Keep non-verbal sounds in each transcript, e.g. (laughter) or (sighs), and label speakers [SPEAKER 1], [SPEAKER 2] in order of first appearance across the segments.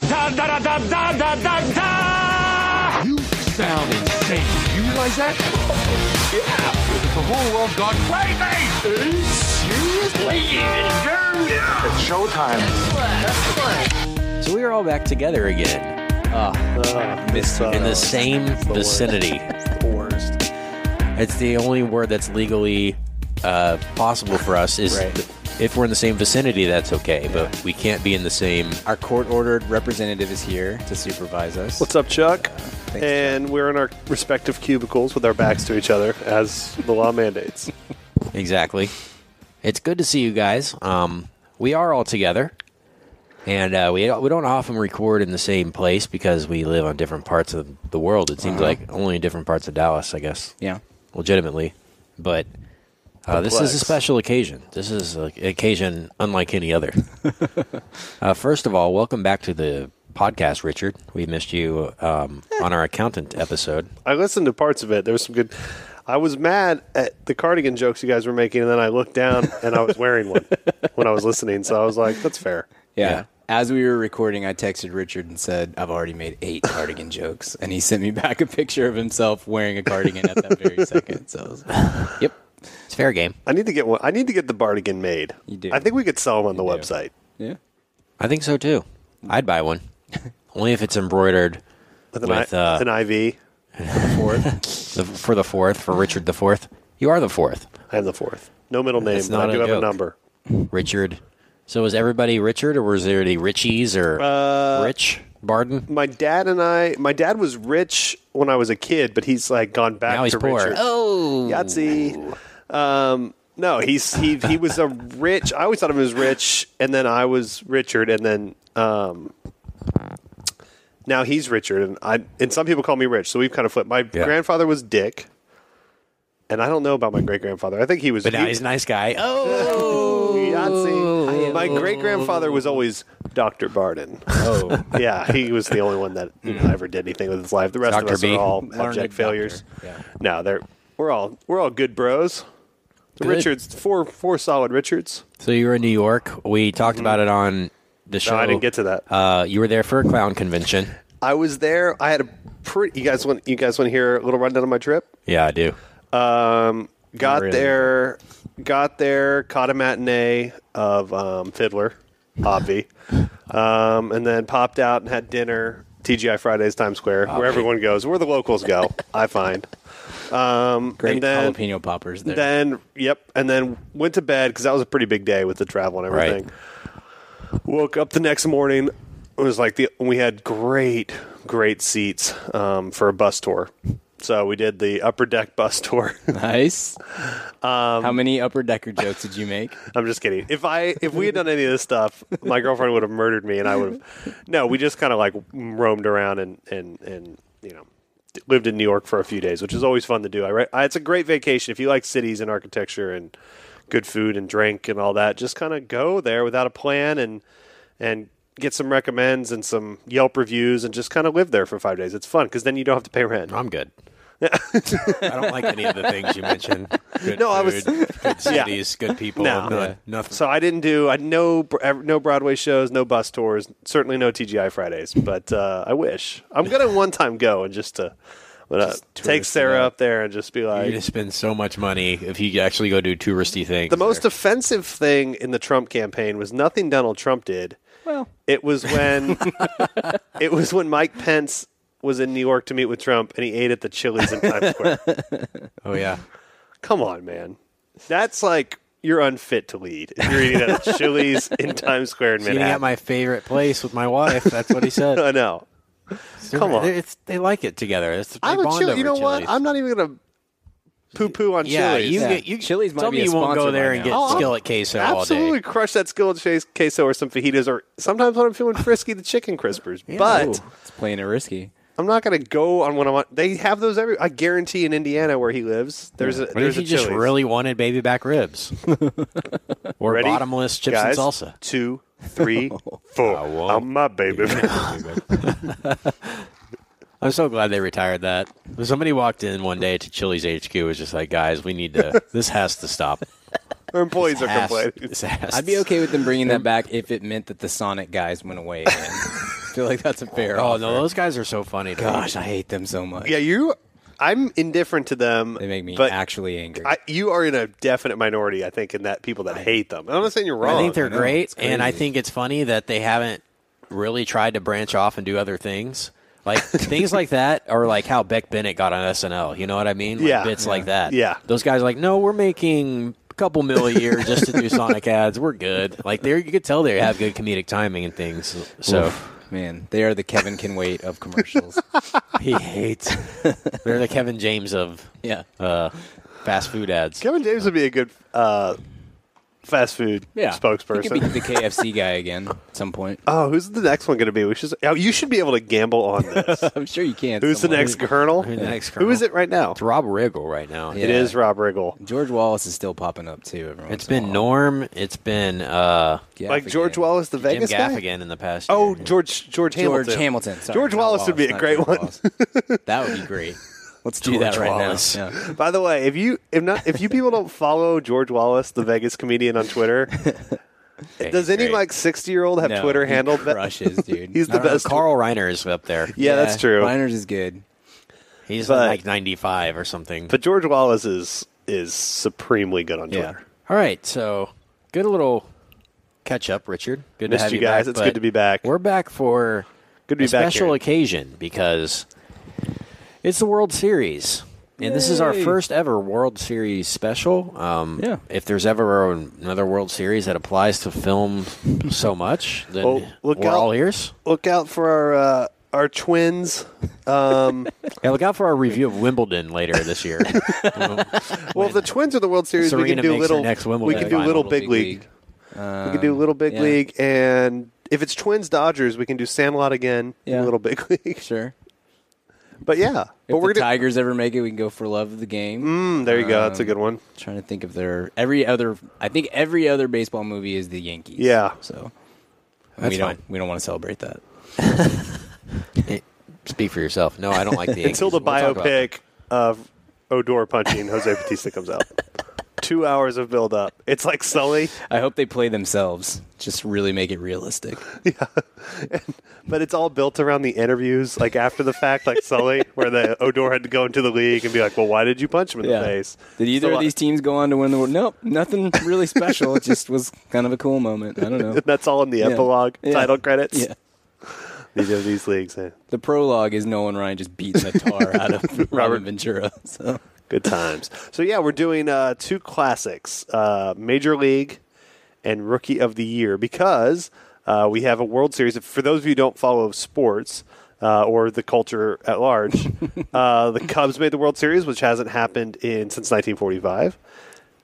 [SPEAKER 1] da da da da da da da.
[SPEAKER 2] You sound insane. You realize that? yeah. The whole world gone crazy.
[SPEAKER 1] Seriously,
[SPEAKER 3] It's showtime.
[SPEAKER 4] So we are all back together again. Ah,
[SPEAKER 3] It's, uh,
[SPEAKER 4] in the same
[SPEAKER 3] the worst.
[SPEAKER 4] vicinity.
[SPEAKER 3] the worst.
[SPEAKER 4] It's the only word that's legally uh, possible for us is
[SPEAKER 3] Right.
[SPEAKER 4] if we're in the same vicinity, that's okay, but we can't be in the same.
[SPEAKER 5] Our court ordered representative is here to supervise us.
[SPEAKER 3] What's up, Chuck?
[SPEAKER 5] Thanks,
[SPEAKER 3] and we're in our respective cubicles with our backs to each other, as the law mandates.
[SPEAKER 4] Exactly. It's good to see you guys. Um, we are all together, and uh, we we don't often record in the same place because we live on different parts of the world. It seems
[SPEAKER 3] Uh-huh.
[SPEAKER 4] like only in different parts of Dallas, I guess.
[SPEAKER 5] Yeah.
[SPEAKER 4] legitimately. But uh, this is a
[SPEAKER 3] Perplexed.
[SPEAKER 4] special occasion. This is a- an occasion unlike any (laughs) other. uh, first of all, welcome back to the podcast, Richard. We missed you um, on our accountant episode.
[SPEAKER 3] I listened to parts of it. There was some good. I was mad at the cardigan jokes you guys were making, and then I looked down and I was wearing one when I was listening. So I was like, "That's fair."
[SPEAKER 5] Yeah.
[SPEAKER 4] Yeah.
[SPEAKER 5] As we were recording, I texted Richard and said, I've already made
[SPEAKER 3] (laughs)
[SPEAKER 5] eight cardigan jokes. And he sent me back a picture of himself wearing a cardigan at
[SPEAKER 3] (laughs)
[SPEAKER 5] that very second. So, I was like, yep.
[SPEAKER 4] It's fair game.
[SPEAKER 3] I need to get one. I need to get the bardigan made.
[SPEAKER 5] You do.
[SPEAKER 3] I think we could sell them on the
[SPEAKER 5] do.
[SPEAKER 3] website.
[SPEAKER 5] Yeah.
[SPEAKER 4] I think so too. I'd buy (laughs) one, only if it's embroidered
[SPEAKER 3] With an,
[SPEAKER 4] With,
[SPEAKER 3] I,
[SPEAKER 4] uh,
[SPEAKER 3] an IV
[SPEAKER 5] Fourth.
[SPEAKER 4] the, for the fourth for Richard the fourth. You are the fourth,
[SPEAKER 3] and the fourth. No middle name.
[SPEAKER 4] That's
[SPEAKER 3] but
[SPEAKER 4] not
[SPEAKER 3] I do
[SPEAKER 4] a
[SPEAKER 3] have
[SPEAKER 4] joke.
[SPEAKER 3] a number.
[SPEAKER 4] Richard. So is everybody Richard, or was there any Richies or Rich Barden?
[SPEAKER 3] My dad and I. My dad was rich when I was a kid, but he's like gone back.
[SPEAKER 4] Now he's
[SPEAKER 3] to
[SPEAKER 4] poor.
[SPEAKER 3] Richard.
[SPEAKER 4] Oh,
[SPEAKER 3] Yahtzee. Um, no, he's he he was a rich. I always thought of him as rich, and then I was Richard, and then um, now he's Richard, and I and some people call me Rich, so we've kind of flipped. My grandfather was Dick, and I don't know about my great grandfather. I think he was.
[SPEAKER 4] but now
[SPEAKER 3] he-
[SPEAKER 4] he's a nice guy. Oh.
[SPEAKER 3] Yahtzee. My great grandfather was always Doctor Barden.
[SPEAKER 5] Oh.
[SPEAKER 3] (laughs) yeah, he was the only one that you know, ever did anything with his life. The rest
[SPEAKER 4] Dr.
[SPEAKER 3] of us
[SPEAKER 4] B.
[SPEAKER 3] are all
[SPEAKER 5] Learned
[SPEAKER 3] abject
[SPEAKER 5] doctor.
[SPEAKER 3] failures.
[SPEAKER 5] Yeah.
[SPEAKER 3] No, they're we're all we're all good bros. The
[SPEAKER 4] Good.
[SPEAKER 3] Richards, four four solid Richards.
[SPEAKER 4] So you were in New York. We talked about it on the show.
[SPEAKER 3] Mm-hmm. No, I didn't get to that.
[SPEAKER 4] Uh, you were there for a clown convention.
[SPEAKER 3] I was there. I had a pretty. You guys want you guys want to hear a little rundown of my trip?
[SPEAKER 4] Yeah, I do.
[SPEAKER 3] Um, got
[SPEAKER 5] Really?
[SPEAKER 3] there, got there, caught a matinee of um, Fiddler, Obvi, um, and then popped out and had dinner. TGI Fridays, Times Square, where everyone goes, where the locals go. I find. Um,
[SPEAKER 5] Great
[SPEAKER 3] and then,
[SPEAKER 5] jalapeno poppers there.
[SPEAKER 3] Then, yep, and then went to bed because that was a pretty big day with the travel and
[SPEAKER 4] Right.
[SPEAKER 3] everything. Woke up the next morning. It was like the we had great, great seats um, for a bus tour. So we did the upper deck bus (laughs) tour.
[SPEAKER 5] nice.
[SPEAKER 3] Um,
[SPEAKER 5] How many upper decker jokes did you make?
[SPEAKER 3] I'm just kidding. If I if we had done any of this stuff, my girlfriend would have murdered me, and I would have. No, we just kind of like roamed around and and and you know lived in New York for a few days, which is always fun to do. I, re- I it's a great vacation if you like cities and architecture and good food and drink and all that. Just kind of go there without a plan and and get some recommends and some Yelp reviews and just kind of live there for five days. It's fun because then you don't have to pay rent.
[SPEAKER 4] I'm good. (laughs) I don't like any of the things you mentioned. Good
[SPEAKER 3] No, I was-
[SPEAKER 4] food, good
[SPEAKER 3] (laughs) Yeah.
[SPEAKER 4] cities, good people.
[SPEAKER 3] No.
[SPEAKER 4] none-
[SPEAKER 3] Yeah.
[SPEAKER 4] nothing.
[SPEAKER 3] So I didn't do I no no Broadway shows, no bus tours, certainly no TGI Fridays. But uh, I wish I'm gonna one time go and just to but, uh, take
[SPEAKER 5] tourist it
[SPEAKER 3] Sarah
[SPEAKER 5] out.
[SPEAKER 3] up there and just be
[SPEAKER 4] You're
[SPEAKER 3] like
[SPEAKER 4] gonna spend so much money if you actually go do touristy things.
[SPEAKER 3] the most
[SPEAKER 4] there.
[SPEAKER 3] offensive thing in the Trump campaign was nothing Donald Trump did.
[SPEAKER 5] Well,
[SPEAKER 3] It was when it was when Mike Pence was in New York to meet with Trump and he ate at the Chili's in Times Square.
[SPEAKER 4] oh yeah,
[SPEAKER 3] Come on, man, that's like. You're unfit to lead. If you're eating at Chili's in Times Square in
[SPEAKER 4] eating
[SPEAKER 3] Manhattan.
[SPEAKER 4] at my favorite place with my wife. That's what he
[SPEAKER 3] (laughs)
[SPEAKER 4] said.
[SPEAKER 3] I know. come on.
[SPEAKER 4] It's, they like it together. It's, they
[SPEAKER 3] I would
[SPEAKER 4] bond
[SPEAKER 3] chill.
[SPEAKER 4] over
[SPEAKER 3] You know what?
[SPEAKER 4] Chili's.
[SPEAKER 3] I'm not even gonna poo poo on
[SPEAKER 4] yeah,
[SPEAKER 3] Chili's.
[SPEAKER 4] you
[SPEAKER 5] Yeah.
[SPEAKER 4] get you.
[SPEAKER 5] Chili's might
[SPEAKER 4] tell
[SPEAKER 5] be
[SPEAKER 4] me
[SPEAKER 5] a
[SPEAKER 4] you won't go
[SPEAKER 5] sponsor
[SPEAKER 4] there
[SPEAKER 5] by
[SPEAKER 4] and
[SPEAKER 5] now.
[SPEAKER 4] get
[SPEAKER 3] Oh, I'm-
[SPEAKER 4] skillet queso all day.
[SPEAKER 3] absolutely crush that skillet chase queso or some fajitas or sometimes when I'm
[SPEAKER 4] (laughs)
[SPEAKER 3] feeling frisky, the chicken crispers. (laughs) But
[SPEAKER 5] it's playing it risky.
[SPEAKER 3] I'm not gonna go on one on. They have those every. I guarantee in Indiana where he lives, there's a
[SPEAKER 4] What
[SPEAKER 3] there's
[SPEAKER 4] if you
[SPEAKER 3] a
[SPEAKER 4] just
[SPEAKER 3] Chili's.
[SPEAKER 4] really wanted baby
[SPEAKER 3] (laughs)
[SPEAKER 4] back ribs or
[SPEAKER 3] Ready?
[SPEAKER 4] bottomless chips
[SPEAKER 3] Guys,
[SPEAKER 4] and
[SPEAKER 3] (laughs)
[SPEAKER 4] salsa?
[SPEAKER 3] Two, three, four.
[SPEAKER 4] (laughs) I won't.
[SPEAKER 3] I'm my baby.
[SPEAKER 4] I'm so glad they retired that.
[SPEAKER 3] (laughs)
[SPEAKER 4] Somebody walked in one day to Chili's HQ was just like, guys, we need to. this has to stop.
[SPEAKER 3] (laughs) Our employees are
[SPEAKER 4] Ass.
[SPEAKER 3] complaining.
[SPEAKER 4] It's ass.
[SPEAKER 5] I'd be okay with them bringing that back if it meant that the Sonic guys went away. Again.
[SPEAKER 3] (laughs)
[SPEAKER 5] I feel like that's a fair.
[SPEAKER 4] Oh
[SPEAKER 5] offer.
[SPEAKER 4] no, those guys are so funny. to me.
[SPEAKER 5] Gosh, I hate them so much.
[SPEAKER 3] Yeah, you. I'm indifferent to them.
[SPEAKER 5] they make me
[SPEAKER 3] but
[SPEAKER 5] actually angry.
[SPEAKER 3] I, you are in a definite minority, I think, in that people that hate them. I'm not saying you're
[SPEAKER 4] I
[SPEAKER 3] wrong.
[SPEAKER 4] think they're
[SPEAKER 5] know,
[SPEAKER 4] great,
[SPEAKER 5] it's
[SPEAKER 4] and I
[SPEAKER 5] crazy.
[SPEAKER 4] think it's funny that they haven't really tried to branch off and do other things.
[SPEAKER 3] (laughs)
[SPEAKER 4] Like things like that, or like how Beck Bennett got on SNL. You know what I mean? Like,
[SPEAKER 3] Yeah.
[SPEAKER 4] bits
[SPEAKER 3] Yeah.
[SPEAKER 4] like that.
[SPEAKER 3] Yeah.
[SPEAKER 4] those guys are like, no, we're making a couple mil a year just to do
[SPEAKER 3] (laughs)
[SPEAKER 4] Sonic ads. We're good. Like there, you could tell they have good comedic timing and things. So
[SPEAKER 5] man, they are the Kevin Can Wait of (laughs) commercials.
[SPEAKER 4] (laughs) he hates.
[SPEAKER 3] (laughs)
[SPEAKER 4] They're the Kevin James of
[SPEAKER 5] yeah.
[SPEAKER 4] uh, fast food ads.
[SPEAKER 3] Kevin James would be a good uh, fast food
[SPEAKER 5] Yeah. He could
[SPEAKER 3] spokesperson.
[SPEAKER 5] be the KFC guy again at some
[SPEAKER 3] (laughs)
[SPEAKER 5] point.
[SPEAKER 3] oh, who's the next one going to be? We should. Oh, you should be able to gamble on
[SPEAKER 5] (laughs)
[SPEAKER 3] this.
[SPEAKER 5] I'm sure you can.
[SPEAKER 3] Who's the
[SPEAKER 5] somewhere.
[SPEAKER 3] next colonel?
[SPEAKER 4] Who's the next
[SPEAKER 3] Who is
[SPEAKER 4] colonel?
[SPEAKER 3] it right now?
[SPEAKER 4] It's Rob Riggle right now.
[SPEAKER 5] Yeah.
[SPEAKER 3] It is Rob Riggle.
[SPEAKER 5] George Wallace is still popping up too. Every
[SPEAKER 4] It's
[SPEAKER 5] once in a
[SPEAKER 4] been
[SPEAKER 5] while.
[SPEAKER 4] Norm. It's been uh,
[SPEAKER 5] Gaffigan.
[SPEAKER 3] Like George Wallace, the
[SPEAKER 4] Jim
[SPEAKER 3] Vegas guy.
[SPEAKER 4] Gaffigan in the past.
[SPEAKER 3] Oh,
[SPEAKER 4] year.
[SPEAKER 3] George George Hamilton.
[SPEAKER 5] George Hamilton. Sorry,
[SPEAKER 3] George
[SPEAKER 5] not
[SPEAKER 3] Wallace would be a
[SPEAKER 5] not
[SPEAKER 3] great
[SPEAKER 5] George
[SPEAKER 3] one.
[SPEAKER 5] Wallace. that would be great.
[SPEAKER 3] (laughs)
[SPEAKER 5] Let's (laughs) do
[SPEAKER 4] George
[SPEAKER 5] that right
[SPEAKER 4] Wallace.
[SPEAKER 5] now. Yeah.
[SPEAKER 3] By the way, if you if not if you people don't follow George Wallace, the Vegas comedian on Twitter, does any
[SPEAKER 4] great.
[SPEAKER 3] like sixty year old have
[SPEAKER 5] No,
[SPEAKER 3] Twitter
[SPEAKER 5] he
[SPEAKER 3] handle? Ve-
[SPEAKER 5] crushes,
[SPEAKER 3] (laughs)
[SPEAKER 5] dude.
[SPEAKER 3] He's
[SPEAKER 5] I
[SPEAKER 3] the
[SPEAKER 5] don't know,
[SPEAKER 3] best.
[SPEAKER 4] Carl Reiner is up there.
[SPEAKER 3] yeah, that's true.
[SPEAKER 5] Miners is good.
[SPEAKER 4] He's
[SPEAKER 3] But-
[SPEAKER 4] like 95 or something.
[SPEAKER 3] But George Wallace is is supremely good on Twitter.
[SPEAKER 4] All right, so good little catch up, Richard. Good to
[SPEAKER 3] Missed
[SPEAKER 4] have
[SPEAKER 3] you
[SPEAKER 4] you
[SPEAKER 3] guys.
[SPEAKER 4] Back,
[SPEAKER 3] It's
[SPEAKER 4] but
[SPEAKER 3] good to be back.
[SPEAKER 4] We're back for
[SPEAKER 3] Good to be
[SPEAKER 4] a
[SPEAKER 3] back
[SPEAKER 4] special
[SPEAKER 3] here.
[SPEAKER 4] occasion because it's the World Series. And this is our
[SPEAKER 5] Yay.
[SPEAKER 4] first ever World Series special. Um,
[SPEAKER 5] Yeah.
[SPEAKER 4] If there's ever another World Series that applies to film so much, then
[SPEAKER 3] Well, look
[SPEAKER 4] we're
[SPEAKER 3] out.
[SPEAKER 4] all ears.
[SPEAKER 3] Look out for our uh, our twins. Um,
[SPEAKER 4] (laughs) Yeah, look out for our review of Wimbledon later
[SPEAKER 3] (laughs)
[SPEAKER 4] this year.
[SPEAKER 3] well, if the twins are the World Series, we can
[SPEAKER 4] Serena
[SPEAKER 3] do
[SPEAKER 4] makes her
[SPEAKER 3] little.
[SPEAKER 4] next Wimbledon
[SPEAKER 3] we can do
[SPEAKER 4] final.
[SPEAKER 3] little
[SPEAKER 5] Little
[SPEAKER 3] big, league. Um, we can do little big
[SPEAKER 5] yeah.
[SPEAKER 3] league, and if it's twins Dodgers, we can do Sandlot again.
[SPEAKER 5] Yeah.
[SPEAKER 3] Yeah. Little big (laughs) league.
[SPEAKER 5] Sure.
[SPEAKER 3] But yeah,
[SPEAKER 5] If
[SPEAKER 3] but we're
[SPEAKER 5] the
[SPEAKER 3] gonna,
[SPEAKER 5] Tigers ever make it, we can go for love of the game.
[SPEAKER 3] Mm, there you go. That's a good
[SPEAKER 4] Um,
[SPEAKER 3] one.
[SPEAKER 5] trying to think of their every other. I think every other baseball movie is the Yankees.
[SPEAKER 3] Yeah.
[SPEAKER 5] So
[SPEAKER 4] That's
[SPEAKER 5] we
[SPEAKER 4] fine.
[SPEAKER 5] don't we don't want to celebrate that.
[SPEAKER 4] Speak for yourself. No, I don't
[SPEAKER 3] (laughs)
[SPEAKER 4] like the Yankees.
[SPEAKER 3] Until the
[SPEAKER 4] We'll talk about that.
[SPEAKER 3] biopic of Odor punching Jose Batista comes
[SPEAKER 4] (laughs)
[SPEAKER 3] out. Two hours of build up. It's like Sully,
[SPEAKER 5] I hope they play themselves. Just really make
[SPEAKER 3] (laughs)
[SPEAKER 5] it realistic.
[SPEAKER 3] but it's all built around the interviews, like after the fact, like Sully, where
[SPEAKER 5] (laughs)
[SPEAKER 3] the Odor had to go into the league and be like, "Well, why did you punch him in the face?"
[SPEAKER 5] Did either
[SPEAKER 3] So
[SPEAKER 5] of
[SPEAKER 3] I-
[SPEAKER 5] these teams go on to win the world? Nope. Nothing really special. it just was kind of a cool moment. I don't
[SPEAKER 3] (laughs)
[SPEAKER 5] know.
[SPEAKER 3] And that's all in the epilogue
[SPEAKER 5] Yeah.
[SPEAKER 3] title credits.
[SPEAKER 5] Yeah.
[SPEAKER 3] These of these leagues, eh?
[SPEAKER 5] The prologue is Nolan Ryan just beating the tar
[SPEAKER 3] (laughs)
[SPEAKER 5] out of Robert Ventura. So
[SPEAKER 3] good times. So yeah, we're doing uh, two classics: uh, Major League and Rookie of the Year, because uh, we have a World Series. For those of you who don't follow sports uh, or the culture at large, uh, the Cubs made the World Series, which hasn't happened in since 1945.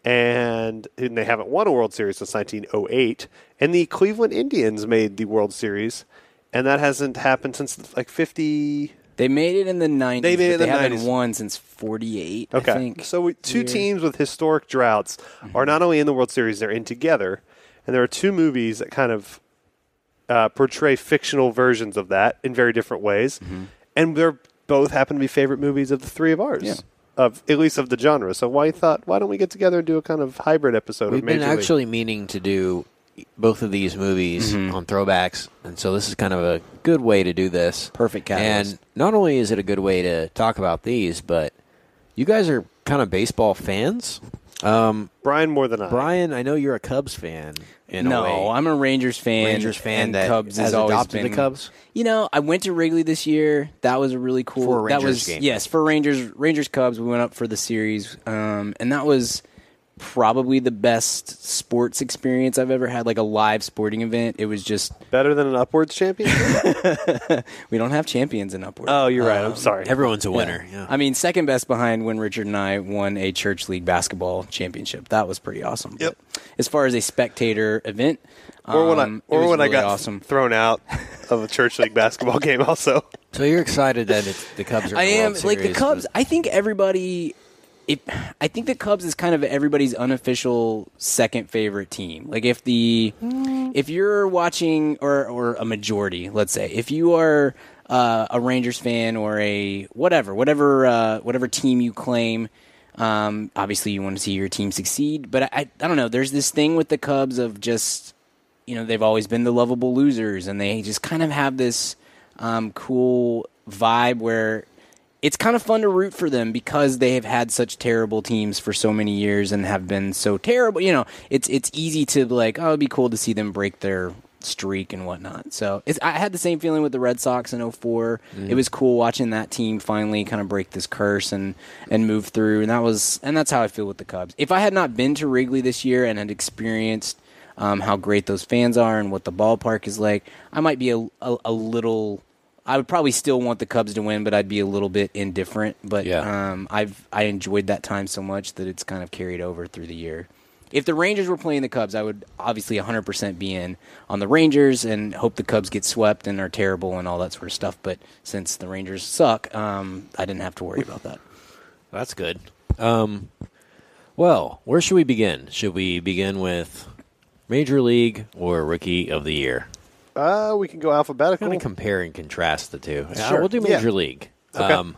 [SPEAKER 3] And, and they haven't won a World Series since 1908. And the Cleveland Indians made the World Series, and that hasn't happened since like 50,
[SPEAKER 5] they made it in the nineties.
[SPEAKER 3] They made it in
[SPEAKER 5] They
[SPEAKER 3] the
[SPEAKER 5] haven't
[SPEAKER 3] 90s.
[SPEAKER 5] won since '48.
[SPEAKER 3] Okay.
[SPEAKER 5] I think.
[SPEAKER 3] So we, two
[SPEAKER 5] Year.
[SPEAKER 3] teams with historic droughts are not only in the World Series, they're in together. And there are two movies that kind of uh, portray fictional versions of that in very different ways. And they're both happen to be favorite movies of the three of ours.
[SPEAKER 5] Yeah.
[SPEAKER 3] Of at least of the genre. So why thought why don't we get together and do a kind of hybrid episode
[SPEAKER 4] We've
[SPEAKER 3] of Major
[SPEAKER 4] been
[SPEAKER 3] League?
[SPEAKER 4] actually meaning to do both of these movies
[SPEAKER 3] Mm-hmm.
[SPEAKER 4] on throwbacks, and so this is kind of a good way to do this.
[SPEAKER 5] Perfect catalyst.
[SPEAKER 4] And not only is it a good way to talk about these, but you guys are kind of baseball fans.
[SPEAKER 3] Brian more than I.
[SPEAKER 4] Brian, I know you're a Cubs fan. In a
[SPEAKER 5] no,
[SPEAKER 4] way.
[SPEAKER 5] I'm a Rangers fan.
[SPEAKER 4] Rangers fan
[SPEAKER 5] and
[SPEAKER 4] that
[SPEAKER 5] Cubs
[SPEAKER 4] has
[SPEAKER 5] has always
[SPEAKER 4] adopted
[SPEAKER 5] been
[SPEAKER 4] the Cubs?
[SPEAKER 5] You know, I went to Wrigley this year. That was a really cool.
[SPEAKER 4] For a
[SPEAKER 5] that
[SPEAKER 4] Rangers
[SPEAKER 5] was
[SPEAKER 4] game.
[SPEAKER 5] yes for Rangers Rangers Cubs. We went up for the series, um, and that was probably the best sports experience I've ever had. Like a live sporting event. It was just
[SPEAKER 3] Better than an upwards champion?
[SPEAKER 5] we don't have champions in upward.
[SPEAKER 3] oh, you're right. I'm sorry.
[SPEAKER 4] Everyone's a winner. Yeah.
[SPEAKER 5] I mean, second best behind when Richard and I won a church league basketball championship. That was pretty awesome.
[SPEAKER 3] Yep.
[SPEAKER 5] But as far as a spectator event,
[SPEAKER 3] or when
[SPEAKER 5] um,
[SPEAKER 3] I
[SPEAKER 5] it
[SPEAKER 3] or
[SPEAKER 5] was
[SPEAKER 3] when I
[SPEAKER 5] really
[SPEAKER 3] got
[SPEAKER 5] awesome.
[SPEAKER 3] thrown out of a church league basketball (laughs) game also.
[SPEAKER 4] So you're excited that it's, the Cubs are. in
[SPEAKER 5] I
[SPEAKER 4] the
[SPEAKER 5] am
[SPEAKER 4] World
[SPEAKER 5] like the
[SPEAKER 4] Series,
[SPEAKER 5] Cubs. I think everybody. It, I think the Cubs is kind of everybody's unofficial second favorite team. Like if the
[SPEAKER 4] Mm.
[SPEAKER 5] if you're watching or or a majority, let's say, if you are uh, a Rangers fan or a whatever, whatever uh, whatever team you claim, Um, obviously, you want to see your team succeed, but I, I, I don't know. There's this thing with the Cubs of just, you know, they've always been the lovable losers, and they just kind of have this um, cool vibe where it's kind of fun to root for them because they have had such terrible teams for so many years and have been so terrible. You know, it's it's easy to be like, oh, it'd be cool to see them break their streak and whatnot. So it's, I had the same feeling with the Red Sox in 4 It was cool watching that team finally kind of break this curse and and move through. And that was and that's how I feel with the Cubs. If I had not been to Wrigley this year and had experienced um, how great those fans are and what the ballpark is like, I might be a, a, a little. I would probably still want the Cubs to win, but I'd be a little bit indifferent. But
[SPEAKER 4] Yeah.
[SPEAKER 5] um, I've I enjoyed that time so much that it's kind of carried over through the year. If the Rangers were playing the Cubs, I would obviously 100% be in on the Rangers and hope the Cubs get swept and are terrible and all that sort of stuff. But since the Rangers suck, um, I didn't have to worry about that.
[SPEAKER 4] That's good. Um, well, where should we begin? Should we begin with Major League or Rookie of the Year?
[SPEAKER 3] Uh, we can go alphabetical.
[SPEAKER 4] I'm going to compare and contrast the two. Uh,
[SPEAKER 3] Sure.
[SPEAKER 4] we'll do Major
[SPEAKER 3] Yeah.
[SPEAKER 4] League.
[SPEAKER 3] Okay.
[SPEAKER 4] Um,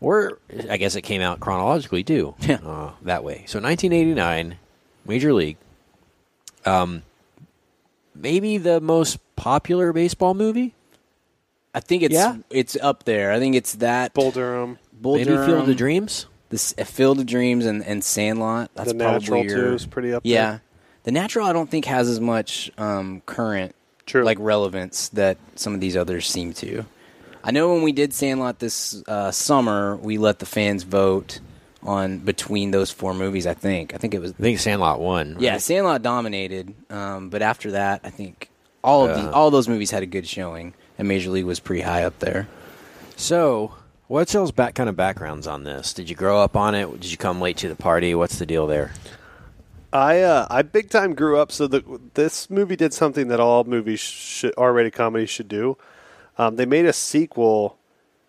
[SPEAKER 4] or I guess it came out chronologically too.
[SPEAKER 5] Yeah.
[SPEAKER 4] uh, that way. So 1989, Major League. Um, maybe the most popular baseball movie.
[SPEAKER 5] I think it's
[SPEAKER 4] Yeah?
[SPEAKER 5] it's up there. I think it's that
[SPEAKER 3] Bull Durham,
[SPEAKER 5] Bull
[SPEAKER 4] maybe Field
[SPEAKER 5] Durham,
[SPEAKER 4] of Dreams.
[SPEAKER 5] this uh, Field of Dreams and, and Sandlot. That's
[SPEAKER 3] The
[SPEAKER 5] probably
[SPEAKER 3] Natural,
[SPEAKER 5] your,
[SPEAKER 3] too, is pretty up
[SPEAKER 5] Yeah,
[SPEAKER 3] there.
[SPEAKER 5] the Natural I don't think has as much um, current
[SPEAKER 3] True.
[SPEAKER 5] like relevance that some of these others seem to. I know when we did Sandlot this uh, summer, we let the fans vote on between those four movies. I think I think it was
[SPEAKER 4] I think Sandlot won. right?
[SPEAKER 5] yeah, Sandlot dominated. Um, but after that, I think all of the,
[SPEAKER 4] Uh.
[SPEAKER 5] all those movies had a good showing, and Major League was pretty high up there.
[SPEAKER 4] So, what's y'all's back kind of backgrounds on this? Did you grow up on it? Did you come late to the party? What's the deal there?
[SPEAKER 3] I uh, I big time grew up. So the, this movie did something that all movies should R-rated comedies should do. Um, they made a sequel,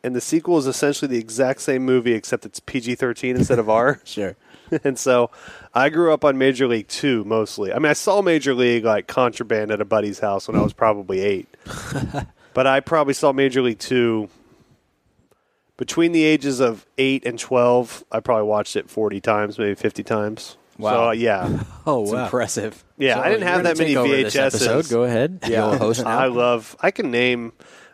[SPEAKER 3] and the sequel is essentially the exact same movie except it's PG-13 instead of R.
[SPEAKER 5] Sure.
[SPEAKER 3] (laughs) and so I grew up on Major League Two mostly. I mean, I saw Major League like contraband at a buddy's house when I was probably eight, but I probably saw Major League Two between the ages of eight and twelve. I probably watched it forty times, maybe fifty times.
[SPEAKER 5] Wow.
[SPEAKER 3] So, yeah,
[SPEAKER 4] Oh,
[SPEAKER 5] It's impressive.
[SPEAKER 3] yeah. I didn't have that many VHSs.
[SPEAKER 4] Go ahead. (laughs) You'll host now.
[SPEAKER 3] I love. I can name.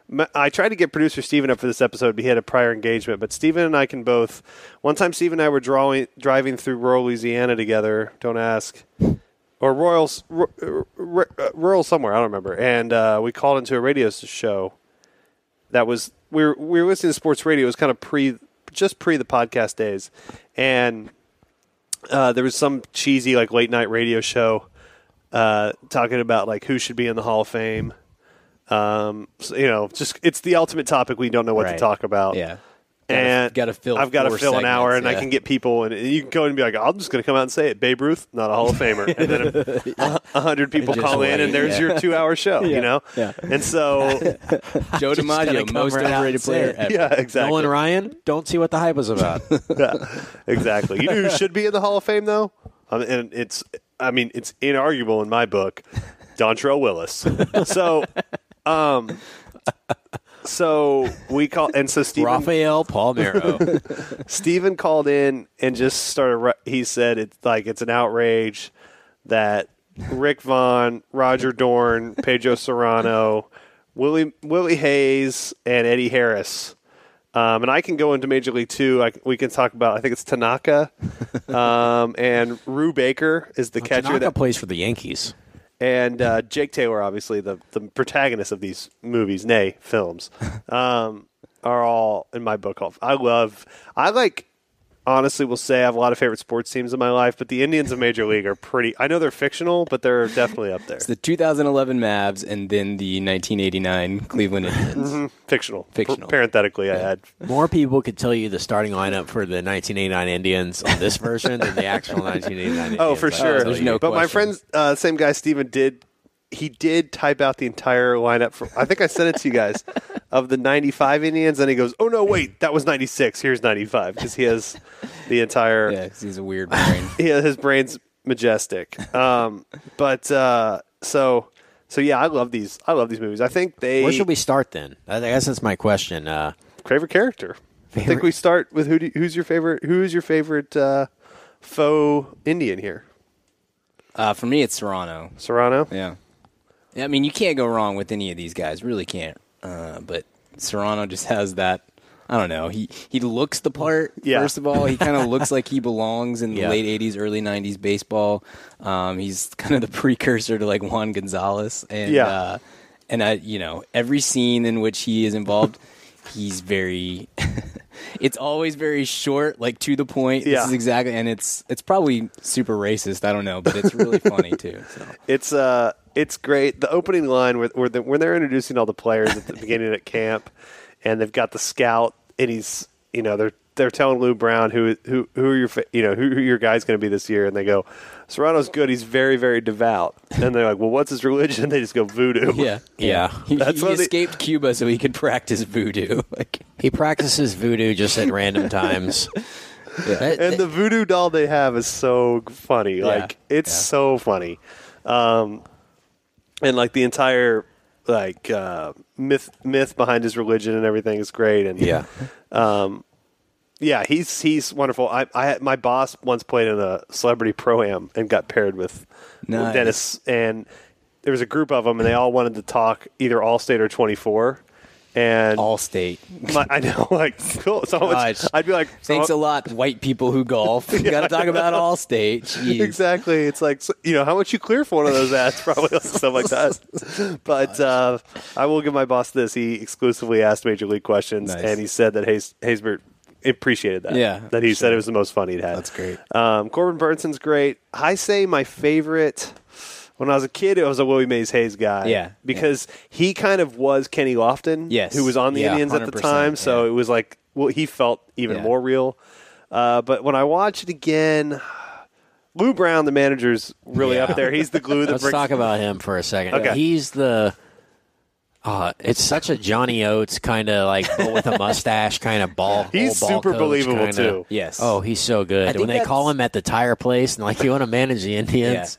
[SPEAKER 3] m- I tried to get producer Steven up for this episode, but he had a prior engagement. But Steven and I can both. One time, Steven and I were drawing, driving through rural Louisiana together. Don't ask. Or rural, ru- ru- ru- uh, rural somewhere. I don't remember. And uh, we called into a radio s- show that was we were we were listening to sports radio. It was kind of pre just pre the podcast days, and uh, there was some cheesy like late night radio show uh, talking about like who should be in the Hall of Fame. Um, so, you know, just it's the ultimate topic we don't know what
[SPEAKER 4] Right.
[SPEAKER 3] to talk about.
[SPEAKER 5] Yeah.
[SPEAKER 3] And
[SPEAKER 5] gotta fill
[SPEAKER 3] I've got to
[SPEAKER 5] four
[SPEAKER 3] fill an hour, and
[SPEAKER 5] segments,
[SPEAKER 3] I
[SPEAKER 5] yeah.
[SPEAKER 3] can get people, and you can go and be like, "I'm just going to come out and say it." Babe Ruth, not a Hall of Famer, and
[SPEAKER 5] (laughs)
[SPEAKER 3] then a, a hundred people
[SPEAKER 5] Just
[SPEAKER 3] call in,
[SPEAKER 5] wait,
[SPEAKER 3] and there's
[SPEAKER 5] yeah.
[SPEAKER 3] your two-hour show. You know,
[SPEAKER 5] yeah.
[SPEAKER 3] and
[SPEAKER 5] (laughs)
[SPEAKER 3] so
[SPEAKER 4] (laughs)
[SPEAKER 5] Joe
[SPEAKER 4] gotta
[SPEAKER 5] DiMaggio,
[SPEAKER 4] come
[SPEAKER 5] most
[SPEAKER 4] right out
[SPEAKER 5] overrated
[SPEAKER 4] and say
[SPEAKER 5] player
[SPEAKER 4] it.
[SPEAKER 5] ever.
[SPEAKER 3] yeah, (laughs) exactly.
[SPEAKER 4] Nolan Ryan, don't see what the hype was about.
[SPEAKER 3] yeah, (laughs) exactly. You know who should be in the Hall of Fame though, um, and it's I mean it's inarguable in my book, Dontrell Willis. So, um, so we call and so Stephen
[SPEAKER 4] Rafael Palmero.
[SPEAKER 3] Steven called in and just started. ru- He said it's like it's an outrage that Rick Vaughn, Roger Dorn, Pedro Serrano, Willie Willie Hayes, and Eddie Harris. Um, and I can go into Major League Two. I, c- we can talk about. I think it's Tanaka, um, and Rue Baker is the catcher.
[SPEAKER 4] Tanaka
[SPEAKER 3] That,
[SPEAKER 4] plays for the Yankees.
[SPEAKER 3] and uh, Jake Taylor, obviously the the protagonist of these movies, nay
[SPEAKER 5] (laughs)
[SPEAKER 3] films, um, are all in my book. All I love. I like. Honestly, will say I have a lot of favorite sports teams in my life, but the Indians of Major League are pretty. I know they're fictional, but they're definitely up there.
[SPEAKER 5] The 2011 Mavs and then the 1989 Cleveland Indians.
[SPEAKER 3] Fictional.
[SPEAKER 5] Fictional.
[SPEAKER 3] parenthetically, I had.
[SPEAKER 4] More people could tell you the starting lineup for the 1989 Indians on this version than the actual 1989 Indians.
[SPEAKER 3] Oh, for
[SPEAKER 4] I can
[SPEAKER 3] sure.
[SPEAKER 4] tell
[SPEAKER 5] there's
[SPEAKER 4] you.
[SPEAKER 5] no-
[SPEAKER 3] but my
[SPEAKER 5] question.
[SPEAKER 3] friends, uh, same guy, Steven, did. He did type out the entire lineup. For, I think I sent it to you
[SPEAKER 5] (laughs)
[SPEAKER 3] guys of the 95 Indians. And he goes, Oh, no, wait, that was 96. Here's 95. Because he has the entire.
[SPEAKER 5] yeah, 'cause he's a weird brain.
[SPEAKER 3] yeah, his brain's majestic. Um, but uh, so so yeah, I love these. I love these movies. I think they
[SPEAKER 4] Where should we start then? I guess that's my question. Uh,
[SPEAKER 3] favorite character. I think we start with who do you- who's your favorite who is your favorite uh, faux Indian here?
[SPEAKER 5] Uh, for me, it's Serrano.
[SPEAKER 3] Serrano.
[SPEAKER 5] Yeah. Yeah, I mean, you can't go wrong with any of these guys. Really can't. Uh, but Serrano just has that. I don't know. He he looks the part.
[SPEAKER 3] Yeah.
[SPEAKER 5] First of all,
[SPEAKER 3] (laughs)
[SPEAKER 5] he kind of looks like he belongs in the
[SPEAKER 4] Yeah.
[SPEAKER 5] late '80s, early '90s baseball. Um, he's kind of the (laughs) precursor to like Juan Gonzalez, and
[SPEAKER 3] Yeah.
[SPEAKER 5] uh, and I, you know, every scene in which he
[SPEAKER 3] (laughs)
[SPEAKER 5] is involved, he's very. (laughs) it's always very short, like to the point.
[SPEAKER 3] Yeah.
[SPEAKER 5] This is exactly, and it's it's probably super racist. I don't know, but it's really funny too. So.
[SPEAKER 3] It's uh, it's great. The opening line where, where the, when they're introducing all the players at the beginning at camp, and they've got the scout, and he's you know they're they're telling Lou Brown who who who are your fa- you know who, who your guy's going to be this year, and they go, Serrano's good. He's very very devout, and they're like, well, what's his religion? (laughs) they just go voodoo.
[SPEAKER 5] Yeah,
[SPEAKER 4] Yeah.
[SPEAKER 5] He,
[SPEAKER 3] That's
[SPEAKER 5] he
[SPEAKER 3] what they-
[SPEAKER 5] escaped Cuba so he could practice voodoo. (laughs) Like,
[SPEAKER 4] He practices voodoo just at random times. That-
[SPEAKER 3] and the voodoo doll they have is so funny. Like it's so funny, um, and like the entire like uh, myth myth behind his religion and everything is great. And um,
[SPEAKER 4] yeah.
[SPEAKER 3] yeah, he's he's wonderful. I I had- my boss once played in a celebrity pro am and got paired with
[SPEAKER 5] Nice.
[SPEAKER 3] Dennis, and there was a group of them, and they all wanted to talk either Allstate or twenty four. And
[SPEAKER 5] all state.
[SPEAKER 3] my, I know, (laughs) like, cool. So
[SPEAKER 5] Gosh.
[SPEAKER 3] I'd be like,
[SPEAKER 5] Thanks
[SPEAKER 3] so-
[SPEAKER 5] a lot, white people
[SPEAKER 4] (laughs)
[SPEAKER 5] who golf. You got to talk about
[SPEAKER 3] (laughs)
[SPEAKER 5] all state. Jeez.
[SPEAKER 3] Exactly. It's like so- you know how much you clear for one of those ads, probably (laughs) like, stuff like
[SPEAKER 5] (laughs)
[SPEAKER 3] that. But uh, I will give my boss this. He exclusively asked major league questions,
[SPEAKER 5] Nice.
[SPEAKER 3] and he said that Hayes, Haysbert appreciated that.
[SPEAKER 5] Yeah,
[SPEAKER 3] that he said it was the most fun he'd had.
[SPEAKER 5] That's great.
[SPEAKER 3] Um, Corbin Burnson's great. I say my favorite. When I was a kid, it was a Willie Mays Hayes guy.
[SPEAKER 5] Yeah.
[SPEAKER 3] because he kind of was Kenny Lofton.
[SPEAKER 5] Yes.
[SPEAKER 3] who was on the
[SPEAKER 5] Yeah,
[SPEAKER 3] Indians at the
[SPEAKER 5] 100%,
[SPEAKER 3] time. So
[SPEAKER 5] yeah.
[SPEAKER 3] it was like, well, he felt even
[SPEAKER 5] Yeah.
[SPEAKER 3] more real. Uh, but when I watch it again, Lou Brown, the manager's really
[SPEAKER 4] Yeah.
[SPEAKER 3] up there. He's the glue that
[SPEAKER 4] (laughs) Let's
[SPEAKER 3] brings.
[SPEAKER 4] talk about him for a second.
[SPEAKER 3] Okay.
[SPEAKER 4] He's the. Uh, it's such a Johnny Oates kind of like but with a mustache kind of ball.
[SPEAKER 3] He's
[SPEAKER 4] old ball
[SPEAKER 3] super
[SPEAKER 4] coach
[SPEAKER 3] believable,
[SPEAKER 4] kinda.
[SPEAKER 3] too.
[SPEAKER 5] Yes.
[SPEAKER 4] Oh, he's so good.
[SPEAKER 5] think
[SPEAKER 4] When they call
[SPEAKER 5] that's-
[SPEAKER 4] him at the tire place and like you want to manage the Indians,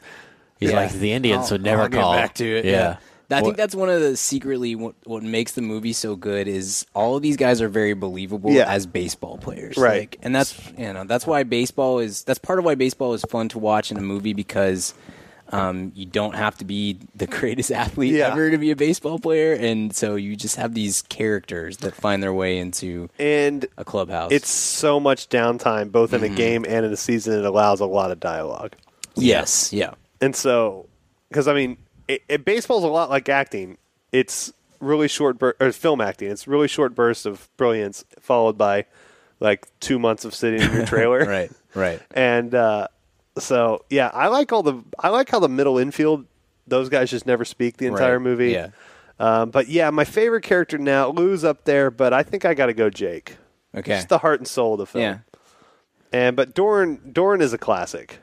[SPEAKER 4] he's
[SPEAKER 5] Yeah.
[SPEAKER 4] like the Indians
[SPEAKER 5] I'll-
[SPEAKER 4] would never
[SPEAKER 5] I'll get
[SPEAKER 4] call.
[SPEAKER 5] back to it. Yeah. I
[SPEAKER 4] What-
[SPEAKER 5] think that's one of the secretly what, what makes the movie so good is all of these guys are very believable
[SPEAKER 3] Yeah.
[SPEAKER 5] as baseball players,
[SPEAKER 3] Right.
[SPEAKER 5] Like, and that's you know that's why baseball is that's part of why baseball is fun to watch in a movie because um, you don't have to be the (laughs) greatest athlete
[SPEAKER 3] Yeah.
[SPEAKER 5] ever to be a baseball player, and so you just have these characters that find their way into
[SPEAKER 3] and
[SPEAKER 5] a clubhouse.
[SPEAKER 3] it's so much downtime, both
[SPEAKER 4] Mm-hmm.
[SPEAKER 3] in a game and in a season. It allows a lot of dialogue,
[SPEAKER 5] yes, yeah,
[SPEAKER 3] and so because I mean, it, it, baseball's a lot like acting. It's really short bur- or film acting. It's really short bursts of brilliance followed by like two months of sitting
[SPEAKER 4] (laughs)
[SPEAKER 3] in your trailer.
[SPEAKER 5] right, right.
[SPEAKER 3] And uh, so yeah, I like all the I like how the middle infield those guys just never speak the entire
[SPEAKER 5] Right,
[SPEAKER 3] movie.
[SPEAKER 5] yeah.
[SPEAKER 3] Um, but yeah, my favorite character now Lou's up there, but I think I got to go Jake.
[SPEAKER 5] Okay.
[SPEAKER 3] Just the heart and soul of the film.
[SPEAKER 5] Yeah,
[SPEAKER 3] And but Doran Doran is a classic.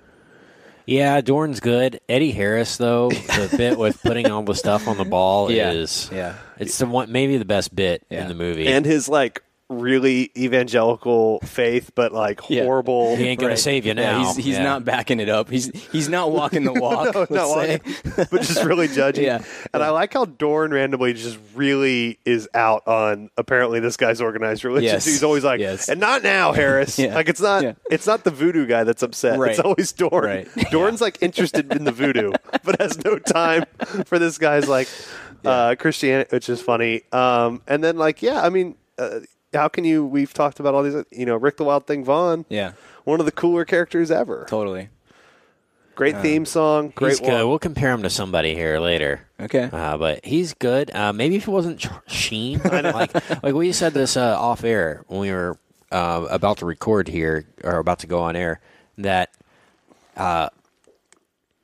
[SPEAKER 4] Yeah, Dorn's good. Eddie Harris though, the bit with putting all the stuff on the ball
[SPEAKER 5] Yeah.
[SPEAKER 4] is
[SPEAKER 5] Yeah.
[SPEAKER 4] It's the one maybe the best bit
[SPEAKER 5] Yeah.
[SPEAKER 4] in the movie.
[SPEAKER 3] And his like really evangelical faith but like
[SPEAKER 5] Yeah.
[SPEAKER 3] horrible
[SPEAKER 4] he ain't gonna save you
[SPEAKER 5] Yeah,
[SPEAKER 4] now.
[SPEAKER 5] he's he's
[SPEAKER 4] Yeah.
[SPEAKER 5] not backing it up. He's he's not
[SPEAKER 3] (laughs)
[SPEAKER 5] walking the walk.
[SPEAKER 3] Oh, No,
[SPEAKER 5] (laughs) let's
[SPEAKER 3] not
[SPEAKER 5] say.
[SPEAKER 3] like- but just
[SPEAKER 5] (laughs)
[SPEAKER 3] really judging.
[SPEAKER 5] Yeah.
[SPEAKER 3] And I like how Dorn randomly just really is out on apparently this guy's organized religion.
[SPEAKER 5] Yes.
[SPEAKER 3] He's always like,
[SPEAKER 5] Yes.
[SPEAKER 3] and not now, Harris.
[SPEAKER 5] (laughs) Yeah.
[SPEAKER 3] Like it's not
[SPEAKER 5] Yeah.
[SPEAKER 3] it's not the voodoo guy that's upset.
[SPEAKER 5] Right.
[SPEAKER 3] It's always Dorn.
[SPEAKER 5] Right.
[SPEAKER 3] (laughs) Dorn's like interested in the
[SPEAKER 5] (laughs)
[SPEAKER 3] voodoo, but has no time for this guy's like uh, Christianity, which is funny. Um, and then like yeah, I mean. Uh, how can you? We've talked about all these, you know, Rick the Wild Thing Vaughn.
[SPEAKER 5] Yeah.
[SPEAKER 3] one of the cooler characters ever.
[SPEAKER 5] Totally.
[SPEAKER 3] Great
[SPEAKER 5] uh,
[SPEAKER 3] theme song. Great.
[SPEAKER 4] He's good.
[SPEAKER 3] walk.
[SPEAKER 4] We'll compare him to somebody here later.
[SPEAKER 5] Okay.
[SPEAKER 4] Uh, but he's good. Uh, maybe if it wasn't Ch- Sheen, like (laughs) like we said this uh, off air when we were uh, about to record here or about to go on air that uh,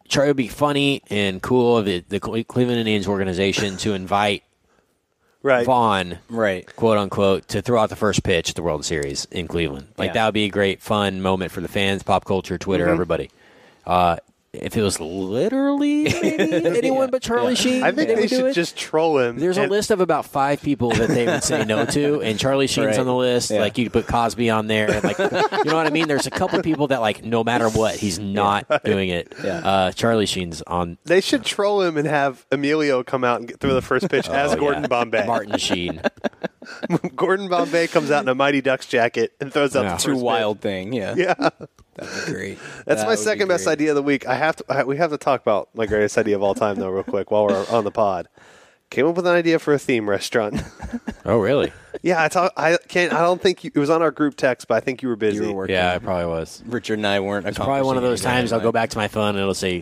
[SPEAKER 4] Charlie would be funny and cool of the, the Cle- Cleveland Indians organization to invite
[SPEAKER 3] Right.
[SPEAKER 4] Vaughn,
[SPEAKER 5] Right.
[SPEAKER 4] quote unquote, to throw out the first pitch at the World Series in Cleveland. Like
[SPEAKER 5] Yeah. Mm-hmm.
[SPEAKER 4] that would be a great fun moment for the fans, pop culture, Twitter, everybody. Uh, if it was literally
[SPEAKER 5] (laughs)
[SPEAKER 4] maybe anyone but Charlie Sheen,
[SPEAKER 3] I think they,
[SPEAKER 4] would do
[SPEAKER 3] should
[SPEAKER 4] it.
[SPEAKER 3] just troll him.
[SPEAKER 4] There's a
[SPEAKER 3] and-
[SPEAKER 4] list of about five people that they would say no
[SPEAKER 3] (laughs)
[SPEAKER 4] to, and Charlie Sheen's
[SPEAKER 5] Right.
[SPEAKER 4] on the list.
[SPEAKER 5] Yeah.
[SPEAKER 4] Like you could put Cosby on there, and like you know what I mean. There's a couple people that like no matter what, he's
[SPEAKER 5] (laughs)
[SPEAKER 4] not doing it.
[SPEAKER 5] Yeah.
[SPEAKER 4] Uh, Charlie Sheen's on
[SPEAKER 3] They should troll him and have Emilio come out and get through the first pitch as
[SPEAKER 4] (laughs) Oh,
[SPEAKER 3] Gordon
[SPEAKER 4] yeah.
[SPEAKER 5] (laughs)
[SPEAKER 3] Bombay.
[SPEAKER 4] Martin Sheen.
[SPEAKER 3] (laughs) Gordon Bombay comes out in a Mighty Ducks jacket and throws out
[SPEAKER 4] Yeah.
[SPEAKER 3] the
[SPEAKER 4] Too
[SPEAKER 5] Too
[SPEAKER 3] first pitch.
[SPEAKER 5] wild thing. Yeah.
[SPEAKER 3] (laughs) Yeah,
[SPEAKER 5] That'd be great.
[SPEAKER 3] (laughs) that's
[SPEAKER 5] That
[SPEAKER 3] my
[SPEAKER 5] would be
[SPEAKER 3] second best
[SPEAKER 5] great.
[SPEAKER 3] idea of the week. I have to. I, we have to talk about my greatest idea of all time, though, real quick, while we're on the pod. Came up with an idea for a theme restaurant. (laughs)
[SPEAKER 4] Oh, really?
[SPEAKER 3] yeah, I talk, I can't. I don't think you, it was on our group text, but I think you were busy.
[SPEAKER 5] You were working.
[SPEAKER 4] Yeah, I probably was.
[SPEAKER 5] Richard and I weren't.
[SPEAKER 4] Probably one of
[SPEAKER 5] accomplishing
[SPEAKER 4] those times I'll
[SPEAKER 5] anything.
[SPEAKER 4] go back to my phone and it'll say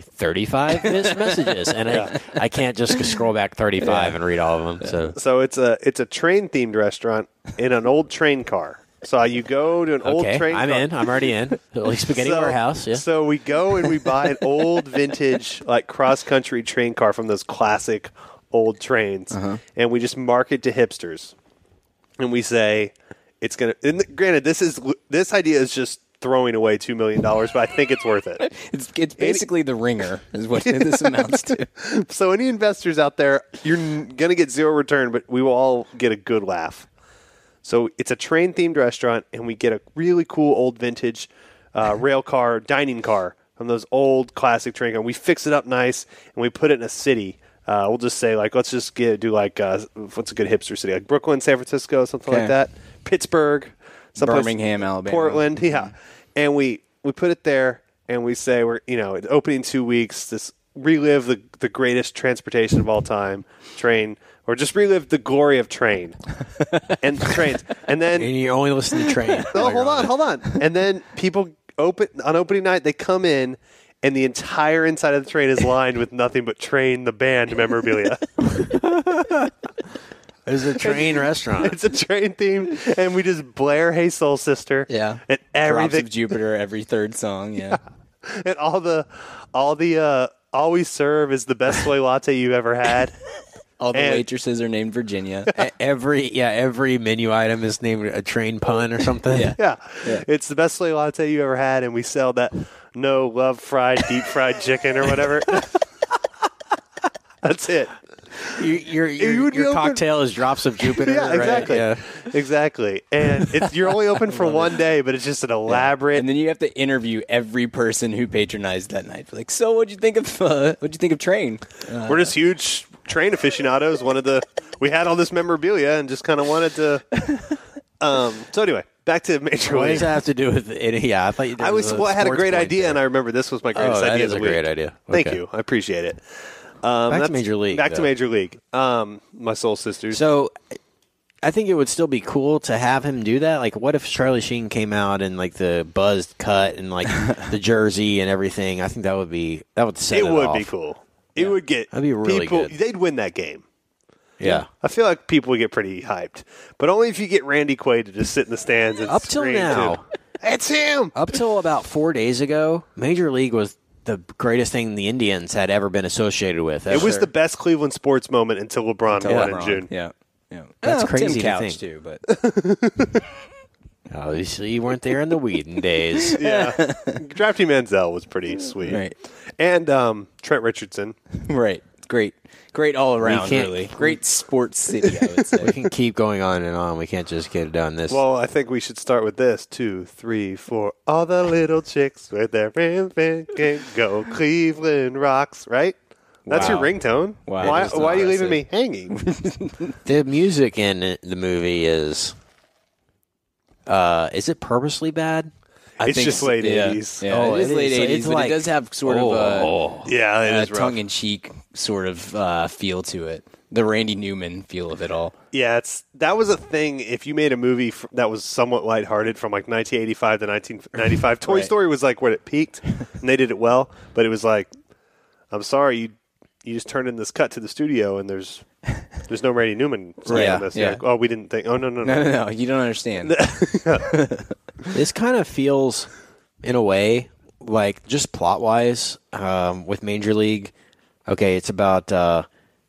[SPEAKER 3] (laughs)
[SPEAKER 4] 35 missed messages, and I, I can't just scroll back 35 and read all of them. So
[SPEAKER 3] So it's a it's a train themed restaurant in an old train car. So you go to an old
[SPEAKER 4] okay,
[SPEAKER 3] train.
[SPEAKER 4] I'm
[SPEAKER 3] car.
[SPEAKER 4] in. I'm
[SPEAKER 3] (laughs)
[SPEAKER 4] already in. At least Spaghetti Warehouse. Yeah.
[SPEAKER 3] So we go and we buy
[SPEAKER 4] (laughs)
[SPEAKER 3] an old vintage like cross country train car from those classic old trains,
[SPEAKER 4] Uh-huh.
[SPEAKER 3] and we just market to hipsters, and we say it's gonna. And granted, this is this idea is just throwing away two million dollars, but I think it's worth it.
[SPEAKER 5] It's, it's basically the ringer is
[SPEAKER 3] (laughs)
[SPEAKER 5] what (laughs) this amounts to.
[SPEAKER 3] So any investors out there, you're n- gonna get zero return, but we will all get a good laugh. So it's a train themed restaurant, and we get a really cool old vintage uh, rail car, dining car from those old classic train car. We fix it up nice, and we put it in a city. Uh, we'll just say like, let's just get do like uh, what's a good hipster city like Brooklyn, San Francisco, something
[SPEAKER 5] Okay.
[SPEAKER 3] like that, Pittsburgh, someplace-
[SPEAKER 5] Birmingham, Alabama.
[SPEAKER 3] Portland, yeah.
[SPEAKER 5] Mm-hmm.
[SPEAKER 3] And we we put it there, and we say we're you know opening two weeks. This relive the the greatest transportation of all time, train, or just relive the glory of
[SPEAKER 5] (laughs)
[SPEAKER 3] train and trains, and then
[SPEAKER 4] and you only listen to
[SPEAKER 3] (laughs)
[SPEAKER 4] train. uh,
[SPEAKER 3] no, hold on, hold on. And then people open on opening night, they come in, and the entire inside of the train is lined with nothing but train the band
[SPEAKER 5] (laughs)
[SPEAKER 3] memorabilia.
[SPEAKER 4] It's a train
[SPEAKER 3] (laughs)
[SPEAKER 4] restaurant.
[SPEAKER 3] it's a train theme, and we just blare "Hey Soul Sister,"
[SPEAKER 5] Yeah.
[SPEAKER 3] and
[SPEAKER 5] Drops
[SPEAKER 3] everything,
[SPEAKER 5] of Jupiter every third song. Yeah.
[SPEAKER 3] and (laughs) all the, all the, uh, all we serve is the best soy latte you've ever had. (laughs)
[SPEAKER 5] All the
[SPEAKER 3] And-
[SPEAKER 5] waitresses are
[SPEAKER 3] (laughs)
[SPEAKER 5] named Virginia.
[SPEAKER 4] E-, every yeah, every menu item is named a train pun or
[SPEAKER 3] (laughs)
[SPEAKER 4] something.
[SPEAKER 5] Yeah.
[SPEAKER 3] Yeah. It's the best soy latte you ever had, and we sell that no love fried, deep fried chicken or whatever. (laughs) That's it.
[SPEAKER 4] Your, your, your,
[SPEAKER 3] would be
[SPEAKER 4] your
[SPEAKER 3] open-
[SPEAKER 4] cocktail is drops of Jupiter.
[SPEAKER 3] (laughs) Yeah,
[SPEAKER 4] right?
[SPEAKER 3] exactly.
[SPEAKER 4] Yeah.
[SPEAKER 3] Exactly. And it's, you're only open for one day, but it's just an elaborate.
[SPEAKER 5] And then you have to interview every person who patronized that night. Like, so what'd you think of uh, what'd you think of Train? Uh,
[SPEAKER 3] We're just huge train aficionados. One of the we had all this memorabilia and just kind of wanted to. Um. So anyway, back to Major
[SPEAKER 4] What
[SPEAKER 3] League.
[SPEAKER 4] does that have to do with it? Yeah, I thought you. Did
[SPEAKER 3] I was well, I had a great idea, and I remember this was my greatest
[SPEAKER 4] Oh, that
[SPEAKER 3] idea.
[SPEAKER 4] is
[SPEAKER 3] of the
[SPEAKER 4] a great
[SPEAKER 3] week.
[SPEAKER 4] idea.
[SPEAKER 3] Thank
[SPEAKER 4] Okay.
[SPEAKER 3] you. I appreciate it. Um,
[SPEAKER 4] Back to
[SPEAKER 3] that's-
[SPEAKER 4] Major League,
[SPEAKER 3] Back to
[SPEAKER 4] though.
[SPEAKER 3] Major League. Um, my soul sisters.
[SPEAKER 4] So, I think it would still be cool to have him do that. Like, what if Charlie Sheen came out in like the buzzed cut
[SPEAKER 3] (laughs)
[SPEAKER 4] and like the jersey and everything? I think that would be that would set
[SPEAKER 3] it would
[SPEAKER 4] off.
[SPEAKER 3] be cool. It would get
[SPEAKER 4] That'd be really
[SPEAKER 3] people.
[SPEAKER 4] good.
[SPEAKER 3] They'd win that game.
[SPEAKER 4] Yeah.
[SPEAKER 3] I feel like people would get pretty hyped, but only if you get Randy Quaid to just sit in the stands and
[SPEAKER 4] Up till
[SPEAKER 3] scream to
[SPEAKER 4] now. Oh,
[SPEAKER 3] him, It's him.
[SPEAKER 4] Up till about four days ago, Major League was the greatest thing the Indians had ever been associated with.
[SPEAKER 3] It was the best Cleveland sports moment until LeBron won in June.
[SPEAKER 5] Yeah. Yeah.
[SPEAKER 4] That's
[SPEAKER 5] Oh,
[SPEAKER 4] crazy
[SPEAKER 5] Tim
[SPEAKER 4] to
[SPEAKER 5] Couch
[SPEAKER 4] think.
[SPEAKER 5] too, but
[SPEAKER 4] obviously you weren't there in
[SPEAKER 3] (laughs)
[SPEAKER 4] the Whedon days.
[SPEAKER 3] Yeah. Drafting Manziel was pretty sweet.
[SPEAKER 5] Right.
[SPEAKER 3] And um, Trent Richardson.
[SPEAKER 5] (laughs) right. Great. Great all around,
[SPEAKER 4] can't-
[SPEAKER 5] really. Great sports city, I would
[SPEAKER 4] we
[SPEAKER 5] say.
[SPEAKER 4] can keep going on and on. We can't just get it done. This
[SPEAKER 3] Well, I think we should start with this. Two, three, four. All the little chicks with their ring fin can go. Cleveland rocks, right? That's your
[SPEAKER 5] Wow.
[SPEAKER 3] ringtone.
[SPEAKER 5] Wow.
[SPEAKER 3] Why,
[SPEAKER 5] That is
[SPEAKER 3] why are you leaving
[SPEAKER 5] impressive.
[SPEAKER 3] me hanging?
[SPEAKER 4] the music in it- the movie is uh is it purposely bad
[SPEAKER 5] (laughs) I
[SPEAKER 3] It's
[SPEAKER 5] think
[SPEAKER 3] just
[SPEAKER 5] so.
[SPEAKER 3] late
[SPEAKER 5] Yeah.
[SPEAKER 3] 80s.
[SPEAKER 5] Yeah,
[SPEAKER 4] Oh,
[SPEAKER 5] it
[SPEAKER 4] it
[SPEAKER 5] is
[SPEAKER 4] is.
[SPEAKER 5] late
[SPEAKER 4] So
[SPEAKER 5] eighties,
[SPEAKER 4] it's
[SPEAKER 5] but
[SPEAKER 4] like-
[SPEAKER 5] it does have sort of a
[SPEAKER 3] Yeah, oh, it
[SPEAKER 5] a
[SPEAKER 3] is rough.
[SPEAKER 5] Uh, tongue in cheek sort of uh, feel to it. The Randy Newman feel of it all.
[SPEAKER 3] Yeah, it's that was a thing. If you made a movie f- that was somewhat lighthearted from like 1985 to 1995, Toy
[SPEAKER 5] Right.
[SPEAKER 3] Story was like when it peaked,
[SPEAKER 5] (laughs)
[SPEAKER 3] and they did it well. But it was like, I'm sorry, you you just turned in this cut to the studio, and there's there's no Randy Newman. song
[SPEAKER 5] Right.
[SPEAKER 3] on this.
[SPEAKER 5] Yeah.
[SPEAKER 3] You're like, oh, we didn't think. Oh no no
[SPEAKER 5] No,
[SPEAKER 3] no.
[SPEAKER 5] no, no, you
[SPEAKER 3] (laughs)
[SPEAKER 5] don't understand. (laughs)
[SPEAKER 4] this kind of feels in a way like just plot wise um with major league okay it's about uh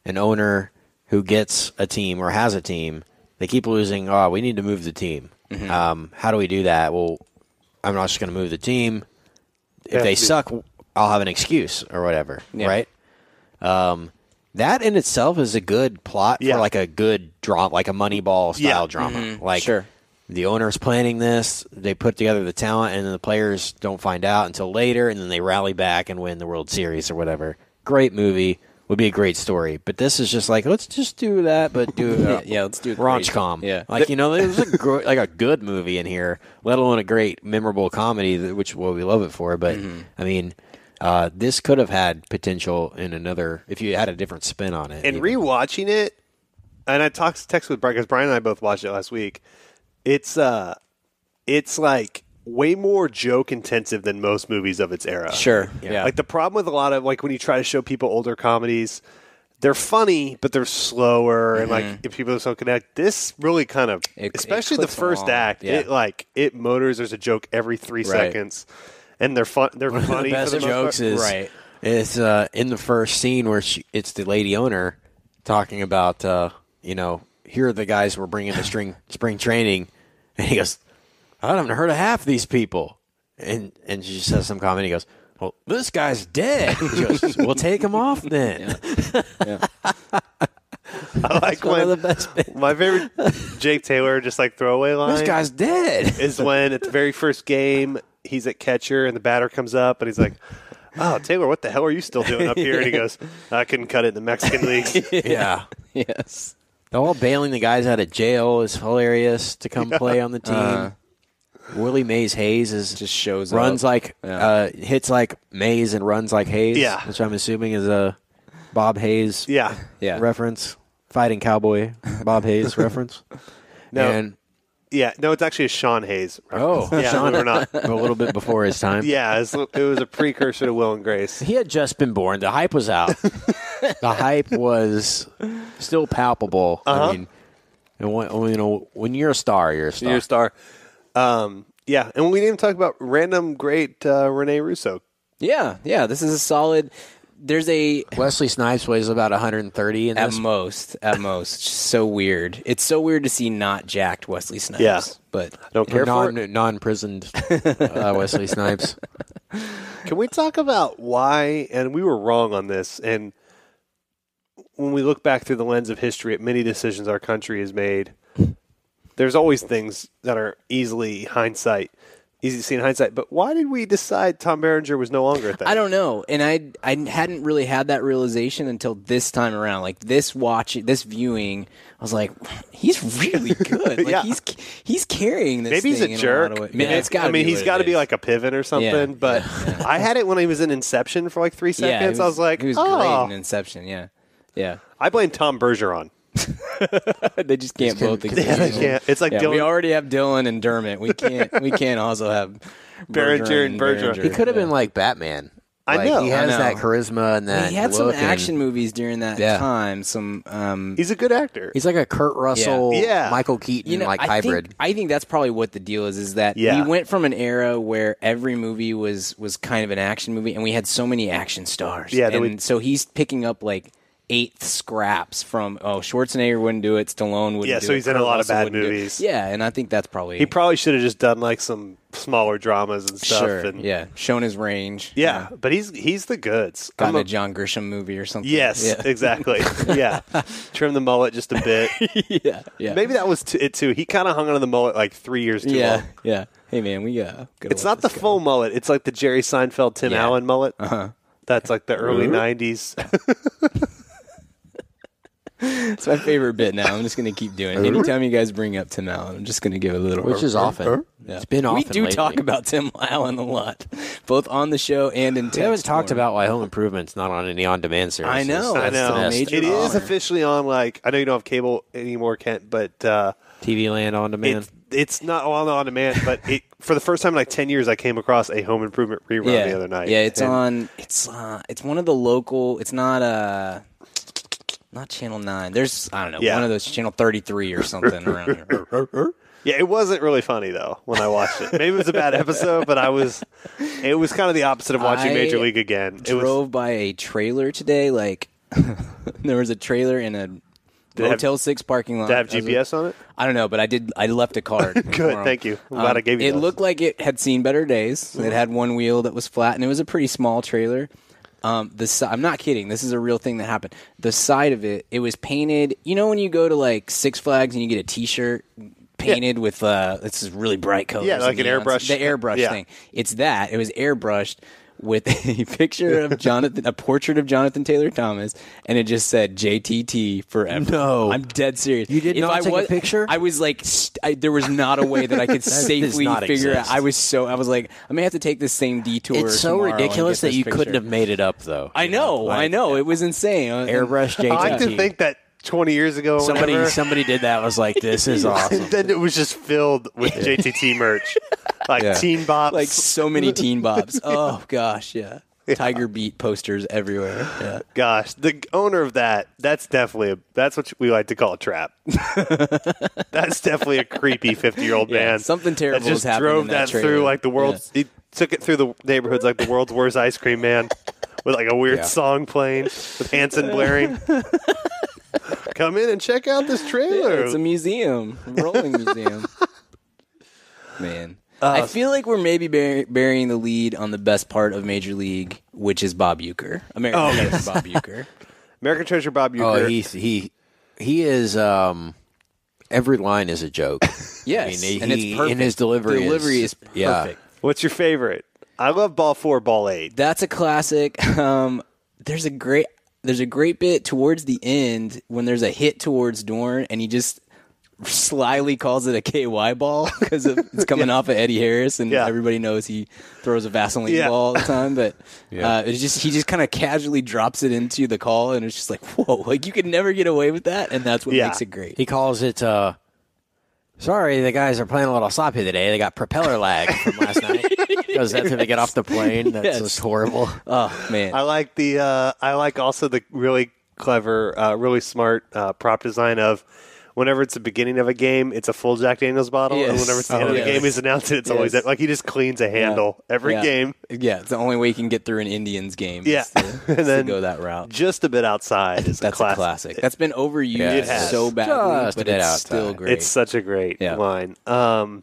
[SPEAKER 4] an owner who gets a team or has a team they keep losing oh we need to move the team
[SPEAKER 3] Mm-hmm.
[SPEAKER 4] um how do we do that well i'm not just going to move the team if
[SPEAKER 3] Yeah.
[SPEAKER 4] they suck i'll have an excuse or whatever
[SPEAKER 5] Yeah.
[SPEAKER 4] right Um, that in itself is a good plot
[SPEAKER 3] Yeah.
[SPEAKER 4] for like a good drama, like a Moneyball style
[SPEAKER 3] Yeah.
[SPEAKER 4] drama. Like
[SPEAKER 5] Sure.
[SPEAKER 4] the owner's planning this, they put together the talent, and then the players don't find out until later, and then they rally back and win the World Series or whatever. Great movie, would be a great story. But this is just like let's just do that, but do
[SPEAKER 5] (laughs) Yeah,
[SPEAKER 4] it.
[SPEAKER 5] yeah, let's do it
[SPEAKER 4] Ronch
[SPEAKER 5] crazy.
[SPEAKER 4] com.
[SPEAKER 5] Yeah.
[SPEAKER 4] like you know, there's a gro- (laughs) like a good movie in here, let alone a great memorable comedy, that, which well, we love it for. But I mean, uh, this could have had potential in another if you had a different spin on it.
[SPEAKER 3] And
[SPEAKER 4] even.
[SPEAKER 3] rewatching it, and I talked text with Brian because Brian and I both watched it last week. It's uh, it's like way more joke intensive than most movies of its era.
[SPEAKER 5] Sure. Yeah.
[SPEAKER 3] Like the problem with a lot of like when you try to show people older comedies, they're funny but they're slower and
[SPEAKER 4] Mm-hmm.
[SPEAKER 3] like if people just don't connect. This really kind of,
[SPEAKER 5] It- it
[SPEAKER 3] especially the
[SPEAKER 5] clicks
[SPEAKER 3] first
[SPEAKER 5] along.
[SPEAKER 3] act,
[SPEAKER 5] Yeah.
[SPEAKER 3] it like it motors. There's a joke every three
[SPEAKER 5] Right.
[SPEAKER 3] seconds, and they're fun. They're funny.
[SPEAKER 4] the best
[SPEAKER 3] for the most
[SPEAKER 4] jokes
[SPEAKER 3] part.
[SPEAKER 4] is
[SPEAKER 5] Right.
[SPEAKER 4] It's uh, in the first scene where she, it's the lady owner talking about uh, you know here are the guys we're bringing
[SPEAKER 3] (laughs)
[SPEAKER 4] to spring spring training, and he goes, I haven't heard of half these people, and and she says some comment. He goes, Well, this guy's dead. She
[SPEAKER 3] (laughs)
[SPEAKER 4] goes, We'll take him off then.
[SPEAKER 3] I (laughs) like
[SPEAKER 4] One
[SPEAKER 3] when
[SPEAKER 4] of the best. bits.
[SPEAKER 3] my favorite Jake Taylor just like throwaway line.
[SPEAKER 4] This guy's dead.
[SPEAKER 3] is when at the very first game he's at catcher and the batter comes up and he's like, "Oh, Taylor, what the hell are you still doing up here?" And he goes, "I couldn't cut it in the Mexican league."
[SPEAKER 4] (laughs) yeah.
[SPEAKER 5] yes.
[SPEAKER 4] They're all bailing the guys out of jail is hilarious to come play on the team. Willie Mays Hayes is
[SPEAKER 5] Just shows
[SPEAKER 4] runs
[SPEAKER 5] up.
[SPEAKER 4] like
[SPEAKER 5] Yeah.
[SPEAKER 4] uh, hits like Mays and runs like Hayes.
[SPEAKER 3] Yeah.
[SPEAKER 4] which I'm assuming is a Bob Hayes
[SPEAKER 3] yeah,
[SPEAKER 5] Yeah.
[SPEAKER 4] reference, fighting cowboy Bob Hayes reference.
[SPEAKER 3] No.
[SPEAKER 4] and,
[SPEAKER 3] yeah. No, it's actually a Sean Hayes.
[SPEAKER 4] oh,
[SPEAKER 3] (laughs) Yeah,
[SPEAKER 4] Sean,
[SPEAKER 3] Sean or not.
[SPEAKER 4] (laughs) a little bit before his time.
[SPEAKER 3] Yeah, it's, it was a precursor to Will and Grace.
[SPEAKER 4] He had just been born. The hype was out. the hype was still palpable. I mean, and when, you know, when you're a star, you're a star.
[SPEAKER 3] Your star. Um, yeah, and we didn't even talk about random great uh, Rene Russo.
[SPEAKER 5] Yeah. Yeah. This is a solid. There's a
[SPEAKER 4] (laughs) Wesley Snipes weighs about 130 in
[SPEAKER 5] at
[SPEAKER 4] this.
[SPEAKER 5] most at most It's just so weird. It's so weird to see not jacked Wesley Snipes.
[SPEAKER 3] Yeah.
[SPEAKER 5] But
[SPEAKER 3] Don't care for it.
[SPEAKER 4] non non (laughs) prisoned uh, Wesley Snipes.
[SPEAKER 3] Can we talk about why? And we were wrong on this. And when we look back through the lens of history at many decisions our country has made, there's always things that are easily hindsight, easy to see in hindsight. But why did we decide Tom Berenger was no longer a thing?
[SPEAKER 5] I don't know, and I I hadn't really had that realization until this time around. Like this watch, this viewing, I was like, he's really good.
[SPEAKER 3] (laughs)
[SPEAKER 5] Like
[SPEAKER 3] Yeah.
[SPEAKER 5] he's he's carrying this.
[SPEAKER 3] Maybe he's
[SPEAKER 5] thing
[SPEAKER 3] a
[SPEAKER 5] in
[SPEAKER 3] jerk.
[SPEAKER 5] lot of ways.
[SPEAKER 3] Maybe-
[SPEAKER 5] Yeah, it's gotta
[SPEAKER 3] I mean,
[SPEAKER 5] be
[SPEAKER 3] he's
[SPEAKER 5] what it
[SPEAKER 3] got to be
[SPEAKER 5] is.
[SPEAKER 3] like a pivot or something.
[SPEAKER 5] Yeah,
[SPEAKER 3] but
[SPEAKER 5] yeah.
[SPEAKER 3] I had it when he was in Inception for like three
[SPEAKER 5] Yeah, he
[SPEAKER 3] seconds. I was like,
[SPEAKER 5] he was
[SPEAKER 3] oh,
[SPEAKER 5] great in Inception. Yeah,
[SPEAKER 3] (laughs)
[SPEAKER 5] yeah.
[SPEAKER 3] I blame Tom Bergeron.
[SPEAKER 5] they just can't both.
[SPEAKER 3] (laughs) Yeah, they can't. It's like
[SPEAKER 5] Yeah,
[SPEAKER 3] Dylan
[SPEAKER 5] we already have Dylan and Dermot. We can't.
[SPEAKER 3] (laughs)
[SPEAKER 5] we can't also have
[SPEAKER 3] Berenger and Bergeron.
[SPEAKER 4] (laughs) He could have been like Batman.
[SPEAKER 3] I
[SPEAKER 4] Like,
[SPEAKER 3] know.
[SPEAKER 4] he
[SPEAKER 3] I
[SPEAKER 4] has
[SPEAKER 5] know.
[SPEAKER 4] that charisma and that.
[SPEAKER 5] He had some
[SPEAKER 4] look and-
[SPEAKER 5] action movies during that
[SPEAKER 4] Yeah.
[SPEAKER 5] time. Some um,
[SPEAKER 3] He's a good actor.
[SPEAKER 4] He's like a Kurt Russell,
[SPEAKER 3] Yeah.
[SPEAKER 4] Michael Keaton, like
[SPEAKER 5] I
[SPEAKER 4] hybrid.
[SPEAKER 5] Think, I think that's probably what the deal is. Is that
[SPEAKER 3] Yeah.
[SPEAKER 5] we went from an era where every movie was was kind of an action movie, and we had so many action stars.
[SPEAKER 3] Yeah, that
[SPEAKER 5] and
[SPEAKER 3] we-
[SPEAKER 5] so he's picking up like eighth scraps from oh Schwarzenegger wouldn't do it, Stallone wouldn't.
[SPEAKER 3] Yeah,
[SPEAKER 5] do
[SPEAKER 3] so
[SPEAKER 5] it,
[SPEAKER 3] he's in a
[SPEAKER 5] Kurt
[SPEAKER 3] lot of
[SPEAKER 5] Russell
[SPEAKER 3] bad
[SPEAKER 5] wouldn't do it.
[SPEAKER 3] movies.
[SPEAKER 5] Yeah, and I think that's probably
[SPEAKER 3] He probably should have just done like some smaller dramas and stuff.
[SPEAKER 5] sure.
[SPEAKER 3] and-
[SPEAKER 5] yeah, shown his range.
[SPEAKER 3] yeah, But he's he's the goods.
[SPEAKER 5] got
[SPEAKER 3] I'm
[SPEAKER 5] in
[SPEAKER 3] a-
[SPEAKER 5] a John Grisham movie or something.
[SPEAKER 3] yes,
[SPEAKER 5] yeah, (laughs)
[SPEAKER 3] exactly. yeah, trim the mullet just a bit.
[SPEAKER 5] yeah, yeah.
[SPEAKER 3] Maybe that was t- it too. He kind of hung on to the mullet like three years too
[SPEAKER 5] yeah,
[SPEAKER 3] long.
[SPEAKER 5] yeah. Hey man, we got.
[SPEAKER 3] It's not the full mullet. It's like the Jerry Seinfeld, Tim
[SPEAKER 5] Yeah.
[SPEAKER 3] Allen mullet. Uh-huh. That's like the early
[SPEAKER 5] (laughs)
[SPEAKER 3] '90s.
[SPEAKER 5] It's my favorite bit now. I'm just going to keep
[SPEAKER 3] (laughs)
[SPEAKER 5] doing it. Anytime you guys bring up Tim Allen, I'm just going to give a little.
[SPEAKER 4] Which is often.
[SPEAKER 5] Yeah.
[SPEAKER 4] It's been often.
[SPEAKER 5] We do
[SPEAKER 4] lately.
[SPEAKER 5] talk about Tim Allen a lot, both on the show and in text.
[SPEAKER 4] We haven't talked
[SPEAKER 5] form.
[SPEAKER 4] about why Home Improvement's not on any on-demand services.
[SPEAKER 5] I know.
[SPEAKER 3] I
[SPEAKER 5] That's the
[SPEAKER 3] know
[SPEAKER 5] major
[SPEAKER 3] it is
[SPEAKER 5] honor.
[SPEAKER 3] officially on. Like I know you don't have cable anymore, Kent, but uh,
[SPEAKER 4] TV Land on demand.
[SPEAKER 3] it's it's not on on demand. But it for the first time in like ten years, I came across a Home Improvement rerun
[SPEAKER 5] yeah.
[SPEAKER 3] the other night.
[SPEAKER 5] Yeah, it's
[SPEAKER 3] And-
[SPEAKER 5] on. It's uh, it's one of the local. It's not uh not Channel Nine. There's I don't know
[SPEAKER 3] Yeah.
[SPEAKER 5] one of those Channel Thirty Three or something around
[SPEAKER 3] (laughs)
[SPEAKER 5] here.
[SPEAKER 3] Yeah, it wasn't really funny though when I watched it. Maybe it was a bad episode, but I was. It was kind of the opposite of watching
[SPEAKER 5] I
[SPEAKER 3] Major League again. It was
[SPEAKER 5] Drove by a trailer today. Like (laughs) there was a trailer in a
[SPEAKER 3] it have-
[SPEAKER 5] Motel Six parking lot.
[SPEAKER 3] to have
[SPEAKER 5] I was-
[SPEAKER 3] GPS on it.
[SPEAKER 5] I don't know, but I did. I left a card.
[SPEAKER 3] (laughs)
[SPEAKER 5] for
[SPEAKER 3] Good,
[SPEAKER 5] 'em.
[SPEAKER 3] thank you. I'm glad I gave you.
[SPEAKER 5] It
[SPEAKER 3] those. Mm-hmm.
[SPEAKER 5] looked like it had seen better days. It had one wheel that was flat, and it was a pretty small trailer. Um, the si- I'm not kidding. This is a real thing that happened. The side of it, it was painted. You know when you go to like Six Flags and you get a T-shirt painted with uh, this is really bright colors.
[SPEAKER 3] Yeah,
[SPEAKER 5] and
[SPEAKER 3] like an
[SPEAKER 5] neons?
[SPEAKER 3] airbrush.
[SPEAKER 5] The airbrush
[SPEAKER 3] Yeah.
[SPEAKER 5] thing. It's that. It was airbrushed with (laughs) a picture of Jonathan, a portrait of Jonathan Taylor Thomas, and it just said JTT forever.
[SPEAKER 4] No.
[SPEAKER 5] I'm dead serious.
[SPEAKER 4] You did
[SPEAKER 5] If
[SPEAKER 4] not
[SPEAKER 5] I
[SPEAKER 4] take a
[SPEAKER 5] was,
[SPEAKER 4] picture?
[SPEAKER 5] I was like, st- I, there was not a way that I
[SPEAKER 4] (laughs)
[SPEAKER 5] could safely
[SPEAKER 4] not
[SPEAKER 5] figure
[SPEAKER 4] exist.
[SPEAKER 5] out. I was so, I was like, I may have to take this same detour.
[SPEAKER 4] It's so
[SPEAKER 5] tomorrow and
[SPEAKER 4] ridiculous that
[SPEAKER 5] get this
[SPEAKER 4] you couldn't
[SPEAKER 5] picture.
[SPEAKER 4] have made it up, though.
[SPEAKER 5] I know, I
[SPEAKER 4] Like,
[SPEAKER 5] know. It was insane. Uh,
[SPEAKER 4] Airbrush JTT.
[SPEAKER 3] I like to think that 20 years ago, or
[SPEAKER 4] somebody
[SPEAKER 3] whatever,
[SPEAKER 4] somebody did that. Was like, this (laughs) is awesome.
[SPEAKER 3] (laughs) then it was just filled with JTT
[SPEAKER 5] (laughs)
[SPEAKER 3] merch, like
[SPEAKER 4] Yeah.
[SPEAKER 3] Teen Bops.
[SPEAKER 5] like
[SPEAKER 4] (laughs)
[SPEAKER 5] so many teen bops. Oh gosh, yeah. Tiger Beat posters everywhere. Yeah.
[SPEAKER 3] Gosh, the owner of that—that's definitely a, that's what we like to call a trap. (laughs) that's definitely a creepy fifty-year-old
[SPEAKER 5] Yeah,
[SPEAKER 3] man.
[SPEAKER 5] something terrible
[SPEAKER 3] that just
[SPEAKER 5] has happened
[SPEAKER 3] drove
[SPEAKER 5] in that trailer.
[SPEAKER 3] through like the world's. He took it through the neighborhoods like the world's worst ice cream man, with like a weird
[SPEAKER 4] Yeah.
[SPEAKER 3] song playing with Hanson
[SPEAKER 5] (laughs)
[SPEAKER 3] blaring. Come in and check out this trailer.
[SPEAKER 5] It's a museum, a rolling museum. (laughs) Man,
[SPEAKER 4] Uh,
[SPEAKER 5] I feel like we're maybe bur- burying the lead on the best part of Major League, which is Bob Euchre, American Treasure
[SPEAKER 4] (laughs)
[SPEAKER 5] Bob Euchre.
[SPEAKER 3] American Treasure Bob Uecker.
[SPEAKER 4] Oh, he he he is. um Every line is a joke.
[SPEAKER 5] Yes,
[SPEAKER 4] I mean,
[SPEAKER 5] and
[SPEAKER 4] he-
[SPEAKER 5] it's perfect.
[SPEAKER 4] and his delivery is-
[SPEAKER 5] delivery is, perfect.
[SPEAKER 4] yeah.
[SPEAKER 3] What's your favorite? I love Ball Four, Ball Eight.
[SPEAKER 5] That's a classic. (laughs) Um, there's a great there's a great bit towards the end when there's a hit towards Dorn and he just slyly calls it a KY ball (laughs) because it's coming off of Eddie Harris and
[SPEAKER 3] Yeah.
[SPEAKER 5] everybody knows he throws a Vaseline
[SPEAKER 3] Yeah.
[SPEAKER 5] ball all the
[SPEAKER 4] (laughs)
[SPEAKER 5] time, but uh, it's just he just kind of casually drops it into the call and it's just like whoa, like you could never get away with that, and that's what
[SPEAKER 3] Yeah.
[SPEAKER 5] makes it
[SPEAKER 4] (laughs)
[SPEAKER 5] great.
[SPEAKER 4] He calls it. uh Sorry, the guys are playing a little sloppy today. They got propeller lag from last (laughs) night. Because that's when they get off the plane. That's
[SPEAKER 5] Yes.
[SPEAKER 4] just horrible.
[SPEAKER 5] Oh man,
[SPEAKER 3] I like the. Uh, I like also the really clever, uh, really smart uh, prop design of. Whenever it's the beginning of a game, it's a full Jack Daniels bottle, and
[SPEAKER 5] Yes.
[SPEAKER 3] whenever it's the end
[SPEAKER 5] Oh,
[SPEAKER 3] of the
[SPEAKER 5] yes.
[SPEAKER 3] game, he's announcing it's always
[SPEAKER 5] Yes.
[SPEAKER 3] that. Like he just cleans a handle every
[SPEAKER 5] Yeah.
[SPEAKER 3] game,
[SPEAKER 5] yeah, it's the only way you can get through an Indians game.
[SPEAKER 3] Yeah. (laughs)
[SPEAKER 5] is to-
[SPEAKER 3] And
[SPEAKER 5] is to
[SPEAKER 3] then
[SPEAKER 5] go that route.
[SPEAKER 3] just a bit outside. Is
[SPEAKER 5] That's
[SPEAKER 3] a classic.
[SPEAKER 5] That's been overused
[SPEAKER 4] It
[SPEAKER 3] has.
[SPEAKER 5] so badly,
[SPEAKER 4] Just a
[SPEAKER 5] but
[SPEAKER 4] bit
[SPEAKER 5] it's
[SPEAKER 4] outside.
[SPEAKER 5] still great.
[SPEAKER 3] It's such a great
[SPEAKER 5] Yeah.
[SPEAKER 3] line. Um,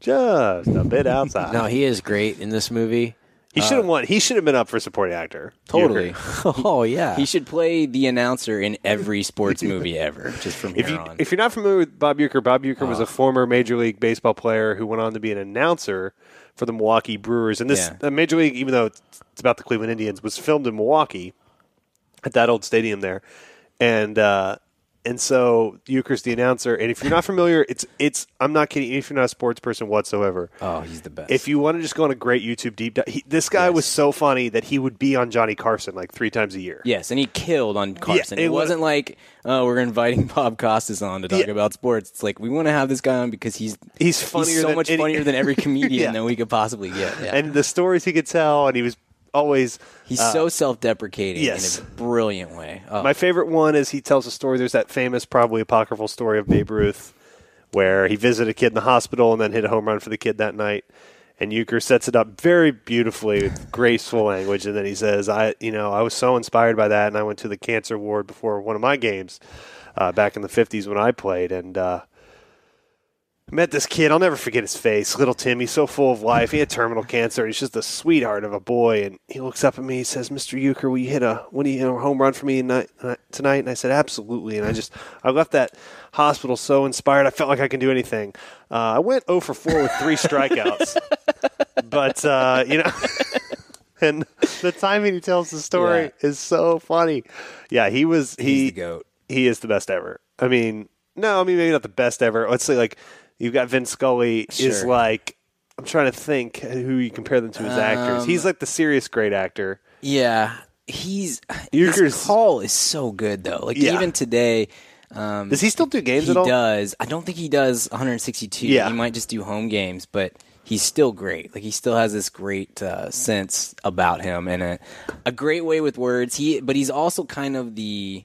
[SPEAKER 3] just a
[SPEAKER 5] (laughs)
[SPEAKER 3] bit outside.
[SPEAKER 4] No, he is great in this movie.
[SPEAKER 3] he should have won. He should have been up for supporting actor.
[SPEAKER 5] uh, totally.
[SPEAKER 3] (laughs)
[SPEAKER 4] (laughs) Oh yeah,
[SPEAKER 5] He should play the announcer in
[SPEAKER 3] (laughs)
[SPEAKER 5] every sports movie ever, just from
[SPEAKER 3] If
[SPEAKER 5] here
[SPEAKER 3] you
[SPEAKER 5] on.
[SPEAKER 3] if you're not familiar with Bob Uecker, Bob Uecker was a
[SPEAKER 5] Uh-huh.
[SPEAKER 3] former Major League Baseball player who went on to be an announcer for the Milwaukee Brewers. And this
[SPEAKER 5] Yeah.
[SPEAKER 3] uh, Major League, even though it's it's about the Cleveland Indians, was filmed in Milwaukee at that old stadium there, and uh, and so Uecker's the announcer. And if you're not familiar, it's it's I'm not kidding. If you're not a sports person whatsoever,
[SPEAKER 5] oh, he's the best.
[SPEAKER 3] if you want to just go on a great YouTube deep dive, he, this guy was so funny that he would be on Johnny Carson like three times a year.
[SPEAKER 5] yes, and he killed on Carson.
[SPEAKER 3] it
[SPEAKER 5] it
[SPEAKER 3] was-
[SPEAKER 5] wasn't like, oh, we're inviting (laughs) Bob Costas on to talk
[SPEAKER 3] Yeah.
[SPEAKER 5] about sports. It's like we want to have this guy on because he's
[SPEAKER 3] He's funnier
[SPEAKER 5] so
[SPEAKER 3] than
[SPEAKER 5] much
[SPEAKER 3] any-
[SPEAKER 5] funnier
[SPEAKER 3] (laughs)
[SPEAKER 5] than every comedian
[SPEAKER 3] Yeah.
[SPEAKER 5] that we could possibly get. Yeah.
[SPEAKER 3] And the stories he could tell, and he was always
[SPEAKER 5] he's so self-deprecating
[SPEAKER 3] uh, yes.
[SPEAKER 5] in a brilliant way. Oh,
[SPEAKER 3] My favorite one is he tells a story. There's that famous, probably apocryphal story of Babe Ruth, where he visited a kid in the hospital and then hit a home run for the kid that night. And Euchre sets it up very beautifully with (laughs) graceful language, and then he says, "I, you know, I was so inspired by that, and I went to the cancer ward before one of my games uh, back in the '50s when I played, and uh, met this kid. I'll never forget his face. Little Tim, he's so full of life. He had terminal cancer. He's just a sweetheart of a boy. And he looks up at me. He says, "Mr. Euchre, will you hit a when you hit a home run for me tonight?" tonight?" And I said, "Absolutely." And I just I left that hospital so inspired. I felt like I can do anything. Uh, I went 0 for 4 with three (laughs) strikeouts, but uh, you know. (laughs) And the timing he tells the story
[SPEAKER 5] Yeah.
[SPEAKER 3] is so funny. Yeah, he was he
[SPEAKER 5] the goat.
[SPEAKER 3] he is the best ever. I mean, no, I mean maybe not the best ever. Let's say like you've got Vince Scully is
[SPEAKER 5] Sure.
[SPEAKER 3] like I'm trying to think who you compare them to as actors. He's like the serious great actor.
[SPEAKER 5] Yeah, he's (sighs)
[SPEAKER 3] Euchre's-
[SPEAKER 5] his call is so good though. Like
[SPEAKER 3] Yeah.
[SPEAKER 5] even today, um,
[SPEAKER 3] Does he still do games
[SPEAKER 5] he
[SPEAKER 3] at all?
[SPEAKER 5] does. I don't think he does 162.
[SPEAKER 3] Yeah.
[SPEAKER 5] he might just do home games, but he's still great. Like he still has this great uh, sense about him and a, a great way with words. He, but he's also kind of the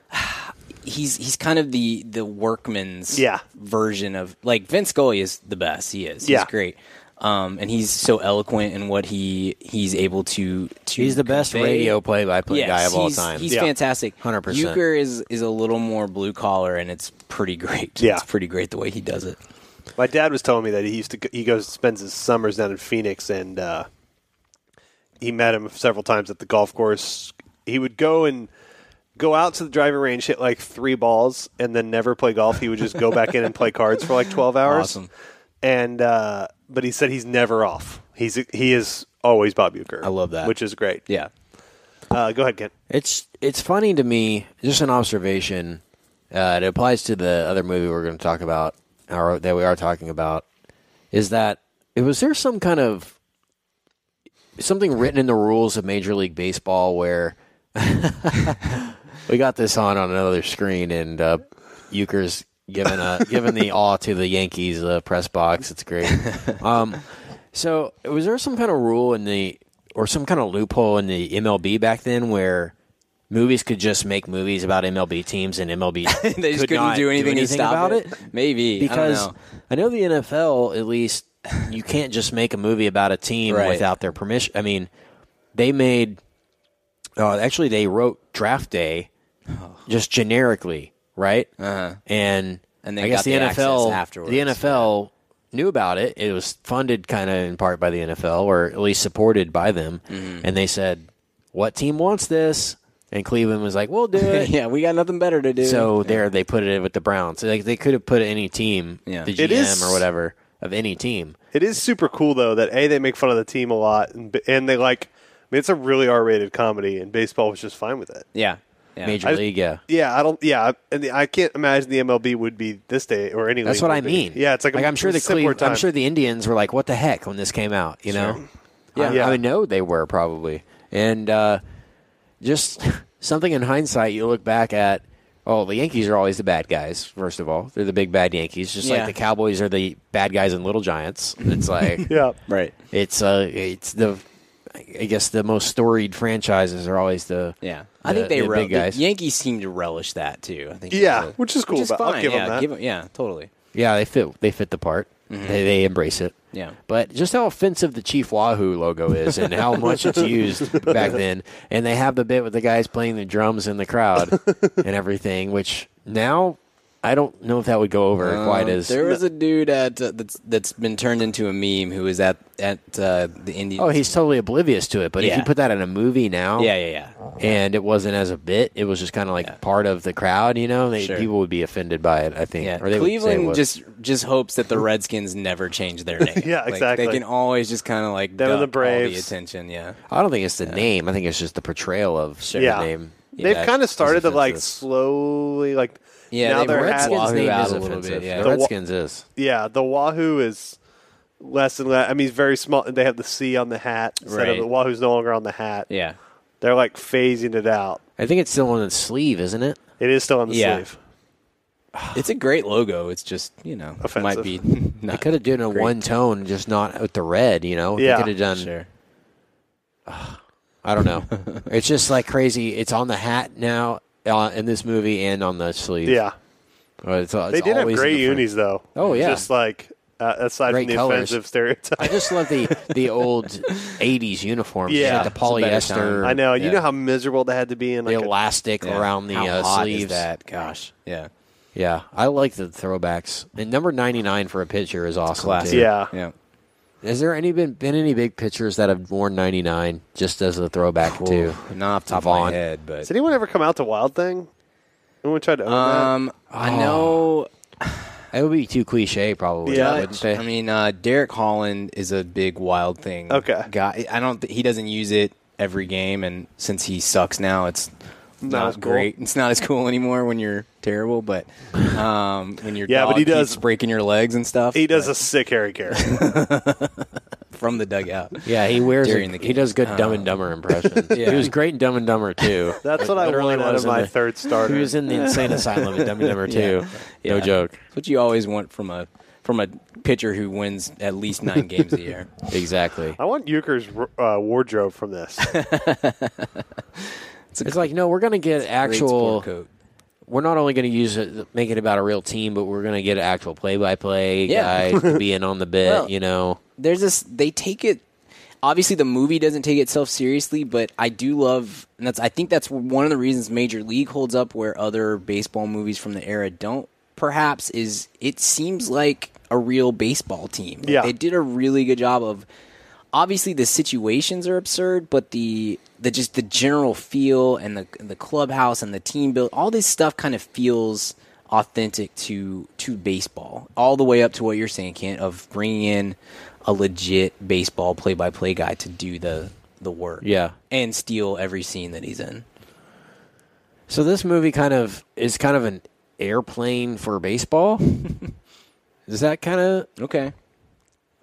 [SPEAKER 5] (sighs) he's he's kind of the the workman's
[SPEAKER 3] Yeah.
[SPEAKER 5] version of like Vince Scully is the best. He is. He's
[SPEAKER 3] Yeah.
[SPEAKER 5] great. Um, and he's so eloquent in what he he's able to to
[SPEAKER 4] he's the best
[SPEAKER 5] convey.
[SPEAKER 4] radio play-by-play
[SPEAKER 5] Yes,
[SPEAKER 4] guy of all
[SPEAKER 5] he's-
[SPEAKER 4] time.
[SPEAKER 5] He's
[SPEAKER 3] Yeah.
[SPEAKER 5] fantastic.
[SPEAKER 4] 100%.
[SPEAKER 5] Euchre is is a little more blue collar, and it's pretty great.
[SPEAKER 3] Yeah.
[SPEAKER 5] it's pretty great the way he does it.
[SPEAKER 3] My dad was telling me that he used to go- he goes spends his summers down in Phoenix and uh, he met him several times at the golf course. He would go and go out to the driving range, hit like three balls, and then never play golf. He would just go back in and play cards for like twelve hours.
[SPEAKER 5] Awesome.
[SPEAKER 3] And uh, but he said he's never off. He's he is always Bob Uecker. I
[SPEAKER 4] love that.
[SPEAKER 3] which is great.
[SPEAKER 4] Yeah.
[SPEAKER 3] Uh, go ahead, Ken.
[SPEAKER 4] It's it's funny to me, just an observation. Uh, it applies to the other movie we're going to talk about, or that we are talking about, is that was there some kind of something written in the rules of Major League Baseball where (laughs) we got this on on another screen and uh, Euchre's giving a giving the awe to the Yankees uh, press box. It's great. Um, so was there some kind of rule in the or some kind of loophole in the MLB back then where movies could just make movies about MLB teams and MLB
[SPEAKER 5] (laughs) they just
[SPEAKER 4] could
[SPEAKER 5] couldn't
[SPEAKER 4] not
[SPEAKER 5] do anything, to stop
[SPEAKER 4] about
[SPEAKER 5] it. Maybe
[SPEAKER 4] because
[SPEAKER 5] I
[SPEAKER 4] I
[SPEAKER 5] don't
[SPEAKER 4] know.
[SPEAKER 5] know.
[SPEAKER 4] the
[SPEAKER 5] (laughs)
[SPEAKER 4] NFL at least you can't just make a movie about a team
[SPEAKER 5] Right.
[SPEAKER 4] without their permission. I mean, they made uh, actually they wrote Draft
[SPEAKER 5] (sighs)
[SPEAKER 4] Day just generically, right? Uh-huh. And
[SPEAKER 5] And they
[SPEAKER 4] I guess
[SPEAKER 5] got
[SPEAKER 4] the,
[SPEAKER 5] the access
[SPEAKER 4] NFL
[SPEAKER 5] afterwards.
[SPEAKER 4] the NFL knew about it. It was funded kind of in part by the NFL or at least supported by them,
[SPEAKER 5] Mm-hmm.
[SPEAKER 4] and they said, "What team wants this?" And Cleveland was like, "We'll do
[SPEAKER 5] (laughs)
[SPEAKER 4] it."
[SPEAKER 5] yeah, we got nothing better to do.
[SPEAKER 4] So there they put it with the Browns. Like they could have put any team,
[SPEAKER 5] Yeah.
[SPEAKER 4] the
[SPEAKER 3] It
[SPEAKER 4] GM
[SPEAKER 3] is-
[SPEAKER 4] or whatever of any team.
[SPEAKER 3] It is super cool though that a they make fun of the team a lot, and, b- and they like. I mean, it's a really R-rated comedy, and baseball was just fine with it.
[SPEAKER 5] yeah, yeah.
[SPEAKER 4] Major
[SPEAKER 3] I-
[SPEAKER 4] league, yeah.
[SPEAKER 3] Yeah, I don't. Yeah, and the, I can't imagine the MLB would be this day or any.
[SPEAKER 4] That's
[SPEAKER 3] league
[SPEAKER 4] what I
[SPEAKER 3] would be.
[SPEAKER 4] mean.
[SPEAKER 3] Yeah, it's like,
[SPEAKER 4] like
[SPEAKER 3] a,
[SPEAKER 4] I'm sure the
[SPEAKER 3] simpler
[SPEAKER 4] Cleve- I'm
[SPEAKER 3] time.
[SPEAKER 4] sure the Indians were like, "What the heck?" when this came out, you know? Yeah, I,
[SPEAKER 3] Yeah.
[SPEAKER 4] I would know they were probably, and uh, just (laughs) something in hindsight, you look back at. Oh, the Yankees are always the bad guys. First of all, they're the big bad Yankees, just
[SPEAKER 5] Yeah.
[SPEAKER 4] like the Cowboys are the bad guys in Little Giants. It's (laughs) like,
[SPEAKER 3] Yeah,
[SPEAKER 5] right.
[SPEAKER 4] it's uh, it's the, I guess the most storied franchises are always the
[SPEAKER 5] Yeah,
[SPEAKER 4] the-
[SPEAKER 5] I think they
[SPEAKER 4] the
[SPEAKER 5] re-
[SPEAKER 4] big guys.
[SPEAKER 5] The Yankees seem to relish that too. I think.
[SPEAKER 3] yeah,
[SPEAKER 5] that's a-
[SPEAKER 3] which is cool.
[SPEAKER 5] Which is
[SPEAKER 3] but I'll
[SPEAKER 5] fine.
[SPEAKER 3] give 'em
[SPEAKER 5] yeah,
[SPEAKER 3] that.
[SPEAKER 5] give 'em- yeah, totally.
[SPEAKER 4] Yeah, they fit. They fit the part. They, they embrace it.
[SPEAKER 5] Mm-hmm. Yeah.
[SPEAKER 4] But just how offensive the Chief Wahoo logo is, and how much it's used
[SPEAKER 5] (laughs)
[SPEAKER 4] back then, and they have the bit with the guys playing the drums in the
[SPEAKER 5] (laughs)
[SPEAKER 4] crowd and everything, which now I don't know if that would go over quite
[SPEAKER 5] Um,
[SPEAKER 4] as.
[SPEAKER 5] there was a dude at uh, that's that's been turned into a meme who was at at uh, the Indian.
[SPEAKER 4] Oh, he's totally oblivious to it. But if
[SPEAKER 5] Yeah.
[SPEAKER 4] you put that in a movie now,
[SPEAKER 5] yeah, yeah, yeah.
[SPEAKER 4] and it wasn't as a bit, it was just kind of like part of the crowd. You know, they,
[SPEAKER 5] Sure.
[SPEAKER 4] people would be offended by it. I think.
[SPEAKER 5] Yeah,
[SPEAKER 4] Or they would say it
[SPEAKER 5] Cleveland
[SPEAKER 4] was.
[SPEAKER 5] just just hopes that the Redskins never change
[SPEAKER 3] (laughs)
[SPEAKER 5] their name.
[SPEAKER 3] Yeah,
[SPEAKER 5] Like,
[SPEAKER 3] exactly.
[SPEAKER 5] They can always just kind of like
[SPEAKER 3] Them and
[SPEAKER 5] duck
[SPEAKER 3] the
[SPEAKER 5] all the
[SPEAKER 3] Braves.
[SPEAKER 5] attention. Yeah,
[SPEAKER 4] I don't think it's the name. I think it's just the portrayal of certain
[SPEAKER 3] yeah.
[SPEAKER 4] name.
[SPEAKER 3] They've
[SPEAKER 4] that
[SPEAKER 3] kind of
[SPEAKER 4] is
[SPEAKER 3] started to like
[SPEAKER 4] offensive.
[SPEAKER 3] slowly like.
[SPEAKER 5] Yeah,
[SPEAKER 3] now
[SPEAKER 5] they've
[SPEAKER 3] they're
[SPEAKER 5] Redskins
[SPEAKER 3] adding-
[SPEAKER 5] Wahoo
[SPEAKER 4] name
[SPEAKER 5] out
[SPEAKER 4] is
[SPEAKER 5] a little
[SPEAKER 4] offensive.
[SPEAKER 5] bit, yeah.
[SPEAKER 4] The,
[SPEAKER 3] The wa-
[SPEAKER 4] Redskins is.
[SPEAKER 3] Yeah, the Wahoo is less and less. I mean, it's very small. They have the C on the hat instead of
[SPEAKER 5] Right.
[SPEAKER 3] the Wahoo's no longer on the hat.
[SPEAKER 5] yeah.
[SPEAKER 3] They're like phasing it out.
[SPEAKER 4] I think it's still on the sleeve, isn't it?
[SPEAKER 3] It is still on the
[SPEAKER 5] Yeah.
[SPEAKER 3] sleeve.
[SPEAKER 5] It's a great logo. It's just you know
[SPEAKER 3] Offensive.
[SPEAKER 5] might be
[SPEAKER 4] They
[SPEAKER 5] (laughs) not
[SPEAKER 4] could have done a one tone, just not with the red. You know,
[SPEAKER 3] Yeah,
[SPEAKER 4] they could have done.
[SPEAKER 5] sure.
[SPEAKER 4] I don't
[SPEAKER 5] (laughs)
[SPEAKER 4] know. it's just like crazy. It's on the hat now uh, in this movie and on the sleeve.
[SPEAKER 3] Yeah,
[SPEAKER 4] Uh, it's, uh,
[SPEAKER 3] they
[SPEAKER 4] it's
[SPEAKER 3] did have
[SPEAKER 4] always in
[SPEAKER 3] great
[SPEAKER 4] the front.
[SPEAKER 3] unis though.
[SPEAKER 4] Oh, yeah.
[SPEAKER 3] just like uh, aside
[SPEAKER 4] Great
[SPEAKER 3] from the
[SPEAKER 4] colors.
[SPEAKER 3] offensive stereotype.
[SPEAKER 4] (laughs) I just love the the old '80s uniforms.
[SPEAKER 3] Yeah.
[SPEAKER 4] like the
[SPEAKER 3] It's a
[SPEAKER 4] polyester.
[SPEAKER 5] better time.
[SPEAKER 3] I know. You
[SPEAKER 5] Yeah.
[SPEAKER 3] know how miserable they had to be in
[SPEAKER 4] The
[SPEAKER 3] like a,
[SPEAKER 4] elastic
[SPEAKER 5] Yeah.
[SPEAKER 4] around the
[SPEAKER 5] How
[SPEAKER 4] uh,
[SPEAKER 5] hot
[SPEAKER 4] sleeves.
[SPEAKER 5] Is that gosh, yeah,
[SPEAKER 4] Yeah, I like the throwbacks. And number 99 for a picture is awesome.
[SPEAKER 5] classic.
[SPEAKER 4] too.
[SPEAKER 3] yeah.
[SPEAKER 5] yeah.
[SPEAKER 4] Has there any been been any big pictures that have worn 99 just as a throwback to?
[SPEAKER 5] Not off the top of
[SPEAKER 4] Vaughn.
[SPEAKER 5] my head, but
[SPEAKER 3] Did anyone ever come out to Wild Thing? Anyone tried to own
[SPEAKER 5] um,
[SPEAKER 4] Oh.
[SPEAKER 5] I know.
[SPEAKER 4] It would be too cliche, probably.
[SPEAKER 3] Yeah.
[SPEAKER 4] wouldn't they?
[SPEAKER 5] I mean, uh, Derek Holland is a big wild thing.
[SPEAKER 3] Okay.
[SPEAKER 5] guy. I don't. Th- he doesn't use it every game, and since he sucks now, it's not,
[SPEAKER 3] as cool.
[SPEAKER 5] great. It's not as cool (laughs) anymore when you're terrible, but um, when you're
[SPEAKER 3] (laughs) Yeah, but he does-
[SPEAKER 5] breaking your legs and stuff.
[SPEAKER 3] that? He does a sick Harry
[SPEAKER 4] (laughs)
[SPEAKER 3] Carey.
[SPEAKER 5] from the dugout.
[SPEAKER 4] yeah, he wears.
[SPEAKER 5] During
[SPEAKER 4] it-
[SPEAKER 5] the Um,
[SPEAKER 4] he does good Dumb and Dumber
[SPEAKER 5] (laughs)
[SPEAKER 4] impressions. He was great in Dumb and Dumber too.
[SPEAKER 3] (laughs) That's what I
[SPEAKER 4] Literally
[SPEAKER 3] wanted out
[SPEAKER 4] was
[SPEAKER 3] of
[SPEAKER 4] in
[SPEAKER 3] my
[SPEAKER 4] the-
[SPEAKER 3] third starter.
[SPEAKER 4] He was in the
[SPEAKER 3] (laughs)
[SPEAKER 4] insane asylum in Dumb and Dumber too. No
[SPEAKER 5] Yeah.
[SPEAKER 4] joke.
[SPEAKER 5] It's what you always want from a from a pitcher who wins at
[SPEAKER 3] (laughs)
[SPEAKER 5] least nine games a year.
[SPEAKER 4] Exactly.
[SPEAKER 3] I want Euchre's uh, wardrobe from
[SPEAKER 4] (laughs)
[SPEAKER 3] this.
[SPEAKER 4] It's like no, we're gonna get
[SPEAKER 5] Great
[SPEAKER 4] actual.
[SPEAKER 5] sport coat.
[SPEAKER 4] We're not only gonna use it, make it about a real team, but we're gonna get an actual play-by-play
[SPEAKER 3] (laughs)
[SPEAKER 5] Yeah.
[SPEAKER 4] guy being on the bit.
[SPEAKER 5] Well-
[SPEAKER 4] you know.
[SPEAKER 5] there's this they take it obviously the movie doesn't take itself seriously but i do love and that's i think that's one of the reasons major league holds up where other baseball movies from the era don't perhaps is it seems like a real baseball team Like,
[SPEAKER 3] Yeah.
[SPEAKER 5] they did a really good job of obviously the situations are absurd but the the just the general feel and the the clubhouse and the team build all this stuff kind of feels authentic to to baseball, all the way up to what you're saying, Kent, of bringing in a legit baseball play-by-play guy to do the the work.
[SPEAKER 4] Yeah.
[SPEAKER 5] and steal every scene that he's in.
[SPEAKER 4] So this movie kind of is kind of an airplane
[SPEAKER 3] (laughs)
[SPEAKER 4] for baseball. is that kind of
[SPEAKER 5] Okay,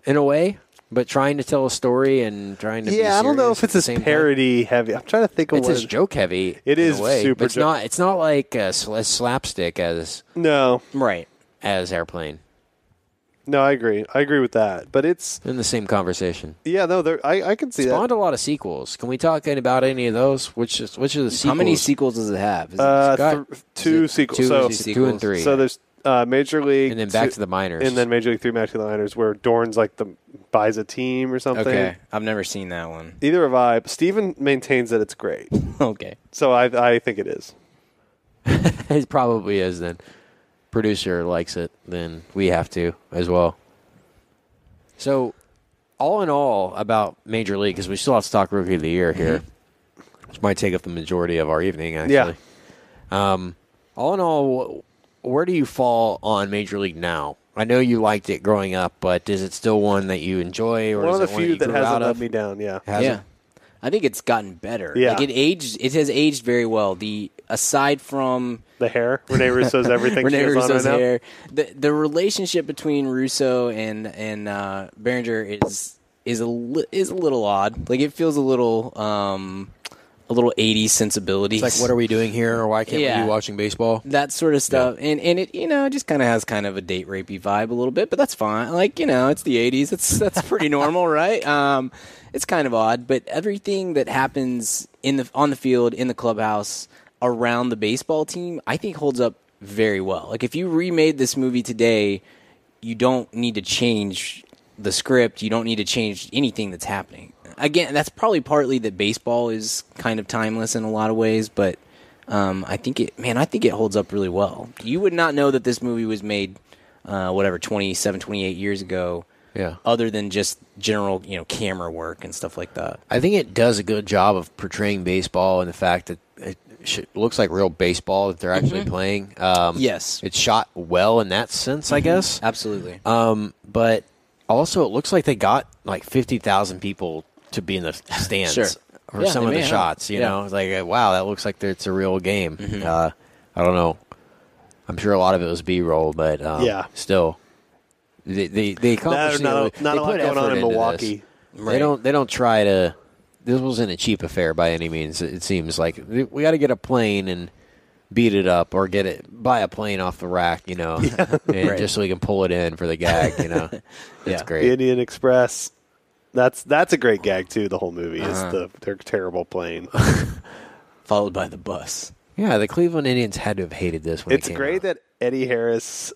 [SPEAKER 4] in a way? But trying to tell a story and trying to be
[SPEAKER 3] Yeah, I don't know
[SPEAKER 4] serious
[SPEAKER 3] if
[SPEAKER 4] at
[SPEAKER 3] it's
[SPEAKER 4] the
[SPEAKER 3] as
[SPEAKER 4] same time.
[SPEAKER 3] parody heavy. I'm trying to think of
[SPEAKER 4] It's
[SPEAKER 3] what
[SPEAKER 4] as joke heavy.
[SPEAKER 3] It
[SPEAKER 4] in a
[SPEAKER 3] is
[SPEAKER 4] way.
[SPEAKER 3] super
[SPEAKER 4] It's
[SPEAKER 3] jo-
[SPEAKER 4] not. It's not like uh, sl- as slapstick as
[SPEAKER 3] No,
[SPEAKER 5] right.
[SPEAKER 4] as airplane
[SPEAKER 3] no, I agree. I agree with that. But it's
[SPEAKER 4] in the same conversation.
[SPEAKER 3] yeah, no, there. I, I can see
[SPEAKER 4] Spawned a lot of sequels. Can we talk any- about any of those? Which is which are the sequels?
[SPEAKER 5] How many sequels does it have? Is
[SPEAKER 3] that. Uh,
[SPEAKER 4] Scott,
[SPEAKER 3] th- two
[SPEAKER 4] Is it
[SPEAKER 3] sequels.
[SPEAKER 4] Two,
[SPEAKER 3] so
[SPEAKER 4] is it two
[SPEAKER 5] sequels?
[SPEAKER 4] and three.
[SPEAKER 3] so there's uh, Major League,
[SPEAKER 4] and then back
[SPEAKER 3] two-
[SPEAKER 4] to the minors.
[SPEAKER 3] and then Major League Three, Back to the Miners, where Dorn's like the buys a team or something.
[SPEAKER 5] okay, I've never seen that one.
[SPEAKER 3] Either have I. but Steven maintains that it's great,
[SPEAKER 5] (laughs) okay,
[SPEAKER 3] so I I think it is.
[SPEAKER 4] (laughs) it probably is. Then producer likes it. Then we have to as well. So, all in all, about Major League because we still have to talk Rookie of the Year here, which might take up the majority of our evening. Actually,
[SPEAKER 3] Mm-hmm. Yeah.
[SPEAKER 4] Um, all in all, wh- where do you fall on Major League now? I know you liked it growing up, but is it still one that you enjoy, or
[SPEAKER 3] one
[SPEAKER 4] is
[SPEAKER 3] of the
[SPEAKER 4] it one
[SPEAKER 3] few that
[SPEAKER 4] you grew
[SPEAKER 3] hasn't
[SPEAKER 4] out
[SPEAKER 3] let
[SPEAKER 4] of?
[SPEAKER 3] me down. Yeah,
[SPEAKER 4] Has it?
[SPEAKER 5] yeah. I think it's gotten better.
[SPEAKER 3] Yeah.
[SPEAKER 5] Like it aged it has aged very well. The aside from
[SPEAKER 3] the hair. Rene Russo's
[SPEAKER 4] (laughs)
[SPEAKER 3] everything.
[SPEAKER 5] Rene
[SPEAKER 3] she has on
[SPEAKER 5] Russo's
[SPEAKER 3] right now.
[SPEAKER 5] hair, the the relationship between Russo and and uh Berenger is is a li- is a little odd. Like it feels a little um a little 80s sensibilities.
[SPEAKER 4] It's like, what are we doing here, or why can't we
[SPEAKER 5] Yeah.
[SPEAKER 4] be watching baseball?
[SPEAKER 5] that sort of stuff. And and it you know, it just kind of has kind of a date rapey vibe a little bit, but that's fine. Like, you know, it's the 80s. It's that's pretty normal, right? Um it's kind of odd, but everything that happens in the on the field, in the clubhouse, around the baseball team, I think holds up very well. Like if you remade this movie today, you don't need to change the script. You don't need to change anything that's happening. Again, that's probably partly that baseball is kind of timeless in a lot of ways, but um, I think it, man, I think it holds up really well. You would not know that this movie was made, uh, whatever, 27, 28 years ago.
[SPEAKER 4] Yeah.
[SPEAKER 5] Other than just general, you know, camera work and stuff like that.
[SPEAKER 4] I think it does a good job of portraying baseball and the fact that it sh- looks like real baseball that they're actually playing. Um,
[SPEAKER 5] Yes.
[SPEAKER 4] it's shot well in that sense, I guess.
[SPEAKER 5] Absolutely.
[SPEAKER 4] Um, but also, it looks like they got like fifty thousand people to
[SPEAKER 3] (laughs)
[SPEAKER 4] be in the stands
[SPEAKER 5] Sure.
[SPEAKER 4] for
[SPEAKER 5] Yeah,
[SPEAKER 4] some
[SPEAKER 5] they
[SPEAKER 4] of the
[SPEAKER 5] may have.
[SPEAKER 4] shots. You
[SPEAKER 5] Yeah.
[SPEAKER 4] know, it's like uh, wow, that looks like there- it's a real game.
[SPEAKER 3] Mm-hmm.
[SPEAKER 4] Uh, I don't know. I'm sure a lot of it was B-roll, but um,
[SPEAKER 3] Yeah.
[SPEAKER 4] still, they they, they
[SPEAKER 3] Not,
[SPEAKER 4] accomplished it.
[SPEAKER 3] not,
[SPEAKER 4] They
[SPEAKER 3] not a lot
[SPEAKER 4] put
[SPEAKER 3] going
[SPEAKER 4] effort
[SPEAKER 3] on in
[SPEAKER 4] into this.
[SPEAKER 3] Milwaukee.
[SPEAKER 5] Right.
[SPEAKER 4] They don't. They don't try to. This wasn't a cheap affair by any means. It seems like we got to get a plane and beat it up, or get it buy a plane off the rack, you
[SPEAKER 5] (laughs)
[SPEAKER 4] know, and
[SPEAKER 5] Right.
[SPEAKER 4] just so we can pull it in for the gag, you
[SPEAKER 5] (laughs)
[SPEAKER 4] know. That's
[SPEAKER 5] Yeah.
[SPEAKER 4] great.
[SPEAKER 3] The Indian Express. That's that's a great gag too. The whole movie
[SPEAKER 4] Uh-huh.
[SPEAKER 3] is the their terrible
[SPEAKER 4] (laughs)
[SPEAKER 3] plane.
[SPEAKER 5] Followed by the bus.
[SPEAKER 4] yeah, the Cleveland Indians had to have hated this. When it
[SPEAKER 3] It's
[SPEAKER 4] came
[SPEAKER 3] great
[SPEAKER 4] out.
[SPEAKER 3] that Eddie Harris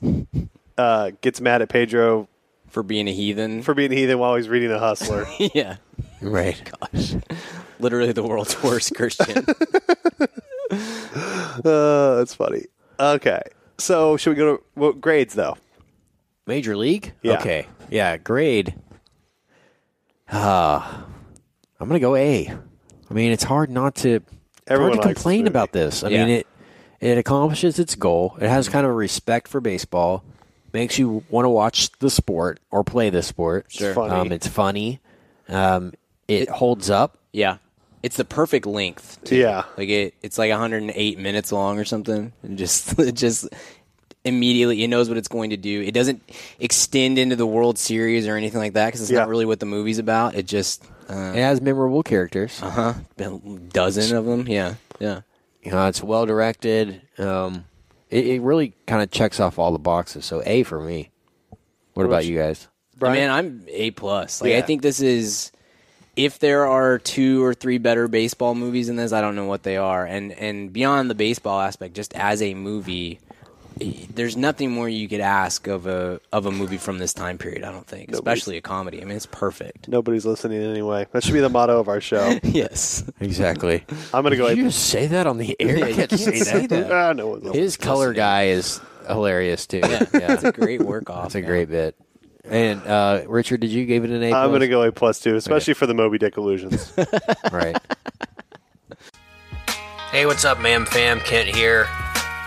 [SPEAKER 3] uh, gets mad at Pedro
[SPEAKER 5] For being a heathen.
[SPEAKER 3] for being heathen while he's reading The
[SPEAKER 4] (laughs)
[SPEAKER 3] Hustler.
[SPEAKER 5] (laughs) yeah.
[SPEAKER 3] (laughs)
[SPEAKER 4] right.
[SPEAKER 5] Literally the world's worst Christian.
[SPEAKER 3] uh, that's funny. Okay, so should we go to well, grades though?
[SPEAKER 4] Major League.
[SPEAKER 3] Yeah.
[SPEAKER 4] Okay. Yeah. Grade. Ah, I'm gonna go A. I mean, it's hard not to. it's
[SPEAKER 3] Everyone
[SPEAKER 4] hard to
[SPEAKER 3] likes this
[SPEAKER 4] complain
[SPEAKER 3] movie. Mm-hmm.
[SPEAKER 4] about this. I
[SPEAKER 5] Yeah.
[SPEAKER 4] mean, it it accomplishes its goal. It has kind of a respect for baseball. Makes you want to watch the sport or play the sport. Sure.
[SPEAKER 3] funny.
[SPEAKER 4] Um, it's funny. Um, it, holds up.
[SPEAKER 5] yeah. It's the perfect length
[SPEAKER 3] Yeah,
[SPEAKER 5] Like it, it's like 108 minutes long or something. And just, (laughs) it just immediately it knows what it's going to do. It doesn't extend into the World Series or anything like that because it's
[SPEAKER 3] Yeah.
[SPEAKER 5] not really what the movie's about. It just uh,
[SPEAKER 4] It has memorable characters.
[SPEAKER 3] Uh-huh.
[SPEAKER 4] uh
[SPEAKER 5] huh, a dozen of them. Yeah, yeah,
[SPEAKER 4] Uh, it's well directed. Um, it, it really kind of checks off all the boxes. So A for me. What about you guys?
[SPEAKER 5] I mean, I'm A plus. Like I
[SPEAKER 3] Yeah.
[SPEAKER 5] think this is if there are two or three better baseball movies in this, I don't know what they are. And and beyond the baseball aspect, just as a movie, there's nothing more you could ask of a of a movie from this time period. I don't think, especially a comedy. I mean,
[SPEAKER 3] (laughs)
[SPEAKER 5] it's perfect.
[SPEAKER 3] nobody's listening anyway. That should be the motto of our
[SPEAKER 4] (laughs)
[SPEAKER 3] show.
[SPEAKER 5] Yes.
[SPEAKER 4] Exactly.
[SPEAKER 3] I'm gonna go.
[SPEAKER 4] (laughs) Did you
[SPEAKER 3] A-
[SPEAKER 4] just say that on the (laughs) air?
[SPEAKER 5] you can't say
[SPEAKER 3] (laughs)
[SPEAKER 5] that.
[SPEAKER 3] ah, no one's listening.
[SPEAKER 4] His color guy is hilarious too. Yeah,
[SPEAKER 5] That's a great work off.
[SPEAKER 4] That's a great bit. And uh, Richard, did you give it an A?
[SPEAKER 3] I'm
[SPEAKER 4] plus?
[SPEAKER 3] gonna go A plus two, especially for the Moby Dick illusions.
[SPEAKER 4] (laughs) Right. hey, what's up, ma'am, fam? Kent here.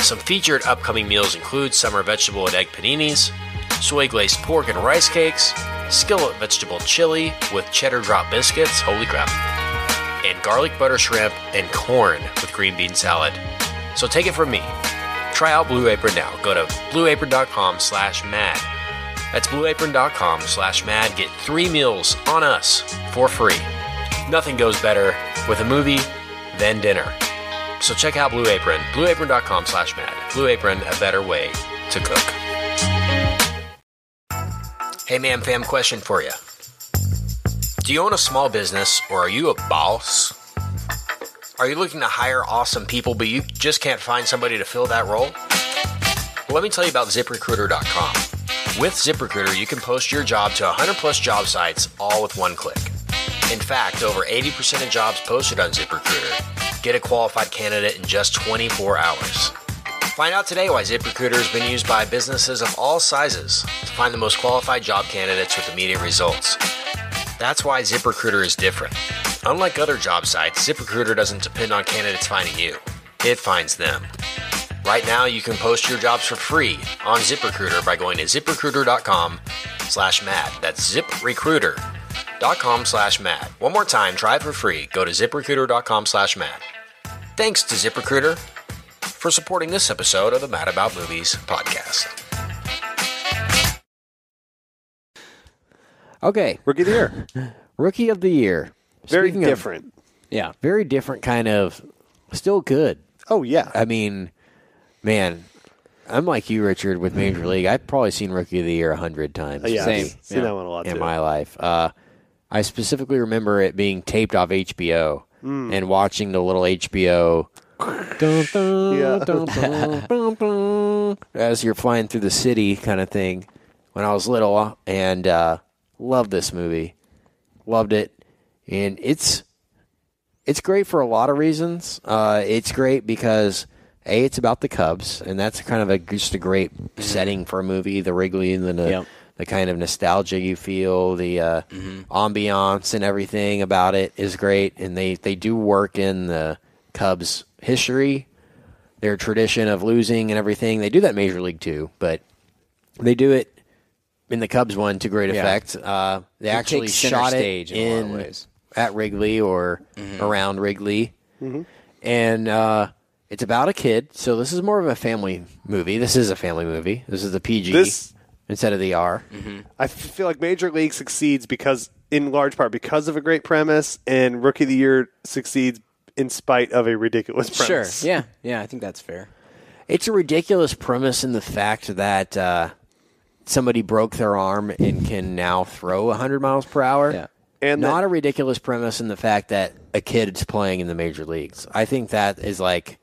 [SPEAKER 4] Some featured upcoming meals include summer vegetable and egg paninis, soy glazed pork and rice cakes, skillet vegetable chili with cheddar drop biscuits, holy crap, and garlic butter shrimp and corn with green bean salad. So take it from me. Try out Blue Apron now. Go to blueapron.com slash mad. That's blueapron.com slash mad. Get three meals on us for free. Nothing goes better with a movie than dinner. So check out Blue Apron, blueapron.com slash mad. Blue Apron, a better way to cook. Hey, ma'am, fam, question for you. Do you own a small business or are you a boss? Are you looking to hire awesome people, but you just can't find somebody to fill that role? Well, let me tell you about ziprecruiter.com. With ZipRecruiter, you can post your job to 100 plus job sites all with one click. In fact, over 80% of jobs posted on ZipRecruiter get a qualified candidate in just 24 hours. Find out today why ZipRecruiter has been used by businesses of all sizes to find the most qualified job candidates with immediate results. That's why ZipRecruiter is different. Unlike other job sites, ZipRecruiter doesn't depend on candidates finding you, it finds them. Right now, you can post your jobs for free on ZipRecruiter by going to ziprecruiter.com slash mad. That's ziprecruiter.com slash mad. One more time, try it for free. Go to ziprecruiter.com slash mad. Thanks to ZipRecruiter for supporting this episode of the Mad About Movies podcast.
[SPEAKER 5] Okay,
[SPEAKER 3] (laughs) Rookie of the
[SPEAKER 5] (laughs)
[SPEAKER 3] year.
[SPEAKER 4] Rookie of the Year.
[SPEAKER 3] Very
[SPEAKER 4] Speaking of-
[SPEAKER 3] different.
[SPEAKER 5] yeah,
[SPEAKER 4] very different kind of, still good.
[SPEAKER 3] oh yeah.
[SPEAKER 4] I mean, man, I'm like you, Richard, with Major League. I've probably seen Rookie of the Year a hundred times.
[SPEAKER 3] Uh, yeah.
[SPEAKER 5] same.
[SPEAKER 3] I've seen
[SPEAKER 5] Yeah.
[SPEAKER 3] that one a lot
[SPEAKER 4] in
[SPEAKER 3] too.
[SPEAKER 4] my life. Uh, I specifically remember it being taped off HBO
[SPEAKER 3] Hmm.
[SPEAKER 4] and watching the little HBO. dun, dun,
[SPEAKER 3] Yeah.
[SPEAKER 4] dun, dun, dun, dun, as you're flying through the city, kind of thing. When I was little, and uh, loved this movie, loved it, and it's it's great for a lot of reasons. Uh, it's great because a it's about the Cubs, and that's kind of a just a great setting for a movie. The Wrigley and then the,
[SPEAKER 5] Yep.
[SPEAKER 4] the kind of nostalgia you feel, the uh, ambiance and everything about it is great. And they they do work in the Cubs history, their tradition of losing and everything. They do that in Major League too, but they do it. In the Cubs one to great effect. Uh, they actually
[SPEAKER 5] takes center
[SPEAKER 4] shot
[SPEAKER 5] stage
[SPEAKER 4] it
[SPEAKER 5] in a lot of
[SPEAKER 4] in
[SPEAKER 5] ways. Mm-hmm.
[SPEAKER 4] at Wrigley or around Wrigley. And uh, it's about a kid. So this is more of a family movie. This is a family movie. This is the PG
[SPEAKER 3] This-
[SPEAKER 4] instead of the R.
[SPEAKER 3] (laughs)
[SPEAKER 5] Mm-hmm.
[SPEAKER 3] I f- feel like Major League succeeds because, in large part, because of a great premise, and Rookie of the Year succeeds in spite of a ridiculous
[SPEAKER 5] sure,
[SPEAKER 3] premise.
[SPEAKER 5] yeah, yeah. I think that's fair.
[SPEAKER 4] It's a ridiculous premise in the fact that uh, somebody broke their arm and can now throw 100 miles per hour.
[SPEAKER 5] Yeah.
[SPEAKER 3] And
[SPEAKER 4] not
[SPEAKER 3] that-
[SPEAKER 4] a ridiculous premise in the fact that a kid's playing in the major leagues. I think that is like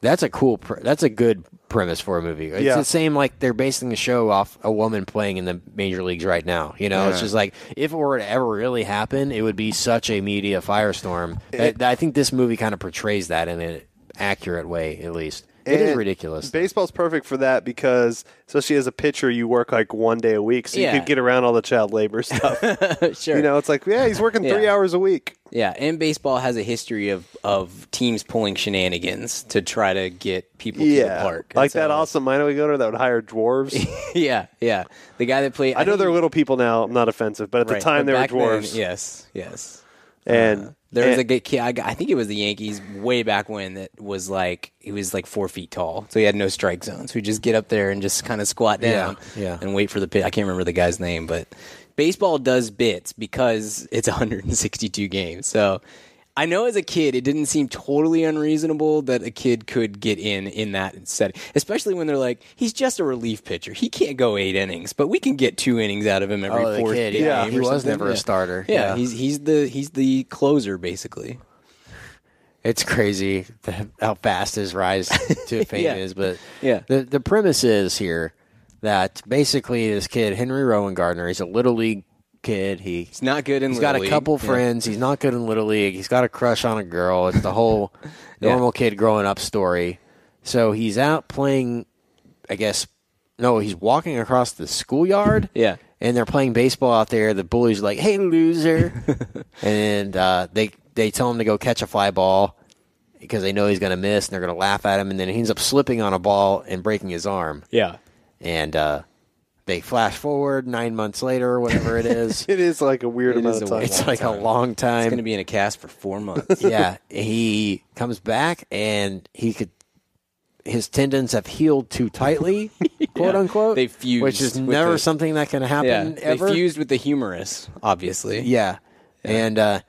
[SPEAKER 4] that's a cool pre- that's a good premise for a movie. It's
[SPEAKER 3] Yeah.
[SPEAKER 4] the same like they're basing the show off a woman playing in the major leagues right now. You know, it's just like if it were to ever really happen, it would be such a media firestorm. That- I think this movie kind of portrays that in an accurate way, at least. It is
[SPEAKER 3] And
[SPEAKER 4] ridiculous.
[SPEAKER 3] Baseball's perfect for that because, especially as a pitcher, you work like one day a week, so
[SPEAKER 5] Yeah.
[SPEAKER 3] you could get around all the child
[SPEAKER 5] (laughs)
[SPEAKER 3] labor stuff.
[SPEAKER 5] Sure,
[SPEAKER 3] you know, it's like, yeah, he's working three
[SPEAKER 5] Yeah.
[SPEAKER 3] hours a week.
[SPEAKER 5] yeah. And baseball has a history of of teams pulling shenanigans to try to get people to the
[SPEAKER 3] Yeah,
[SPEAKER 5] park. And
[SPEAKER 3] like that
[SPEAKER 5] so-
[SPEAKER 3] awesome minor league owner that would hire
[SPEAKER 5] (laughs)
[SPEAKER 3] dwarves.
[SPEAKER 5] Yeah, yeah. The guy that played.
[SPEAKER 3] I know
[SPEAKER 5] think-
[SPEAKER 3] they're little people now. I'm not offensive, but at the
[SPEAKER 5] right,
[SPEAKER 3] time
[SPEAKER 5] but
[SPEAKER 3] they were
[SPEAKER 5] back then,
[SPEAKER 3] dwarves.
[SPEAKER 5] yes, yes.
[SPEAKER 3] And
[SPEAKER 5] There was
[SPEAKER 3] and-
[SPEAKER 4] Eh.
[SPEAKER 5] a good kid. I, got- I think it was the Yankees way back when that was like he was like four feet tall, so he had no strike zones. We just get up there and just kind of squat down,
[SPEAKER 4] yeah.
[SPEAKER 5] and wait for the pitch. I can't remember the guy's name, but baseball does bits because it's (laughs) 162 games. So I know as a kid, it didn't seem totally unreasonable that a kid could get in in that setting, especially when they're like, he's just a relief pitcher. He can't go eight innings, but we can get two innings out of him every
[SPEAKER 4] Oh, the
[SPEAKER 5] fourth
[SPEAKER 4] kid,
[SPEAKER 5] game.
[SPEAKER 4] yeah.
[SPEAKER 5] or
[SPEAKER 4] He was
[SPEAKER 5] something.
[SPEAKER 4] never a starter.
[SPEAKER 5] Yeah,
[SPEAKER 4] Yeah.
[SPEAKER 5] he's he's the he's the closer basically.
[SPEAKER 4] It's crazy the- how fast his rise
[SPEAKER 5] (laughs)
[SPEAKER 4] to fame
[SPEAKER 5] Yeah.
[SPEAKER 4] is, but
[SPEAKER 5] Yeah.
[SPEAKER 4] the the premise is here that basically this kid Henry Rowan Gardner, he's a little league kid. He
[SPEAKER 5] It's not good in
[SPEAKER 4] He's
[SPEAKER 5] Little
[SPEAKER 4] got a
[SPEAKER 5] League.
[SPEAKER 4] couple
[SPEAKER 5] Yeah.
[SPEAKER 4] friends. He's not good in little league. He's got a crush on a girl. It's the
[SPEAKER 5] (laughs)
[SPEAKER 4] whole normal kid growing up story. So he's out playing. I guess no, he's walking across the schoolyard.
[SPEAKER 5] Yeah.
[SPEAKER 4] and they're playing baseball out there. The bullies like, "Hey, loser!"
[SPEAKER 5] (laughs)
[SPEAKER 4] and uh, they they tell him to go catch a fly ball because they know he's going to miss, and they're going to laugh at him. And then he ends up slipping on a ball and breaking his arm.
[SPEAKER 5] Yeah.
[SPEAKER 4] And uh, they flash forward nine months later, or whatever it
[SPEAKER 5] (laughs)
[SPEAKER 4] is.
[SPEAKER 3] It is like a weird
[SPEAKER 5] It
[SPEAKER 3] amount
[SPEAKER 5] is
[SPEAKER 3] of
[SPEAKER 5] a
[SPEAKER 3] time.
[SPEAKER 5] weird-
[SPEAKER 4] It's like a long time.
[SPEAKER 5] He's (laughs) going to be in a cast for four
[SPEAKER 4] (laughs)
[SPEAKER 5] months.
[SPEAKER 4] yeah, he comes back and he could his tendons have healed too tightly, quote unquote.
[SPEAKER 5] they fused
[SPEAKER 4] which is
[SPEAKER 5] with
[SPEAKER 4] never
[SPEAKER 5] the-
[SPEAKER 4] something that can
[SPEAKER 5] yeah.
[SPEAKER 4] happen
[SPEAKER 5] They
[SPEAKER 4] ever.
[SPEAKER 5] fused with the humorous, obviously.
[SPEAKER 4] yeah. and uh,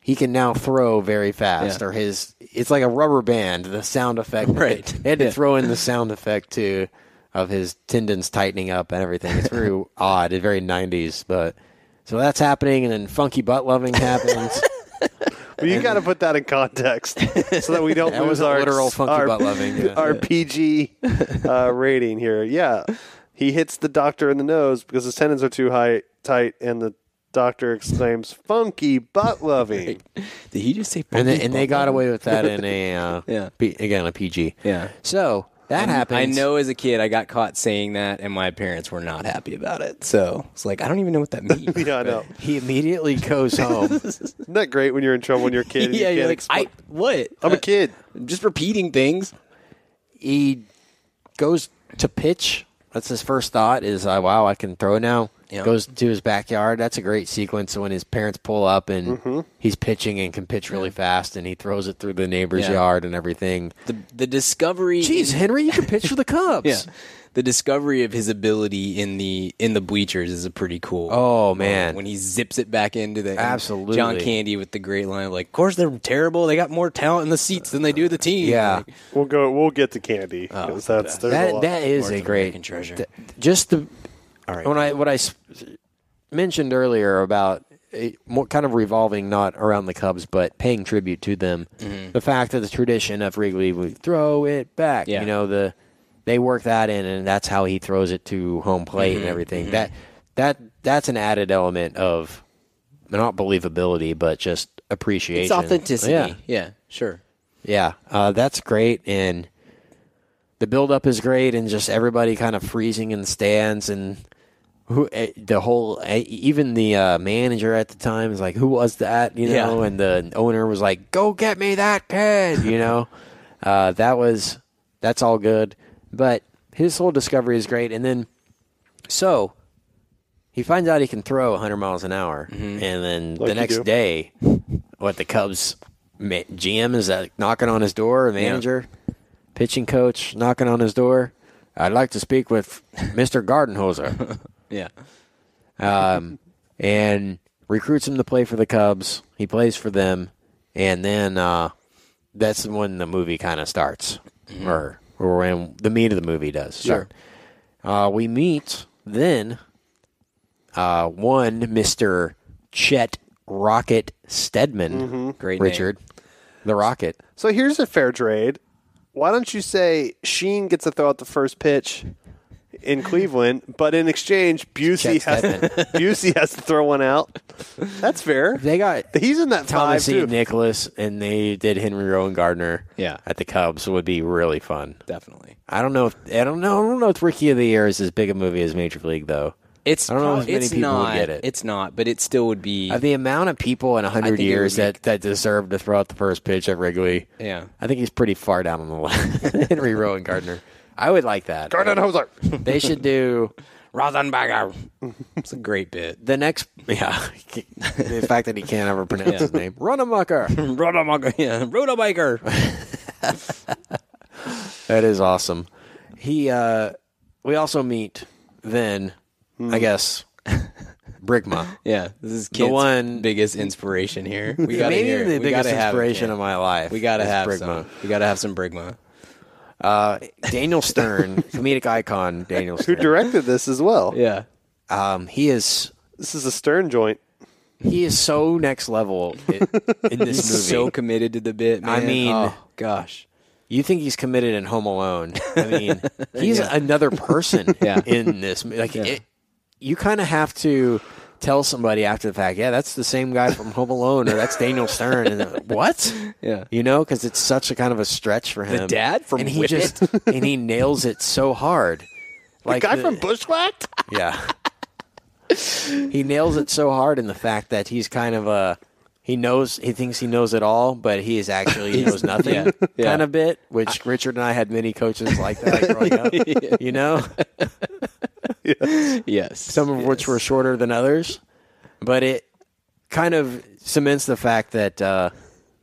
[SPEAKER 4] he can now throw very fast,
[SPEAKER 5] Yeah.
[SPEAKER 4] or his it's like a rubber band. The sound effect,
[SPEAKER 5] Right.
[SPEAKER 4] They had to throw in the sound effect too of his tendons tightening up and everything. It's very odd, it's very '90s, but. So that's happening, and then funky butt loving happens.
[SPEAKER 3] But you
[SPEAKER 5] (laughs)
[SPEAKER 3] got to put that in context so that we don't
[SPEAKER 4] That
[SPEAKER 3] lose
[SPEAKER 4] was a
[SPEAKER 3] our
[SPEAKER 4] literal funky
[SPEAKER 3] our,
[SPEAKER 4] butt loving, yeah.
[SPEAKER 3] (laughs) our
[SPEAKER 5] (laughs)
[SPEAKER 3] PG uh, rating here. Yeah, he hits the doctor in the nose because his tendons are too high tight, and the doctor exclaims, "Funky butt
[SPEAKER 5] (laughs)
[SPEAKER 3] loving."
[SPEAKER 5] Did he just say?
[SPEAKER 4] and they,
[SPEAKER 5] funky
[SPEAKER 4] and they
[SPEAKER 5] bum?
[SPEAKER 4] got away with that in (laughs) a uh,
[SPEAKER 5] Yeah.
[SPEAKER 4] P, again a PG.
[SPEAKER 5] Yeah.
[SPEAKER 4] So that happens.
[SPEAKER 5] I know as a kid, I got caught saying that, and my parents were not happy about it. So it's like I don't even know what that means.
[SPEAKER 3] Yeah, I know.
[SPEAKER 4] he immediately goes (laughs) home.
[SPEAKER 3] Isn't that great when you're in trouble when you're a kid? and you
[SPEAKER 5] (laughs) (laughs) yeah, you're
[SPEAKER 3] can't
[SPEAKER 5] like,
[SPEAKER 3] expl-
[SPEAKER 5] I what? Uh,
[SPEAKER 3] I'm a kid.
[SPEAKER 5] I'm just repeating things.
[SPEAKER 4] he goes to pitch. That's his first thought is, uh, "Wow, I can throw now."
[SPEAKER 5] Yeah.
[SPEAKER 4] Goes to his backyard. That's a great sequence when his parents pull up and he's pitching and can pitch really fast, and he throws it through the neighbor's
[SPEAKER 5] Yeah.
[SPEAKER 4] yard and everything.
[SPEAKER 5] The the discovery.
[SPEAKER 4] Jeez, Henry, you can pitch (laughs) for the Cubs.
[SPEAKER 5] Yeah. (laughs) The discovery of his ability in the in the bleachers is a pretty cool.
[SPEAKER 4] Oh,
[SPEAKER 5] moment.
[SPEAKER 4] man.
[SPEAKER 5] when he zips it back into the and
[SPEAKER 4] Absolutely.
[SPEAKER 5] John Candy with the great line of like, "Of course they're terrible. They got more talent in the seats than they do the team."
[SPEAKER 4] Yeah.
[SPEAKER 5] Like,
[SPEAKER 3] We'll go. We'll get to candy 'cause
[SPEAKER 5] Oh,
[SPEAKER 3] that's there's a
[SPEAKER 4] That
[SPEAKER 3] lot.
[SPEAKER 4] that is
[SPEAKER 5] Lord
[SPEAKER 4] a
[SPEAKER 5] of
[SPEAKER 4] great
[SPEAKER 5] American treasure.
[SPEAKER 4] th- just the
[SPEAKER 5] all right.
[SPEAKER 4] when I what I s- mentioned earlier about it, more kind of revolving not around the Cubs but paying tribute to them, the fact that the tradition of Wrigley would throw it back,
[SPEAKER 5] Yeah.
[SPEAKER 4] you know the they work that in and that's how he throws it to home plate and everything that that that's an added element of not believability but just appreciation,
[SPEAKER 5] it's authenticity.
[SPEAKER 4] Yeah.
[SPEAKER 5] yeah sure.
[SPEAKER 4] Yeah, uh, that's great, and the buildup is great, and just everybody kind of freezing in the stands, and who eh, the whole eh, even the uh, manager at the time is like, "Who was that?" You
[SPEAKER 5] Yeah.
[SPEAKER 4] know, and the owner was like, "Go get me that kid," you know. uh, that was that's all good, but his whole discovery is great, and then so. He finds out he can throw 100 miles an hour, and then
[SPEAKER 3] Like
[SPEAKER 4] the
[SPEAKER 3] you
[SPEAKER 4] next
[SPEAKER 3] do.
[SPEAKER 4] day, what the Cubs ma- GM is uh, knocking on his door, a manager, pitching coach knocking on his door. I'd like to speak with Mr. Gardenhoser.
[SPEAKER 5] Yeah.
[SPEAKER 4] Um, and recruits him to play for the Cubs. He plays for them. And then uh, that's when the movie kind of starts, or, or when the meat of the movie does. Start. Uh, we meet then uh, one Mr. Chet Rocket Stedman.
[SPEAKER 5] Great name.
[SPEAKER 4] Richard, the Rocket.
[SPEAKER 3] So here's a fair trade. Why don't you say Sheen gets to throw out the first pitch in Cleveland, but in exchange, Busey
[SPEAKER 4] Chet
[SPEAKER 3] has
[SPEAKER 4] Stedman.
[SPEAKER 3] (laughs) Busey has to throw one out. That's fair.
[SPEAKER 4] They got
[SPEAKER 3] He's in that
[SPEAKER 4] Thomas
[SPEAKER 3] five too.
[SPEAKER 4] E. Nicholas, and they did Henry Rowan Gardner.
[SPEAKER 5] Yeah.
[SPEAKER 4] at the Cubs would be really fun.
[SPEAKER 5] Definitely.
[SPEAKER 4] I don't know. If, I don't know. I don't know if Rookie of the Year is as big a movie as Major League though.
[SPEAKER 5] It's
[SPEAKER 4] I don't know
[SPEAKER 5] prob-
[SPEAKER 4] if many
[SPEAKER 5] it's
[SPEAKER 4] people would
[SPEAKER 5] not,
[SPEAKER 4] get it.
[SPEAKER 5] It's not, but it still would be.
[SPEAKER 4] Of Uh, the amount of people in
[SPEAKER 5] I
[SPEAKER 4] hundred
[SPEAKER 5] think it
[SPEAKER 4] years
[SPEAKER 5] would be-
[SPEAKER 4] that that deserve to throw out the first pitch at Wrigley,
[SPEAKER 5] Yeah.
[SPEAKER 4] I think he's pretty far down on the
[SPEAKER 5] (laughs)
[SPEAKER 4] list. (laughs) Henry Rowan Gardner. I would like that.
[SPEAKER 3] Garden Hoser.
[SPEAKER 4] (laughs) They should do
[SPEAKER 5] Rosenberger. it's a great bit. (laughs)
[SPEAKER 4] the next. Yeah, the fact that he can't ever pronounce his name. Runamucker.
[SPEAKER 5] (laughs) Rotomaker. Yeah.
[SPEAKER 4] (laughs)
[SPEAKER 5] Rotomaker.
[SPEAKER 4] That is awesome. He uh we also meet then
[SPEAKER 5] Hmm.
[SPEAKER 4] I
[SPEAKER 5] (laughs)
[SPEAKER 4] guess Brigma.
[SPEAKER 5] Yeah. This is Kent's
[SPEAKER 4] one-
[SPEAKER 5] biggest inspiration here.
[SPEAKER 4] (laughs)
[SPEAKER 5] We got
[SPEAKER 4] Maybe
[SPEAKER 5] hear it.
[SPEAKER 4] the
[SPEAKER 5] we
[SPEAKER 4] biggest
[SPEAKER 5] gotta have it,
[SPEAKER 4] inspiration
[SPEAKER 5] Kent.
[SPEAKER 4] of my life.
[SPEAKER 5] We gotta
[SPEAKER 4] is
[SPEAKER 5] have
[SPEAKER 4] Brigma.
[SPEAKER 5] some. We gotta have some Brigma.
[SPEAKER 4] (laughs) Daniel Stern, comedic icon Daniel
[SPEAKER 3] Who
[SPEAKER 4] Stern.
[SPEAKER 3] directed this as well?
[SPEAKER 5] Yeah.
[SPEAKER 4] Um he is
[SPEAKER 3] This is a Stern joint.
[SPEAKER 4] He is so next level i- in
[SPEAKER 5] (laughs)
[SPEAKER 4] this movie.
[SPEAKER 5] so committed to the bit. Man.
[SPEAKER 4] I mean-
[SPEAKER 5] Oh, gosh,
[SPEAKER 4] you think he's committed in Home Alone? I
[SPEAKER 5] (laughs)
[SPEAKER 4] mean, he's another person
[SPEAKER 5] Yeah.
[SPEAKER 4] in this. mo- Like, it, you kind of have to tell somebody after the fact, yeah, that's the same guy from Home Alone, or that's Daniel Stern. And they're like, what?
[SPEAKER 5] Yeah.
[SPEAKER 4] you know, because it's such a kind of a stretch for him.
[SPEAKER 5] dad from
[SPEAKER 4] and he
[SPEAKER 5] Whip
[SPEAKER 4] just and he nails it so hard. Like
[SPEAKER 3] Guy
[SPEAKER 4] the-
[SPEAKER 3] from Bushwhacked?
[SPEAKER 4] yeah. he nails it so hard in the fact that he's kind of a he knows he thinks he knows it all, but he is actually he knows nothing
[SPEAKER 5] yeah, yeah.
[SPEAKER 4] kind of bit. Which Richard and I had many coaches like that growing up. You know,
[SPEAKER 5] yes.
[SPEAKER 4] some of which were shorter than others, but it kind of cements the fact that uh,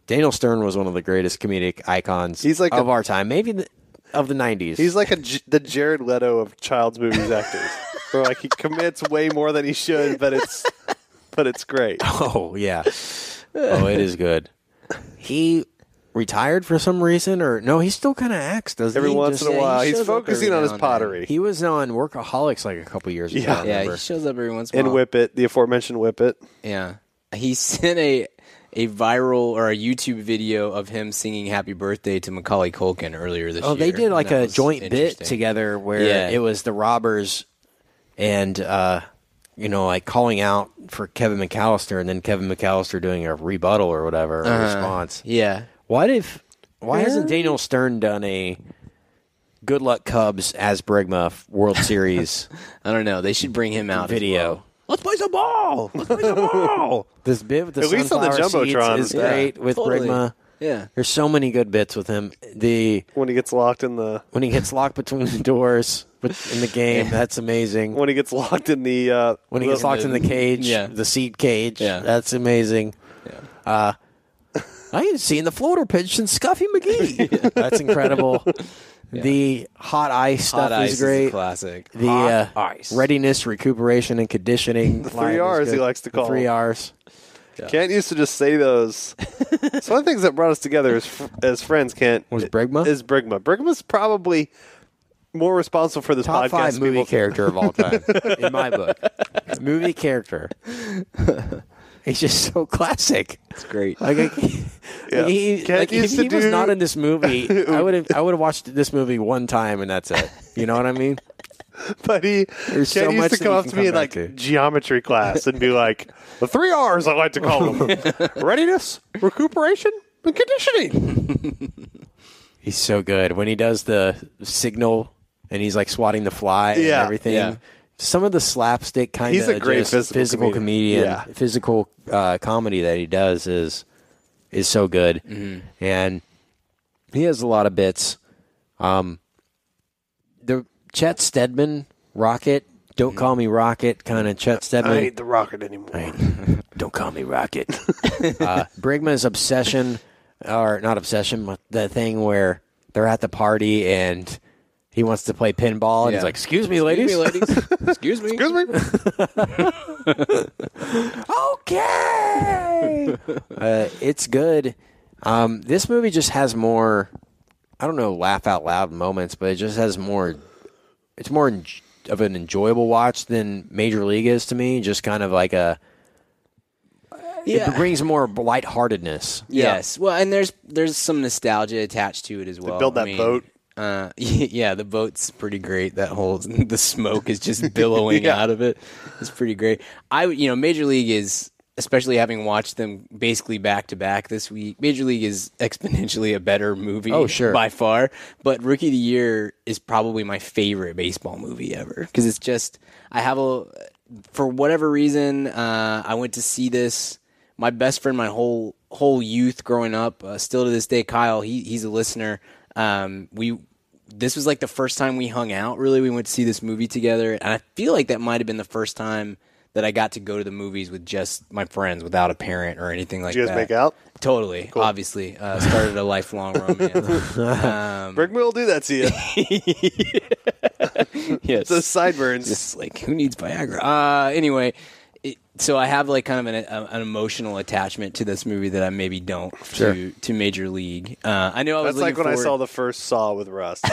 [SPEAKER 4] Daniel Stern was one of the greatest comedic icons.
[SPEAKER 3] He's like
[SPEAKER 4] of
[SPEAKER 3] a-
[SPEAKER 4] our time, maybe the, of the '90s.
[SPEAKER 3] He's like a J- the Jared Leto of child's movies actors, where like he commits way more than he should, but it's but it's great.
[SPEAKER 4] (laughs) Oh yeah. Oh, it is good. He retired for some reason, or no? He still kind of acts, doesn't
[SPEAKER 3] Every
[SPEAKER 4] he?
[SPEAKER 3] once
[SPEAKER 4] Just-
[SPEAKER 3] in a
[SPEAKER 4] yeah, he
[SPEAKER 3] while, he's
[SPEAKER 4] shows up
[SPEAKER 3] focusing
[SPEAKER 5] every
[SPEAKER 3] on his
[SPEAKER 5] now and then.
[SPEAKER 3] pottery
[SPEAKER 4] every- He was on Workaholics like a couple years ago.
[SPEAKER 3] Yeah.
[SPEAKER 4] I
[SPEAKER 5] Yeah,
[SPEAKER 4] remember.
[SPEAKER 5] he shows up every once in a
[SPEAKER 3] and
[SPEAKER 5] while.
[SPEAKER 3] Whip It, the aforementioned Whip It.
[SPEAKER 5] Yeah, he (laughs) sent a a viral or a YouTube video of him singing "Happy Birthday" to Macaulay Culkin earlier this year.
[SPEAKER 4] Oh, they did like
[SPEAKER 5] That
[SPEAKER 4] a
[SPEAKER 5] was
[SPEAKER 4] joint bit
[SPEAKER 5] interesting.
[SPEAKER 4] together where
[SPEAKER 5] Yeah.
[SPEAKER 4] it was the robbers and uh, you know like calling out for Kevin McAllister, and then Kevin McAllister doing a rebuttal or whatever
[SPEAKER 5] Uh-huh.
[SPEAKER 4] or response.
[SPEAKER 5] Yeah,
[SPEAKER 4] What if? Why hasn't Daniel Stern done a Good Luck Cubs as Brigma World Series
[SPEAKER 5] I don't know. They should bring him out. as
[SPEAKER 4] video?
[SPEAKER 5] well.
[SPEAKER 4] Let's play some ball. Let's play some ball. (laughs) this bit with the
[SPEAKER 3] At least on the
[SPEAKER 4] sunflower seeds
[SPEAKER 3] Jumbotron.
[SPEAKER 4] is
[SPEAKER 3] Yeah,
[SPEAKER 4] great with
[SPEAKER 5] totally.
[SPEAKER 4] Brigma.
[SPEAKER 5] Yeah.
[SPEAKER 4] There's so many good bits with him. The
[SPEAKER 3] When he gets locked in the
[SPEAKER 4] when he gets locked between the doors with- in the game, that's amazing.
[SPEAKER 3] when he gets locked in the uh,
[SPEAKER 4] When he gets locked in the cage,
[SPEAKER 5] Yeah.
[SPEAKER 4] the seed cage,
[SPEAKER 5] Yeah.
[SPEAKER 4] that's amazing. Uh, I ain't seen the floater pitch since Scuffy (laughs) McGee. That's (laughs) incredible. The hot ice
[SPEAKER 5] Hot
[SPEAKER 4] stuff
[SPEAKER 5] Ice
[SPEAKER 4] is
[SPEAKER 5] is
[SPEAKER 4] great.
[SPEAKER 5] a classic.
[SPEAKER 4] the uh, readiness, recuperation, and conditioning. The
[SPEAKER 3] three Rs he likes to call
[SPEAKER 4] three
[SPEAKER 3] them.
[SPEAKER 4] R's.
[SPEAKER 3] Kent used to just say those. it's one of the things that brought us together as fr- as friends. Kent
[SPEAKER 4] Was Brigma?
[SPEAKER 3] is Brigma. Brigma's probably more responsible for this
[SPEAKER 4] Top
[SPEAKER 3] podcast.
[SPEAKER 4] five
[SPEAKER 3] than
[SPEAKER 4] movie
[SPEAKER 3] people-
[SPEAKER 4] character of all time in my book. Movie character. He's just so classic.
[SPEAKER 5] It's great.
[SPEAKER 4] Like, I, like, he,
[SPEAKER 3] Cat
[SPEAKER 4] like, if
[SPEAKER 3] used to
[SPEAKER 4] he was
[SPEAKER 3] do-
[SPEAKER 4] not in
[SPEAKER 3] (laughs)
[SPEAKER 4] this movie, I would have I would have watched this movie one time and that's it. You know what I mean?
[SPEAKER 3] But he Kent
[SPEAKER 4] There's so
[SPEAKER 3] used
[SPEAKER 4] much
[SPEAKER 3] to
[SPEAKER 4] that
[SPEAKER 3] come
[SPEAKER 4] you
[SPEAKER 3] up
[SPEAKER 4] can
[SPEAKER 3] to me
[SPEAKER 4] come
[SPEAKER 3] in like
[SPEAKER 4] back to.
[SPEAKER 3] geometry class and be
[SPEAKER 4] (laughs)
[SPEAKER 3] like, the three R's I like to call them: readiness, recuperation, and conditioning.
[SPEAKER 4] He's so good when he does the signal and he's like swatting the fly
[SPEAKER 3] Yeah,
[SPEAKER 4] and everything.
[SPEAKER 5] yeah.
[SPEAKER 4] Some of the slapstick kind
[SPEAKER 3] He's
[SPEAKER 4] of
[SPEAKER 3] a great physical
[SPEAKER 4] comedian,
[SPEAKER 3] comedian. Yeah.
[SPEAKER 4] physical uh, comedy that he does is is so good,
[SPEAKER 3] Mm-hmm.
[SPEAKER 4] and he has a lot of bits. Um, the Chet Stedman Rocket, don't call me Rocket, kind of Chet Stedman.
[SPEAKER 3] Mm-hmm. I ain't the rocket anymore.
[SPEAKER 4] Don't call me
[SPEAKER 5] (laughs)
[SPEAKER 4] Rocket. uh, Brigma's obsession, or not obsession, but the thing where they're at the party and he wants to play pinball, and he's
[SPEAKER 5] Yeah.
[SPEAKER 4] like, "Excuse me, ladies." (laughs)
[SPEAKER 5] Excuse me.
[SPEAKER 3] Excuse me.
[SPEAKER 5] (laughs)
[SPEAKER 4] okay. uh, it's good. Um, this movie just has more. I don't know, laugh out loud moments, but it just has more. It's more en- of an enjoyable watch than Major League is to me. Just kind of like a. It
[SPEAKER 5] Yeah.
[SPEAKER 4] brings more lightheartedness.
[SPEAKER 5] Yes. Well, and there's there's some nostalgia attached to it as well.
[SPEAKER 3] build
[SPEAKER 5] I
[SPEAKER 3] that
[SPEAKER 5] mean,
[SPEAKER 3] boat.
[SPEAKER 5] Uh, (laughs) yeah, the boat's pretty great. That whole (laughs) the smoke is
[SPEAKER 3] (laughs)
[SPEAKER 5] just billowing
[SPEAKER 3] Yeah.
[SPEAKER 5] out of it. It's pretty great. I would- you know Major League is especially having watched them basically back to back this week. Major League is (laughs) exponentially a better movie.
[SPEAKER 4] Oh, sure.
[SPEAKER 5] by far. But Rookie of the Year is probably my favorite baseball movie ever because it's just I have a for whatever reason uh, I went to see this. My best friend, my whole whole youth growing up, uh, still to this day, Kyle. He he's a listener. Um, we this was like the first time we hung out. Really, we went to see this movie together, and I feel like that might have been the first time that I got to go to the movies with just my friends, without a parent or anything like
[SPEAKER 3] Did you guys
[SPEAKER 5] that.
[SPEAKER 3] make out?
[SPEAKER 5] Totally, obviously, uh, started a
[SPEAKER 3] (laughs)
[SPEAKER 5] lifelong romance.
[SPEAKER 4] Um,
[SPEAKER 3] Brigma will do that
[SPEAKER 4] (laughs)
[SPEAKER 3] to you.
[SPEAKER 5] yes,
[SPEAKER 3] Those sideburns.
[SPEAKER 5] just like who needs Viagra? Uh, anyway, it, so I have like kind of an, a, an emotional attachment to this movie that I maybe don't to to Major League. Uh, I know I was
[SPEAKER 3] That's like
[SPEAKER 5] looking
[SPEAKER 3] when I
[SPEAKER 5] forward-
[SPEAKER 3] saw the first Saw with Rust.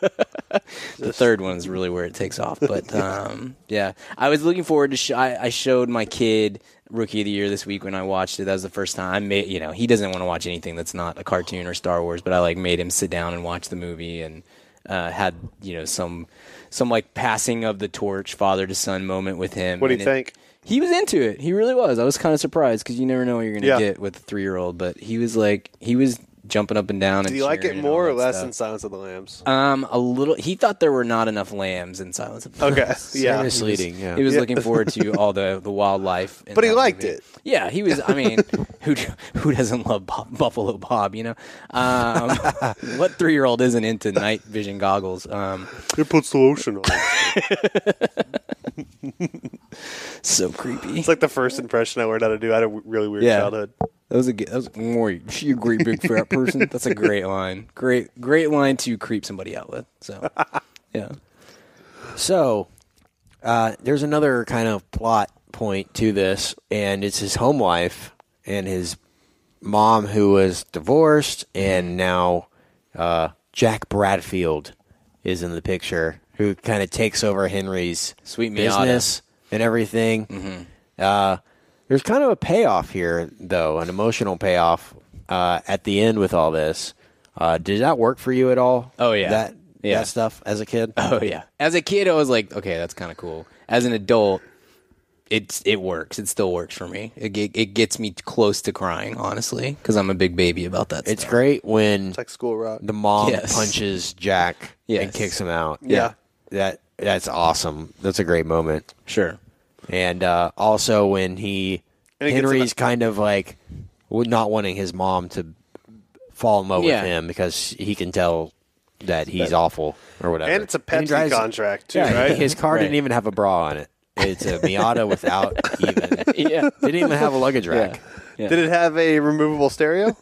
[SPEAKER 5] the third one is really where it takes off.
[SPEAKER 3] (laughs)
[SPEAKER 5] But um, yeah, I was looking forward to. Sh- I, I showed my kid Rookie of the Year this week when I watched it. That was the first time. I made you know he doesn't want to watch anything that's not a cartoon or Star Wars, but I like made him sit down and watch the movie and uh, had you know some some like passing of the torch, father to son moment with him.
[SPEAKER 3] What do
[SPEAKER 5] And
[SPEAKER 3] you
[SPEAKER 5] it-
[SPEAKER 3] think?
[SPEAKER 5] He was into it. He really was. I was kind of surprised because you never know what you're going to
[SPEAKER 3] Yeah.
[SPEAKER 5] get with a three year old. But he was like, he was jumping up and down.
[SPEAKER 3] Do you like it more or less than Silence of the
[SPEAKER 4] (laughs)
[SPEAKER 3] Lambs?
[SPEAKER 4] Uh,
[SPEAKER 5] Um, a little. He thought there were not enough lambs in Silence of
[SPEAKER 4] (laughs)
[SPEAKER 5] the
[SPEAKER 3] Okay,
[SPEAKER 5] Lambs.
[SPEAKER 3] Oh, yeah.
[SPEAKER 5] He was-
[SPEAKER 4] Misleading, yeah.
[SPEAKER 5] He was looking forward to all the the wildlife, in
[SPEAKER 3] But he
[SPEAKER 5] that
[SPEAKER 3] liked
[SPEAKER 5] movie.
[SPEAKER 3] it.
[SPEAKER 5] Yeah, he was. I mean, (laughs) who who doesn't love Bob, Buffalo Bob? You know,
[SPEAKER 3] (laughs)
[SPEAKER 5] um, what three year old isn't into night vision goggles? Um,
[SPEAKER 3] It puts the lotion on.
[SPEAKER 5] so creepy.
[SPEAKER 3] It's like the first impression I learned how to do. I had a w- really weird
[SPEAKER 5] Yeah.
[SPEAKER 3] childhood.
[SPEAKER 5] That was a good- that was more. She a great big fat person. That's a great line. Great great line to creep somebody out with.
[SPEAKER 3] (laughs)
[SPEAKER 5] So yeah,
[SPEAKER 4] So uh, there's another kind of plot point to this, and it's his home life and his mom who was divorced, and now uh, Jack Bradfield is in the picture, who kind of takes over Henry's
[SPEAKER 5] Sweet Miata. Mm-hmm.
[SPEAKER 4] business and everything. Uh, there's kind of a payoff here, though, an emotional payoff uh, at the end with all this. Uh, did that work for you at all?
[SPEAKER 5] Oh, yeah.
[SPEAKER 4] that
[SPEAKER 5] Yeah.
[SPEAKER 4] that stuff as a kid.
[SPEAKER 5] Oh yeah. As a kid, I was like, okay, that's kind of cool. As an adult, it's it works. It still works for me. It ge- it gets me close to crying, honestly, because I'm a big baby about that.
[SPEAKER 4] It's
[SPEAKER 5] stuff.
[SPEAKER 4] great when
[SPEAKER 3] It's like School Rock.
[SPEAKER 4] the mom
[SPEAKER 5] Yes.
[SPEAKER 4] punches Jack and
[SPEAKER 5] Yes.
[SPEAKER 4] kicks him out.
[SPEAKER 3] Yeah.
[SPEAKER 4] That that's awesome. That's a great moment.
[SPEAKER 5] sure.
[SPEAKER 4] And uh, also when he
[SPEAKER 3] And he gets
[SPEAKER 4] Henry's
[SPEAKER 3] an-
[SPEAKER 4] kind of like w- not wanting his mom to fall in love
[SPEAKER 5] Yeah.
[SPEAKER 4] with him because he can tell that he's awful or whatever.
[SPEAKER 3] and it's a
[SPEAKER 4] he
[SPEAKER 3] Pepsi
[SPEAKER 4] drives-
[SPEAKER 3] contract too,
[SPEAKER 4] Yeah,
[SPEAKER 3] right?
[SPEAKER 4] (laughs) His car didn't
[SPEAKER 5] Right.
[SPEAKER 4] even have a bra on it. It's a Miata
[SPEAKER 5] (laughs)
[SPEAKER 4] without even.
[SPEAKER 5] Yeah.
[SPEAKER 4] Didn't even have a luggage rack.
[SPEAKER 3] Did it have a removable stereo?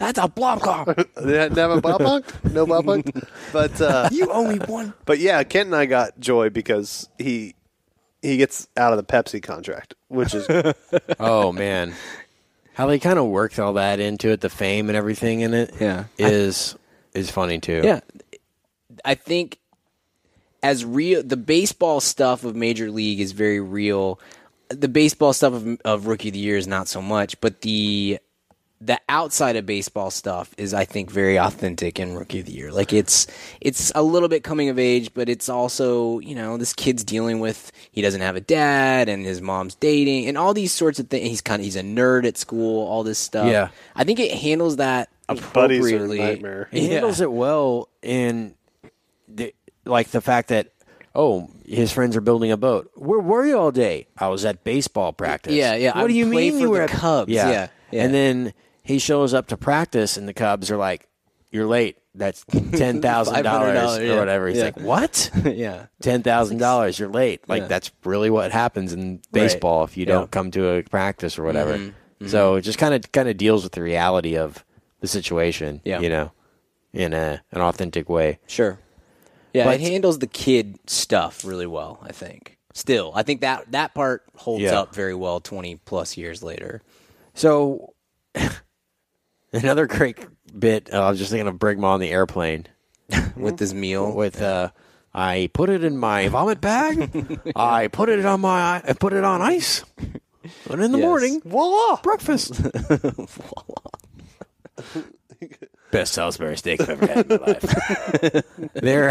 [SPEAKER 5] That's a blob car.
[SPEAKER 3] Did it have a bob punk? No bob punk. But uh,
[SPEAKER 5] you owe me one.
[SPEAKER 3] but yeah, Kent and I got joy because he he gets out of the Pepsi contract, which is
[SPEAKER 4] Oh man, how they kind of worked all that into it—the fame and everything in it—is
[SPEAKER 5] Yeah.
[SPEAKER 4] is is funny too.
[SPEAKER 5] Yeah. I think as real the baseball stuff of Major League is very real. The baseball stuff of, of Rookie of the Year is not so much, but the the outside of baseball stuff is I think very authentic in Rookie of the Year. Like it's it's a little bit coming of age, but it's also, you know, this kid's dealing with he doesn't have a dad and his mom's dating and all these sorts of things. He's kind of he's a nerd at school, all this stuff.
[SPEAKER 4] Yeah.
[SPEAKER 5] I think it handles that
[SPEAKER 3] buddies
[SPEAKER 5] appropriately.
[SPEAKER 3] are a nightmare.
[SPEAKER 4] he handles it well in the, like the fact that oh his friends are building a boat. Where were you all day? I was at baseball practice.
[SPEAKER 5] Yeah, yeah,
[SPEAKER 4] What
[SPEAKER 5] I
[SPEAKER 4] do you
[SPEAKER 5] played
[SPEAKER 4] mean
[SPEAKER 5] for
[SPEAKER 4] you were
[SPEAKER 5] the
[SPEAKER 4] at
[SPEAKER 5] Cubs.
[SPEAKER 4] Yeah.
[SPEAKER 5] Yeah, yeah.
[SPEAKER 4] and then he shows up to practice, and the Cubs are like, "You're late. (laughs) That's ten thousand dollars
[SPEAKER 5] $500,
[SPEAKER 4] or
[SPEAKER 5] yeah,
[SPEAKER 4] whatever." He's
[SPEAKER 5] yeah.
[SPEAKER 4] like, (laughs) "What?"
[SPEAKER 5] yeah.
[SPEAKER 4] ten thousand dollars, you're late. Like
[SPEAKER 5] Yeah.
[SPEAKER 4] that's really what happens in baseball if you
[SPEAKER 5] Yeah. Mm-hmm.
[SPEAKER 4] don't come to a practice or whatever. So it just kind of kind of deals with the reality of the situation,
[SPEAKER 5] Yeah.
[SPEAKER 4] you know, in a an authentic way.
[SPEAKER 5] Sure. Yeah,
[SPEAKER 4] But-
[SPEAKER 5] it handles the kid stuff really well, I think. Still, I think that that part holds
[SPEAKER 4] Yeah.
[SPEAKER 5] up very well 20 plus years later.
[SPEAKER 4] So (laughs) another great bit. Uh, I was just thinking of Brigma on the airplane Hmm.
[SPEAKER 5] With this meal,
[SPEAKER 4] with. Uh, I put it in my vomit
[SPEAKER 5] (laughs)
[SPEAKER 4] bag. I put it on my. I put it on ice. And in the
[SPEAKER 5] Yes.
[SPEAKER 4] morning,
[SPEAKER 3] voila.
[SPEAKER 4] (laughs) breakfast. Best Salisbury steak I've ever had in my life. (laughs) there,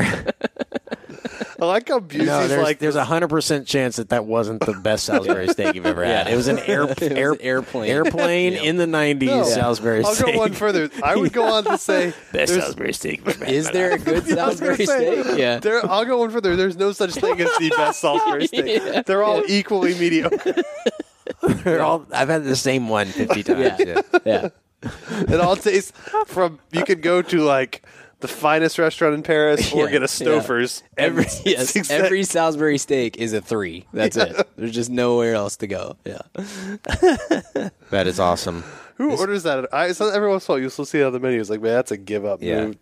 [SPEAKER 3] I like how Busey's
[SPEAKER 4] no, there's,
[SPEAKER 3] like
[SPEAKER 4] there's a hundred percent chance that that wasn't the best (laughs) Salisbury steak you've ever had. (laughs)
[SPEAKER 5] Yeah.
[SPEAKER 4] It was an air, air
[SPEAKER 5] airplane.
[SPEAKER 4] airplane in the '90s
[SPEAKER 3] No.
[SPEAKER 4] Salisbury
[SPEAKER 3] oh. I'll
[SPEAKER 4] steak.
[SPEAKER 3] go
[SPEAKER 4] (laughs)
[SPEAKER 3] one further. I would go on to say there's-
[SPEAKER 4] Best Salisbury steak. I've ever had in
[SPEAKER 5] Is
[SPEAKER 4] my
[SPEAKER 5] there
[SPEAKER 4] life.
[SPEAKER 5] a
[SPEAKER 4] (laughs)
[SPEAKER 5] good
[SPEAKER 3] I was gonna
[SPEAKER 5] Salisbury
[SPEAKER 3] say, (laughs)
[SPEAKER 5] steak? Yeah.
[SPEAKER 3] there- I'll go one further. There's no such thing as the
[SPEAKER 5] (laughs)
[SPEAKER 3] best Salisbury steak. They're all equally mediocre.
[SPEAKER 4] They're (laughs) all- I've had the same one 50 times.
[SPEAKER 5] Yeah.
[SPEAKER 4] yeah.
[SPEAKER 5] yeah.
[SPEAKER 3] It all tastes from you could go to like the finest restaurant in Paris or
[SPEAKER 5] Yeah,
[SPEAKER 3] get
[SPEAKER 5] yeah.
[SPEAKER 3] a Stouffer's.
[SPEAKER 4] (laughs)
[SPEAKER 5] Every
[SPEAKER 3] and
[SPEAKER 5] yes,
[SPEAKER 3] six-
[SPEAKER 5] every Salisbury steak is a 3. That's it. There's just nowhere else to go.
[SPEAKER 4] (laughs)
[SPEAKER 5] Yeah.
[SPEAKER 4] That is awesome.
[SPEAKER 3] who orders that? I so every once in a while you'll still see it on the menu. It's like man, that's a give up
[SPEAKER 4] Yeah.
[SPEAKER 3] move.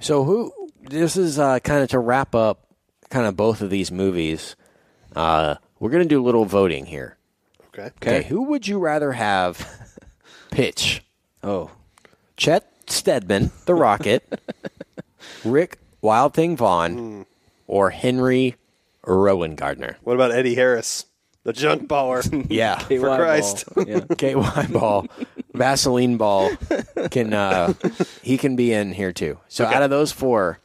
[SPEAKER 4] So who? This is uh, kind of to wrap up, kind of both of these movies. Uh, We're going to do a little voting here.
[SPEAKER 3] Okay.
[SPEAKER 4] Okay. Who would you rather have pitch?
[SPEAKER 5] Oh,
[SPEAKER 4] Chet Stedman, the
[SPEAKER 5] (laughs)
[SPEAKER 4] Rocket, Rick Wild Thing
[SPEAKER 5] Hmm.
[SPEAKER 4] Vaughn, or Henry Rowan Gardner?
[SPEAKER 3] What about Eddie Harris, the junk baller?
[SPEAKER 5] (laughs)
[SPEAKER 4] Yeah.
[SPEAKER 5] KY ball.
[SPEAKER 3] Christ.
[SPEAKER 5] Yeah.
[SPEAKER 4] KY ball, Vaseline ball can uh he can be in here too. So out of those four,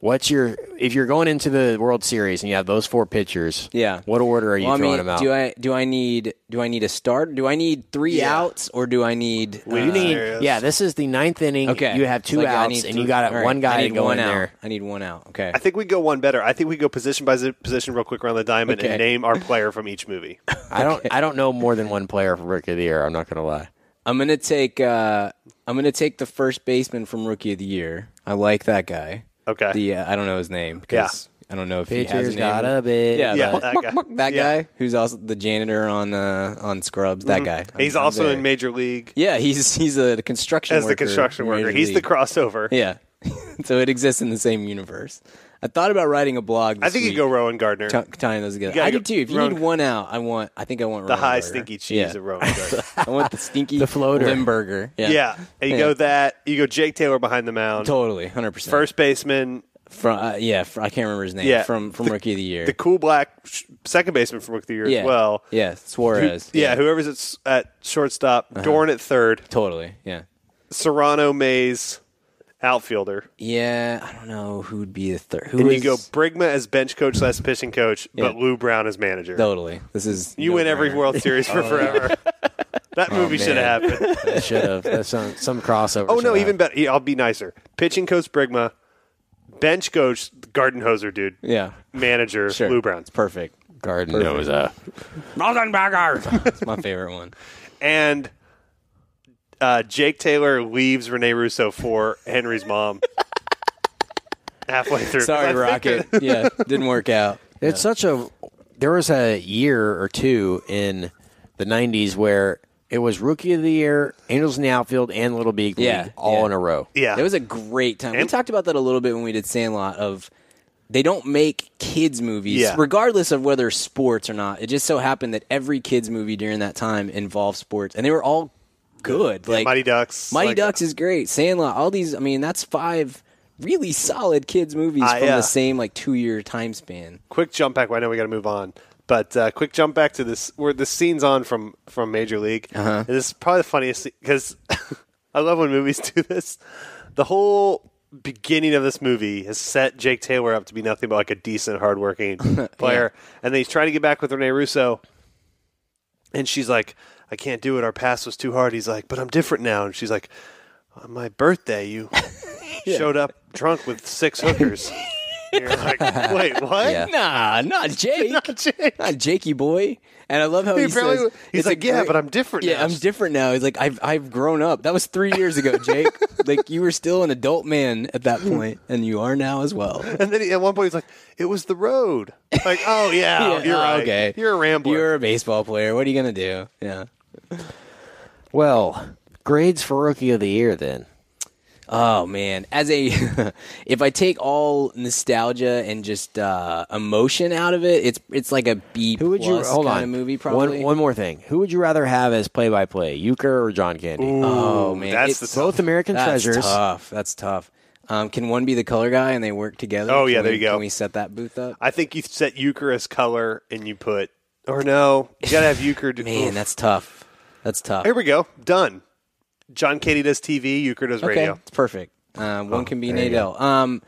[SPEAKER 4] what's your if you're going into the World Series and you have those four pitchers?
[SPEAKER 5] Yeah.
[SPEAKER 4] What order are you
[SPEAKER 5] Well, I
[SPEAKER 4] throwing
[SPEAKER 5] mean,
[SPEAKER 4] them out?
[SPEAKER 5] do I do I need do I need a start? Do I need three
[SPEAKER 3] Yeah.
[SPEAKER 5] outs or do I need?
[SPEAKER 3] We
[SPEAKER 4] You
[SPEAKER 5] uh,
[SPEAKER 4] need-
[SPEAKER 3] There it is.
[SPEAKER 4] yeah, this is the ninth inning.
[SPEAKER 5] okay,
[SPEAKER 4] you have
[SPEAKER 5] It's
[SPEAKER 4] two
[SPEAKER 5] like, I
[SPEAKER 4] outs
[SPEAKER 5] need
[SPEAKER 4] and
[SPEAKER 5] three-
[SPEAKER 4] you got
[SPEAKER 5] all right,
[SPEAKER 4] one
[SPEAKER 5] I
[SPEAKER 4] guy
[SPEAKER 5] need
[SPEAKER 4] to go
[SPEAKER 5] one
[SPEAKER 4] in
[SPEAKER 5] out.
[SPEAKER 4] there.
[SPEAKER 5] I need one out. Okay.
[SPEAKER 3] I think we go one better. I think we go position by zi- position real quick around the diamond
[SPEAKER 5] Okay.
[SPEAKER 3] and name
[SPEAKER 5] (laughs)
[SPEAKER 3] our player from each movie.
[SPEAKER 4] I don't I don't know more than one player for Rookie of the Year. I'm not gonna lie.
[SPEAKER 5] I'm gonna take uh, I'm gonna take the first baseman from Rookie of the Year. I like that guy.
[SPEAKER 3] Okay.
[SPEAKER 5] The uh, I don't know his name. 'cause I don't know if he has
[SPEAKER 4] Pitchers
[SPEAKER 5] a name.
[SPEAKER 4] got a bit.
[SPEAKER 5] yeah,
[SPEAKER 3] Yeah, that
[SPEAKER 5] that,
[SPEAKER 3] guy.
[SPEAKER 5] that
[SPEAKER 3] Yeah.
[SPEAKER 5] guy who's also the janitor on uh, on Scrubs. That guy. I'm-
[SPEAKER 3] Mm-hmm. He's
[SPEAKER 5] I'm
[SPEAKER 3] also
[SPEAKER 5] there.
[SPEAKER 3] in Major League
[SPEAKER 5] Yeah, he's he's a construction
[SPEAKER 3] as
[SPEAKER 5] worker
[SPEAKER 3] the construction
[SPEAKER 5] in Major
[SPEAKER 3] worker. He's the
[SPEAKER 5] League.
[SPEAKER 3] crossover.
[SPEAKER 5] yeah. (laughs) so it exists in the same universe. I thought about writing a blog.
[SPEAKER 3] I
[SPEAKER 5] this
[SPEAKER 3] think you
[SPEAKER 5] week,
[SPEAKER 3] go Rowan Gardner.
[SPEAKER 5] t- tying those together.
[SPEAKER 3] You gotta
[SPEAKER 5] I
[SPEAKER 3] go-
[SPEAKER 5] do too. If you
[SPEAKER 3] Rowan-
[SPEAKER 5] need one out, I want. I think I want
[SPEAKER 3] the
[SPEAKER 5] Rowan
[SPEAKER 3] high
[SPEAKER 5] Burger.
[SPEAKER 3] stinky cheese
[SPEAKER 5] Yeah.
[SPEAKER 3] of Rowan Gardner.
[SPEAKER 5] (laughs) I want the
[SPEAKER 4] (laughs)
[SPEAKER 5] stinky
[SPEAKER 4] The floater.
[SPEAKER 5] Limburger. Yeah,
[SPEAKER 3] yeah. And you
[SPEAKER 5] Yeah.
[SPEAKER 3] go that. You go Jake Taylor behind the mound.
[SPEAKER 5] totally, hundred percent.
[SPEAKER 3] First baseman,
[SPEAKER 5] from uh, yeah, fr I can't remember his name.
[SPEAKER 3] Yeah.
[SPEAKER 5] from from Rookie of the Year.
[SPEAKER 3] the cool black sh- second baseman from Rookie of the Year
[SPEAKER 5] yeah,
[SPEAKER 3] as well.
[SPEAKER 5] yeah, Suarez.
[SPEAKER 3] Yeah, whoever's at, s- at shortstop,
[SPEAKER 5] Uh-huh.
[SPEAKER 3] Dorn at third,
[SPEAKER 5] totally. Yeah,
[SPEAKER 3] Serrano Mays, outfielder.
[SPEAKER 5] yeah. I don't know who'd be the third. Who
[SPEAKER 3] And you
[SPEAKER 5] is-
[SPEAKER 3] go Brigma as bench coach slash pitching coach, but Lou Brown as manager.
[SPEAKER 5] totally. This is
[SPEAKER 3] You win every
[SPEAKER 5] no-brainer.
[SPEAKER 3] World Series
[SPEAKER 5] (laughs)
[SPEAKER 3] for forever. (laughs) That
[SPEAKER 5] Oh,
[SPEAKER 3] movie should have happened.
[SPEAKER 4] That should have. That's some some crossover.
[SPEAKER 3] Oh no,
[SPEAKER 4] should have.
[SPEAKER 3] even better. yeah, I'll be nicer. Pitching coach Brigma, bench coach Garden Hoser dude,
[SPEAKER 5] Yeah,
[SPEAKER 3] manager
[SPEAKER 5] sure.
[SPEAKER 3] Lou Brown,
[SPEAKER 5] It's perfect.
[SPEAKER 4] Garden knows uh,
[SPEAKER 5] It's my
[SPEAKER 3] (laughs)
[SPEAKER 5] favorite one.
[SPEAKER 3] and uh, Jake Taylor leaves Rene Russo for Henry's
[SPEAKER 5] (laughs)
[SPEAKER 3] mom halfway through. I
[SPEAKER 5] Sorry,
[SPEAKER 3] think
[SPEAKER 5] Rocket.
[SPEAKER 3] it-
[SPEAKER 5] yeah, didn't work out.
[SPEAKER 4] It's such a. There was a year or two in the '90s where it was Rookie of the Year, Angels in the outfield, and Little Big League
[SPEAKER 5] Yeah,
[SPEAKER 4] all
[SPEAKER 5] yeah.
[SPEAKER 4] in a row.
[SPEAKER 3] yeah,
[SPEAKER 5] It was a great time. we
[SPEAKER 3] And-
[SPEAKER 5] talked about that a little bit when we did Sandlot of they don't make kids movies
[SPEAKER 3] Yeah.
[SPEAKER 5] regardless of whether sports or not. It just so happened that every kids movie during that time involved sports and they were all good. Like
[SPEAKER 3] Mighty Ducks,
[SPEAKER 5] Mighty
[SPEAKER 3] like-
[SPEAKER 5] Ducks is great. Sandlot, all these I mean that's five really solid kids movies
[SPEAKER 3] Ah,
[SPEAKER 5] from
[SPEAKER 3] yeah.
[SPEAKER 5] the same like 2 year time span.
[SPEAKER 3] quick jump back. well, I know we got to move on, but uh, quick jump back to this where the scene's on from from Major League. Uh-huh. This is probably the funniest because (laughs) I love when movies (laughs) do this. The whole beginning of this movie has set Jake Taylor up to be nothing but like a decent, hardworking player, and then he's trying to get back with Rene Russo, and she's like, "I can't do it. Our past was too hard." He's like, "But I'm different now," and she's like, "On my birthday, you." Showed up drunk with six hookers. And You're like, wait, what?
[SPEAKER 5] Nah, (laughs) not Jake. not,
[SPEAKER 3] Jake.
[SPEAKER 5] Jakey boy. And I love how
[SPEAKER 3] He
[SPEAKER 5] he,
[SPEAKER 3] probably-
[SPEAKER 5] says,
[SPEAKER 3] he's
[SPEAKER 5] it's a
[SPEAKER 3] like, "Yeah,
[SPEAKER 5] great-
[SPEAKER 3] but I'm different
[SPEAKER 5] Yeah,
[SPEAKER 3] now."
[SPEAKER 5] I'm different now. He's like, I've I've grown up. That was three years ago,
[SPEAKER 3] (laughs)
[SPEAKER 5] Jake. like you were still an adult man at that point, and you are now as well.
[SPEAKER 3] And then he, at one point he's like, "It was the road." Like, (laughs)
[SPEAKER 5] (laughs)
[SPEAKER 3] oh yeah,
[SPEAKER 5] Yeah,
[SPEAKER 3] you're
[SPEAKER 5] oh,
[SPEAKER 3] right.
[SPEAKER 5] Okay,
[SPEAKER 3] You're a rambler.
[SPEAKER 5] You're a baseball player. What are you gonna do? Yeah.
[SPEAKER 4] Well, grades for Rookie of the Year then.
[SPEAKER 5] Oh man, as a (laughs) if I take all nostalgia and just uh, emotion out of it, it's it's like a B
[SPEAKER 4] Who would you
[SPEAKER 5] plus
[SPEAKER 4] hold
[SPEAKER 5] kind
[SPEAKER 4] on?
[SPEAKER 5] of movie probably.
[SPEAKER 4] One, one more thing. Who would you rather have as play-by-play, Euchre or John Candy?
[SPEAKER 5] oh man,
[SPEAKER 3] That's
[SPEAKER 5] it's-
[SPEAKER 3] the
[SPEAKER 4] Both American
[SPEAKER 5] That's
[SPEAKER 4] treasures.
[SPEAKER 5] tough. That's tough. Um, can one be the color guy and they work together?
[SPEAKER 3] Oh, yeah,
[SPEAKER 5] Can
[SPEAKER 3] there
[SPEAKER 5] we-
[SPEAKER 3] you go.
[SPEAKER 5] Can we set that booth up?
[SPEAKER 3] I think you set Euchre as color, and you put or no, you gotta have Euchre. Do,
[SPEAKER 5] (laughs) Man,
[SPEAKER 3] oof.
[SPEAKER 5] that's tough. That's tough.
[SPEAKER 3] here we go. Done. John Candy does TV. Euchre does
[SPEAKER 5] okay,
[SPEAKER 3] radio. Oh,
[SPEAKER 5] it's perfect. Um, one can be Nadell. Um,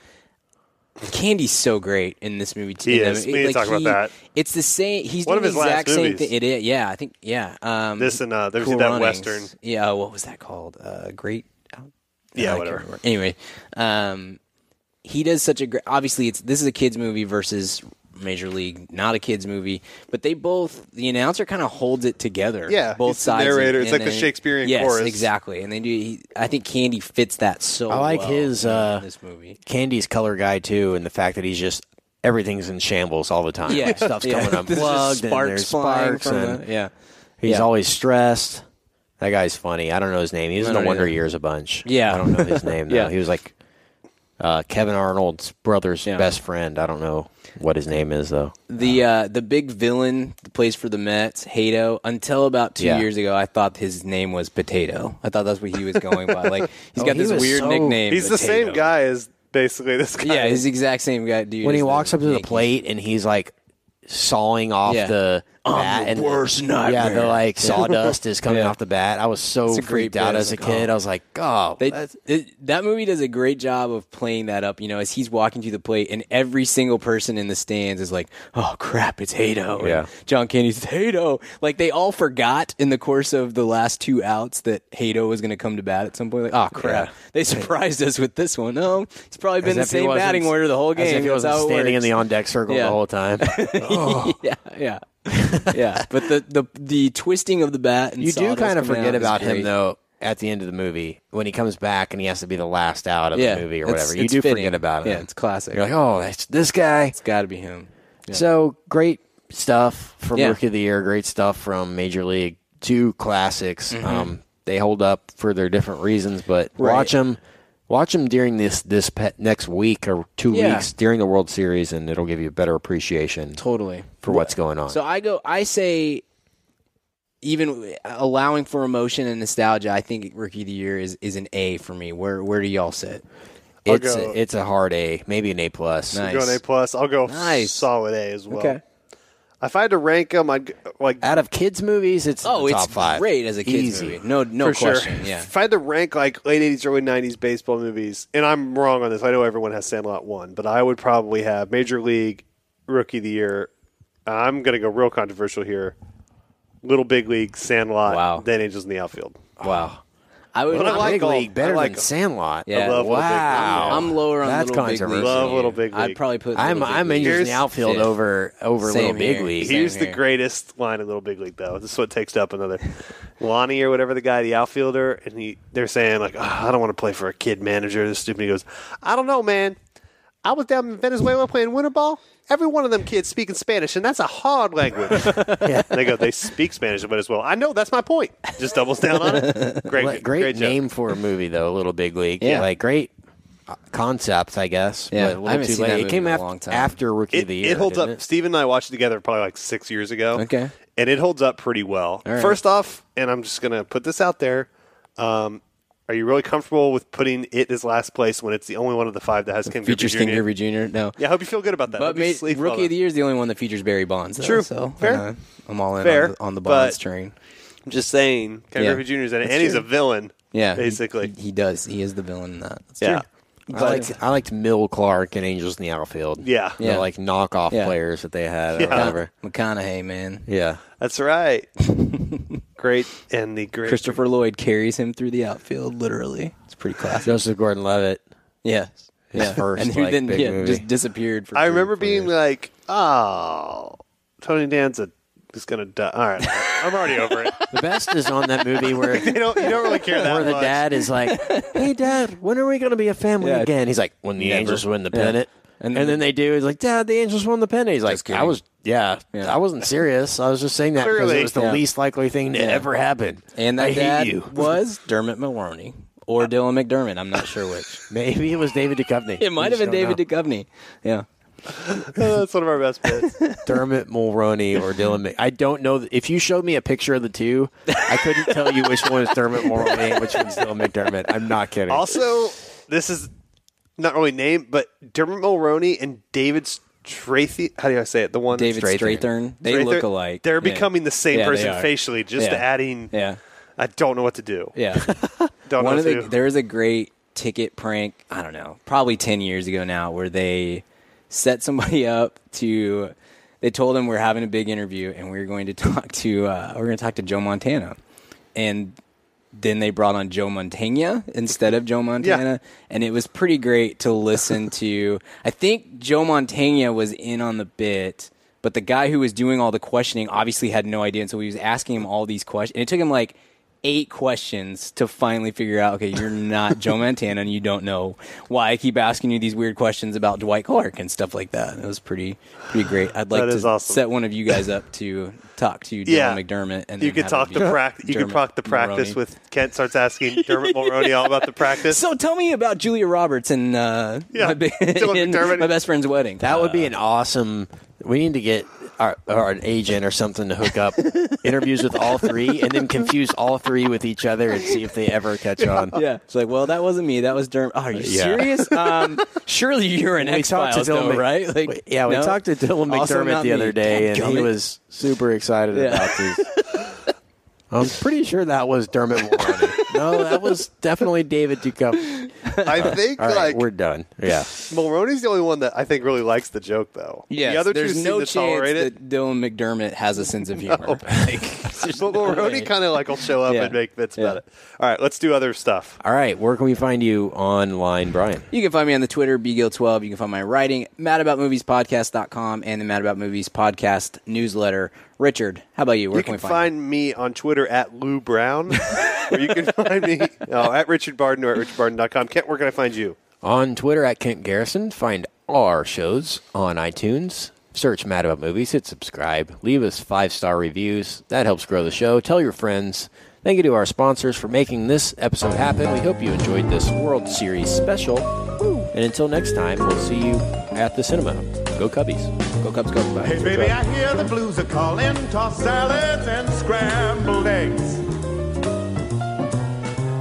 [SPEAKER 5] Candy's so great in this movie too.
[SPEAKER 3] He
[SPEAKER 5] And I
[SPEAKER 3] is.
[SPEAKER 5] mean,
[SPEAKER 3] We need to talk about that.
[SPEAKER 5] It's the same. He's
[SPEAKER 3] One
[SPEAKER 5] doing
[SPEAKER 3] of his
[SPEAKER 5] the
[SPEAKER 3] last
[SPEAKER 5] exact same
[SPEAKER 3] movies.
[SPEAKER 5] thing. It is. Yeah, I think. Yeah. Um,
[SPEAKER 3] This and, uh, there was
[SPEAKER 5] Cool
[SPEAKER 3] that
[SPEAKER 5] Runnings.
[SPEAKER 3] Western.
[SPEAKER 5] Yeah. What was that called? Uh, great. Out-
[SPEAKER 3] Yeah,
[SPEAKER 5] I can't
[SPEAKER 3] whatever.
[SPEAKER 5] remember. Anyway, um, he does such a great. Obviously, it's this is a kids movie versus Major League, not a kids movie. But they both the announcer kind of holds it together.
[SPEAKER 3] Yeah,
[SPEAKER 5] both
[SPEAKER 3] it's the
[SPEAKER 5] sides.
[SPEAKER 3] narrator.
[SPEAKER 5] and-
[SPEAKER 3] It's
[SPEAKER 5] and
[SPEAKER 3] like the
[SPEAKER 5] they-
[SPEAKER 3] Shakespearean
[SPEAKER 5] yes,
[SPEAKER 3] chorus.
[SPEAKER 5] exactly. And they do. He, I think Candy fits that so.
[SPEAKER 4] I like
[SPEAKER 5] well
[SPEAKER 4] his,
[SPEAKER 5] in
[SPEAKER 4] uh,
[SPEAKER 5] this movie.
[SPEAKER 4] Candy's color guy too, and the fact that he's just everything's in shambles all the time.
[SPEAKER 5] Yeah,
[SPEAKER 4] (laughs) stuff's
[SPEAKER 5] yeah. (laughs)
[SPEAKER 4] coming
[SPEAKER 5] There's just
[SPEAKER 4] unplugged, and there's
[SPEAKER 5] flying
[SPEAKER 4] sparks,
[SPEAKER 5] from
[SPEAKER 4] and
[SPEAKER 5] the- yeah,
[SPEAKER 4] He's
[SPEAKER 5] Yeah.
[SPEAKER 4] always stressed. That guy's funny. I don't know his name. He was in
[SPEAKER 5] I
[SPEAKER 4] the
[SPEAKER 5] don't
[SPEAKER 4] Wonder
[SPEAKER 5] either.
[SPEAKER 4] Years a bunch.
[SPEAKER 5] Yeah. (laughs)
[SPEAKER 4] I don't know his name. Though.
[SPEAKER 5] Yeah.
[SPEAKER 4] He was like uh, Kevin Arnold's brother's
[SPEAKER 5] Yeah.
[SPEAKER 4] best friend. I don't know what his name is though.
[SPEAKER 5] The uh, the big villain that plays for the Mets, Hato, until about two
[SPEAKER 4] Yeah.
[SPEAKER 5] years ago, I thought his name was Potato. I thought that's what he was going by. Like
[SPEAKER 4] (laughs)
[SPEAKER 5] he's
[SPEAKER 4] Oh,
[SPEAKER 5] got
[SPEAKER 4] he
[SPEAKER 5] this
[SPEAKER 4] was
[SPEAKER 5] weird
[SPEAKER 4] so-
[SPEAKER 5] nickname.
[SPEAKER 3] He's the
[SPEAKER 5] Potato.
[SPEAKER 3] same guy as basically this guy. (laughs)
[SPEAKER 5] Yeah, he's the exact same guy. Dude,
[SPEAKER 4] When he
[SPEAKER 5] as
[SPEAKER 4] walks up to the
[SPEAKER 5] Yankees.
[SPEAKER 4] plate and he's like sawing off
[SPEAKER 5] Yeah.
[SPEAKER 4] the
[SPEAKER 5] I'm
[SPEAKER 4] bat
[SPEAKER 5] the
[SPEAKER 4] and
[SPEAKER 5] worst
[SPEAKER 4] yeah,
[SPEAKER 5] nightmare.
[SPEAKER 4] the
[SPEAKER 5] (laughs)
[SPEAKER 4] like sawdust is coming
[SPEAKER 5] Yeah.
[SPEAKER 4] off the bat. I was so
[SPEAKER 5] It's a great
[SPEAKER 4] freaked out
[SPEAKER 5] bit.
[SPEAKER 4] as a
[SPEAKER 5] It's like,
[SPEAKER 4] kid.
[SPEAKER 5] oh.
[SPEAKER 4] I was like, oh,
[SPEAKER 5] They,
[SPEAKER 4] that's-
[SPEAKER 5] it, that movie does a great job of playing that up, you know, as he's walking to the plate, and every single person in the stands is like, "Oh crap, it's Hato."
[SPEAKER 4] Yeah.
[SPEAKER 5] and John Candy says Hato. Like they all forgot in the course of the last two outs that Hato was going to come to bat at some point. Like, oh crap,
[SPEAKER 4] Yeah.
[SPEAKER 5] they surprised us with this one. No, it's probably been
[SPEAKER 4] as
[SPEAKER 5] the
[SPEAKER 4] if he
[SPEAKER 5] same
[SPEAKER 4] wasn't-
[SPEAKER 5] batting order the whole
[SPEAKER 4] as
[SPEAKER 5] game.
[SPEAKER 4] if he
[SPEAKER 5] That's
[SPEAKER 4] wasn't
[SPEAKER 5] how it
[SPEAKER 4] standing in
[SPEAKER 5] works.
[SPEAKER 4] the on deck circle
[SPEAKER 5] Yeah.
[SPEAKER 4] the whole
[SPEAKER 5] (laughs)
[SPEAKER 4] time.
[SPEAKER 5] yeah,
[SPEAKER 4] (laughs)
[SPEAKER 5] yeah, (laughs) yeah. But the the the twisting of the bat. And
[SPEAKER 4] you do
[SPEAKER 5] sawdust
[SPEAKER 4] kind of
[SPEAKER 5] coming out
[SPEAKER 4] forget
[SPEAKER 5] is
[SPEAKER 4] about him
[SPEAKER 5] great.
[SPEAKER 4] though at the end of the movie when he comes back and he has to be the last out of
[SPEAKER 5] Yeah,
[SPEAKER 4] the movie or
[SPEAKER 5] it's-
[SPEAKER 4] whatever. You
[SPEAKER 5] it's
[SPEAKER 4] do
[SPEAKER 5] fitting.
[SPEAKER 4] forget about him.
[SPEAKER 5] Yeah, it's classic.
[SPEAKER 4] You're like, oh, that's this guy.
[SPEAKER 5] it's got to be him.
[SPEAKER 4] So great stuff from
[SPEAKER 5] Yeah.
[SPEAKER 4] Rookie of the Year. Great stuff from Major League. Two classics. Um, they hold up for their different reasons, but watch 'em
[SPEAKER 5] Mm-hmm. Right.
[SPEAKER 4] watch them. Watch them during this this pe- next week or two
[SPEAKER 5] Yeah.
[SPEAKER 4] weeks during the World Series, and it'll give you a better appreciation
[SPEAKER 5] Totally.
[SPEAKER 4] for what's going on.
[SPEAKER 5] So I go. I say, even allowing for emotion and nostalgia, I think Rookie of the Year is, is an A for me. Where where do y'all sit?
[SPEAKER 3] I'll
[SPEAKER 4] it's
[SPEAKER 3] go-
[SPEAKER 4] a, it's a hard A, maybe an A plus.
[SPEAKER 5] Nice.
[SPEAKER 3] Go an A plus. I'll go
[SPEAKER 5] Nice.
[SPEAKER 3] solid A as well. If I had to rank them, I'd g- like
[SPEAKER 4] Out of kids movies, it's in
[SPEAKER 5] Oh,
[SPEAKER 4] the
[SPEAKER 5] it's
[SPEAKER 4] top five.
[SPEAKER 5] great as a kids
[SPEAKER 4] Easy.
[SPEAKER 5] movie. No, no
[SPEAKER 3] for
[SPEAKER 5] question.
[SPEAKER 3] sure.
[SPEAKER 5] (laughs) Yeah.
[SPEAKER 3] If I had to rank like late '80s, early '90s baseball movies, and I'm wrong on this. I know everyone has Sandlot one, but I would probably have Major League, Rookie of the Year. I'm gonna go real controversial here. Little Big League, Sandlot,
[SPEAKER 5] Wow.
[SPEAKER 3] then Angels in the Outfield.
[SPEAKER 4] Wow,
[SPEAKER 5] I would.
[SPEAKER 3] But I like
[SPEAKER 4] Big
[SPEAKER 3] all-
[SPEAKER 4] League better
[SPEAKER 3] I like
[SPEAKER 4] than
[SPEAKER 3] them.
[SPEAKER 4] Sandlot.
[SPEAKER 5] Yeah. I
[SPEAKER 4] wow.
[SPEAKER 5] love
[SPEAKER 3] Little Big League.
[SPEAKER 5] I'm lower on
[SPEAKER 4] That's
[SPEAKER 5] Little Big League.
[SPEAKER 4] controversial.
[SPEAKER 3] Love Little Big
[SPEAKER 5] I'd
[SPEAKER 3] League.
[SPEAKER 5] probably put.
[SPEAKER 4] I'm
[SPEAKER 5] Little Big
[SPEAKER 4] I'm
[SPEAKER 5] League
[SPEAKER 4] Angels in the
[SPEAKER 3] Here's-
[SPEAKER 4] outfield
[SPEAKER 5] fifth.
[SPEAKER 4] over over
[SPEAKER 5] Same
[SPEAKER 4] little big
[SPEAKER 5] here.
[SPEAKER 4] league.
[SPEAKER 5] Same
[SPEAKER 3] Here's the
[SPEAKER 5] here.
[SPEAKER 3] greatest line in Little Big League, though. This is what takes up another Lonnie or whatever the guy, the outfielder, and he they're saying like, "Ah, I don't want to play for a kid manager. This stupid. He goes, I don't know, man. I was down in Venezuela playing winter ball. Every one of them kids speaking Spanish, and that's a hard
[SPEAKER 4] (laughs)
[SPEAKER 3] language. And they go, they speak Spanish in Venezuela. I know. That's my point. Just doubles down on it. Great,
[SPEAKER 4] Like,
[SPEAKER 3] great,
[SPEAKER 4] great,
[SPEAKER 3] joke.
[SPEAKER 4] name for a movie though, Little Big League.
[SPEAKER 5] Yeah.
[SPEAKER 4] like great uh, concept, I guess.
[SPEAKER 5] Yeah.
[SPEAKER 4] but a little
[SPEAKER 5] I haven't
[SPEAKER 4] too
[SPEAKER 5] seen
[SPEAKER 4] late.
[SPEAKER 5] that
[SPEAKER 4] it
[SPEAKER 5] movie
[SPEAKER 4] came
[SPEAKER 5] in a
[SPEAKER 4] after,
[SPEAKER 5] long time.
[SPEAKER 4] after Rookie
[SPEAKER 3] It,
[SPEAKER 4] of the Year.
[SPEAKER 3] it holds
[SPEAKER 4] didn't
[SPEAKER 3] up.
[SPEAKER 4] it?
[SPEAKER 3] Steve and I watched it together probably like six years ago.
[SPEAKER 5] Okay.
[SPEAKER 3] And it holds up pretty well.
[SPEAKER 5] right.
[SPEAKER 3] First off, and I'm just going to put this out there. Um, are you really comfortable with putting it as last place when it's the only one of the five that has Ken Griffey
[SPEAKER 5] Features
[SPEAKER 3] Jr.?
[SPEAKER 5] King Griffey Jr. No.
[SPEAKER 3] Yeah, I hope you feel good about that.
[SPEAKER 5] But
[SPEAKER 3] Hope you
[SPEAKER 5] ma-
[SPEAKER 3] sleep well
[SPEAKER 5] Rookie of
[SPEAKER 3] on
[SPEAKER 5] the
[SPEAKER 3] it.
[SPEAKER 5] Year is the only one that features Barry Bonds. though,
[SPEAKER 3] True.
[SPEAKER 5] So
[SPEAKER 3] Fair.
[SPEAKER 5] uh, I'm all in
[SPEAKER 3] Fair,
[SPEAKER 5] on the, on the
[SPEAKER 3] but-
[SPEAKER 5] Bonds train.
[SPEAKER 3] I'm just saying, Ken
[SPEAKER 5] Yeah.
[SPEAKER 3] Griffey Jr. is in it, and
[SPEAKER 5] That's
[SPEAKER 3] he's
[SPEAKER 5] true.
[SPEAKER 3] a villain.
[SPEAKER 5] Yeah. he- (laughs)
[SPEAKER 3] basically.
[SPEAKER 5] he, he does. He is the villain in that. That's
[SPEAKER 3] yeah,
[SPEAKER 5] true.
[SPEAKER 4] I liked, I liked Mill Clark and Angels in the outfield.
[SPEAKER 3] Yeah.
[SPEAKER 4] the,
[SPEAKER 5] Yeah.
[SPEAKER 4] like knockoff
[SPEAKER 5] Yeah.
[SPEAKER 4] players that they had or
[SPEAKER 3] Yeah.
[SPEAKER 4] whatever.
[SPEAKER 5] Uh, McConaughey, man.
[SPEAKER 4] Yeah,
[SPEAKER 3] that's right.
[SPEAKER 5] (laughs)
[SPEAKER 3] great, and the great
[SPEAKER 5] Christopher Lloyd carries him through the outfield, literally. It's pretty classic.
[SPEAKER 4] Joseph Gordon-Levitt.
[SPEAKER 5] (laughs) Yeah.
[SPEAKER 4] His
[SPEAKER 5] yeah.
[SPEAKER 4] first,
[SPEAKER 5] and who
[SPEAKER 4] like,
[SPEAKER 5] then
[SPEAKER 4] big
[SPEAKER 5] yeah,
[SPEAKER 4] movie.
[SPEAKER 5] just disappeared for
[SPEAKER 3] I
[SPEAKER 5] three,
[SPEAKER 3] remember
[SPEAKER 5] four
[SPEAKER 3] being
[SPEAKER 5] years.
[SPEAKER 3] like, oh, Tony Danza is going to die. All right, I'm already over
[SPEAKER 5] (laughs)
[SPEAKER 3] it.
[SPEAKER 4] The best is on that
[SPEAKER 3] (laughs)
[SPEAKER 4] movie where
[SPEAKER 3] You don't, you don't really care that
[SPEAKER 4] where the
[SPEAKER 3] much.
[SPEAKER 4] dad is
[SPEAKER 5] (laughs)
[SPEAKER 4] like, "Hey, Dad, when are we going to be a family
[SPEAKER 5] Yeah.
[SPEAKER 4] again?" He's like, "When the Angels win the pennant."
[SPEAKER 5] And
[SPEAKER 4] And,
[SPEAKER 5] then-
[SPEAKER 4] then, they do. He's like, "Dad, the Angels won the pennant." He's like, "I
[SPEAKER 5] kidding.
[SPEAKER 4] was, yeah,
[SPEAKER 5] Yeah.
[SPEAKER 4] I wasn't serious. I was just saying that because
[SPEAKER 3] Clearly.
[SPEAKER 4] it was the
[SPEAKER 5] Yeah.
[SPEAKER 4] least likely thing to
[SPEAKER 5] Yeah.
[SPEAKER 4] ever happen."
[SPEAKER 5] and that
[SPEAKER 4] I
[SPEAKER 5] dad
[SPEAKER 4] hate you.
[SPEAKER 5] (laughs) was Dermot Mulroney or Dylan McDermott. I'm not sure which.
[SPEAKER 4] Maybe it was David Duchovny.
[SPEAKER 5] (laughs) It might have been David
[SPEAKER 4] Duchovny.
[SPEAKER 5] Duchovny. Yeah.
[SPEAKER 3] Oh, (laughs) that's one of our best bits.
[SPEAKER 4] Dermot Mulroney or Dylan. Mc- I don't know. th- If you showed me a picture of the two, I couldn't tell you which one is Dermot Mulroney and which one's Dylan McDermott. I'm not
[SPEAKER 3] (laughs)
[SPEAKER 4] kidding.
[SPEAKER 3] Also, this is not really name, but Dermot Mulroney and David Strathy. How do I say it? The one
[SPEAKER 5] David
[SPEAKER 4] Strathern.
[SPEAKER 5] Strathern. They
[SPEAKER 3] Strathern-
[SPEAKER 5] look alike.
[SPEAKER 3] They're
[SPEAKER 5] Yeah.
[SPEAKER 3] becoming the same
[SPEAKER 5] Yeah, they
[SPEAKER 3] person
[SPEAKER 5] are.
[SPEAKER 3] facially. Just
[SPEAKER 5] Yeah.
[SPEAKER 3] adding.
[SPEAKER 5] Yeah.
[SPEAKER 3] I don't know what to do. (laughs)
[SPEAKER 5] Yeah.
[SPEAKER 3] Don't
[SPEAKER 5] one
[SPEAKER 3] know what
[SPEAKER 5] of the
[SPEAKER 3] to do.
[SPEAKER 5] there was a great ticket prank. I don't know, probably ten years ago now, where they set somebody (laughs) up to. They told him we're having a big interview and we're going to talk to uh, we're going to talk to Joe Montana, and then they brought on Joe Montana instead of Joe Montana, and it was pretty great to listen to. I think Joe Montana was in on the bit. But the guy who was doing all the questioning obviously had no idea, and so he was asking him all these questions. And it took him like eight questions to finally figure out. Okay, you're
[SPEAKER 3] (laughs)
[SPEAKER 5] not Joe Montana, and you don't know why I keep asking you these weird questions about Dwight Clark and stuff like that. It was pretty pretty great. I'd like
[SPEAKER 3] That
[SPEAKER 5] to
[SPEAKER 3] is awesome.
[SPEAKER 5] set one of you guys up to talk to Dylan
[SPEAKER 3] Yeah.
[SPEAKER 5] McDermott, and
[SPEAKER 3] You
[SPEAKER 5] then
[SPEAKER 3] could
[SPEAKER 5] have
[SPEAKER 3] talk
[SPEAKER 5] it
[SPEAKER 3] to
[SPEAKER 5] be
[SPEAKER 3] practice. You could
[SPEAKER 5] Dermot
[SPEAKER 3] talk to practice
[SPEAKER 5] Mulroney.
[SPEAKER 3] with Kent starts asking Dermot Mulroney all about the practice.
[SPEAKER 5] (laughs) So tell me about Julia Roberts and uh,
[SPEAKER 3] Yeah.
[SPEAKER 5] my, big-
[SPEAKER 3] Dylan
[SPEAKER 5] (laughs) and
[SPEAKER 3] McDermott.
[SPEAKER 5] my best friend's wedding.
[SPEAKER 4] That would be an awesome. We need to get our, or an agent or something to hook (laughs) up interviews with all three, and then confuse all three with each other and see if they ever catch on.
[SPEAKER 3] Uh.
[SPEAKER 5] yeah, it's like, well, that wasn't me. That was Derm. Oh, are you
[SPEAKER 4] Yeah.
[SPEAKER 3] (laughs)
[SPEAKER 5] serious? Um, surely you're an
[SPEAKER 4] We
[SPEAKER 5] X
[SPEAKER 4] talked to
[SPEAKER 5] Files,
[SPEAKER 4] Dylan
[SPEAKER 5] though,
[SPEAKER 4] Mc-
[SPEAKER 5] right? Like,
[SPEAKER 4] we- yeah, we
[SPEAKER 5] no?
[SPEAKER 4] talked to Dylan
[SPEAKER 5] Also
[SPEAKER 4] McDermott
[SPEAKER 5] not
[SPEAKER 4] the
[SPEAKER 5] me.
[SPEAKER 4] other day,
[SPEAKER 5] God
[SPEAKER 4] and he
[SPEAKER 5] gummit.
[SPEAKER 4] was super excited
[SPEAKER 5] Yeah.
[SPEAKER 4] about these. (laughs) I'm pretty sure that was Dermot (laughs) Mulroney. no, that was definitely David Duchovny.
[SPEAKER 3] I think
[SPEAKER 4] All right,
[SPEAKER 3] like
[SPEAKER 4] we're done. Yeah,
[SPEAKER 3] Mulroney's the only one that I think really likes the joke though.
[SPEAKER 5] Yes,
[SPEAKER 3] the other
[SPEAKER 5] there's
[SPEAKER 3] two
[SPEAKER 5] no
[SPEAKER 3] seem to
[SPEAKER 5] chance
[SPEAKER 3] tolerate it.
[SPEAKER 5] that Dylan McDermott has a sense
[SPEAKER 3] (laughs)
[SPEAKER 5] of humor. Like, there's
[SPEAKER 3] But
[SPEAKER 5] no
[SPEAKER 3] Mulroney
[SPEAKER 5] way.
[SPEAKER 3] kind of like will show up
[SPEAKER 5] Yeah.
[SPEAKER 3] and make bits
[SPEAKER 5] Yeah.
[SPEAKER 3] about it. All right, let's do other stuff. (laughs)
[SPEAKER 4] All right, where can we find you online, Brian?
[SPEAKER 5] You can find me on the Twitter, bgill12. You can find my writing, madaboutmoviespodcast.com, and the Mad About Movies podcast newsletter. Richard, how about you? Where
[SPEAKER 3] You can
[SPEAKER 5] can, we find,
[SPEAKER 3] find me on Twitter at Lou Brown, or
[SPEAKER 5] (laughs)
[SPEAKER 3] you can find me oh, at Richard Barden or at richardbarden.com. Kent, where can I find you?
[SPEAKER 4] On Twitter at Kent Garrison, find our shows on iTunes. Search Mad About Movies, hit subscribe, leave us five star reviews. That helps grow the show. Tell your friends. Thank you to our sponsors for making this episode happen. We hope you enjoyed this World Series special. And until next time, we'll see you at the cinema. Go Cubbies.
[SPEAKER 5] you? Go Cubs, go. Bye.
[SPEAKER 6] Hey, baby, I hear the blues are calling. Toss salads and scrambled eggs.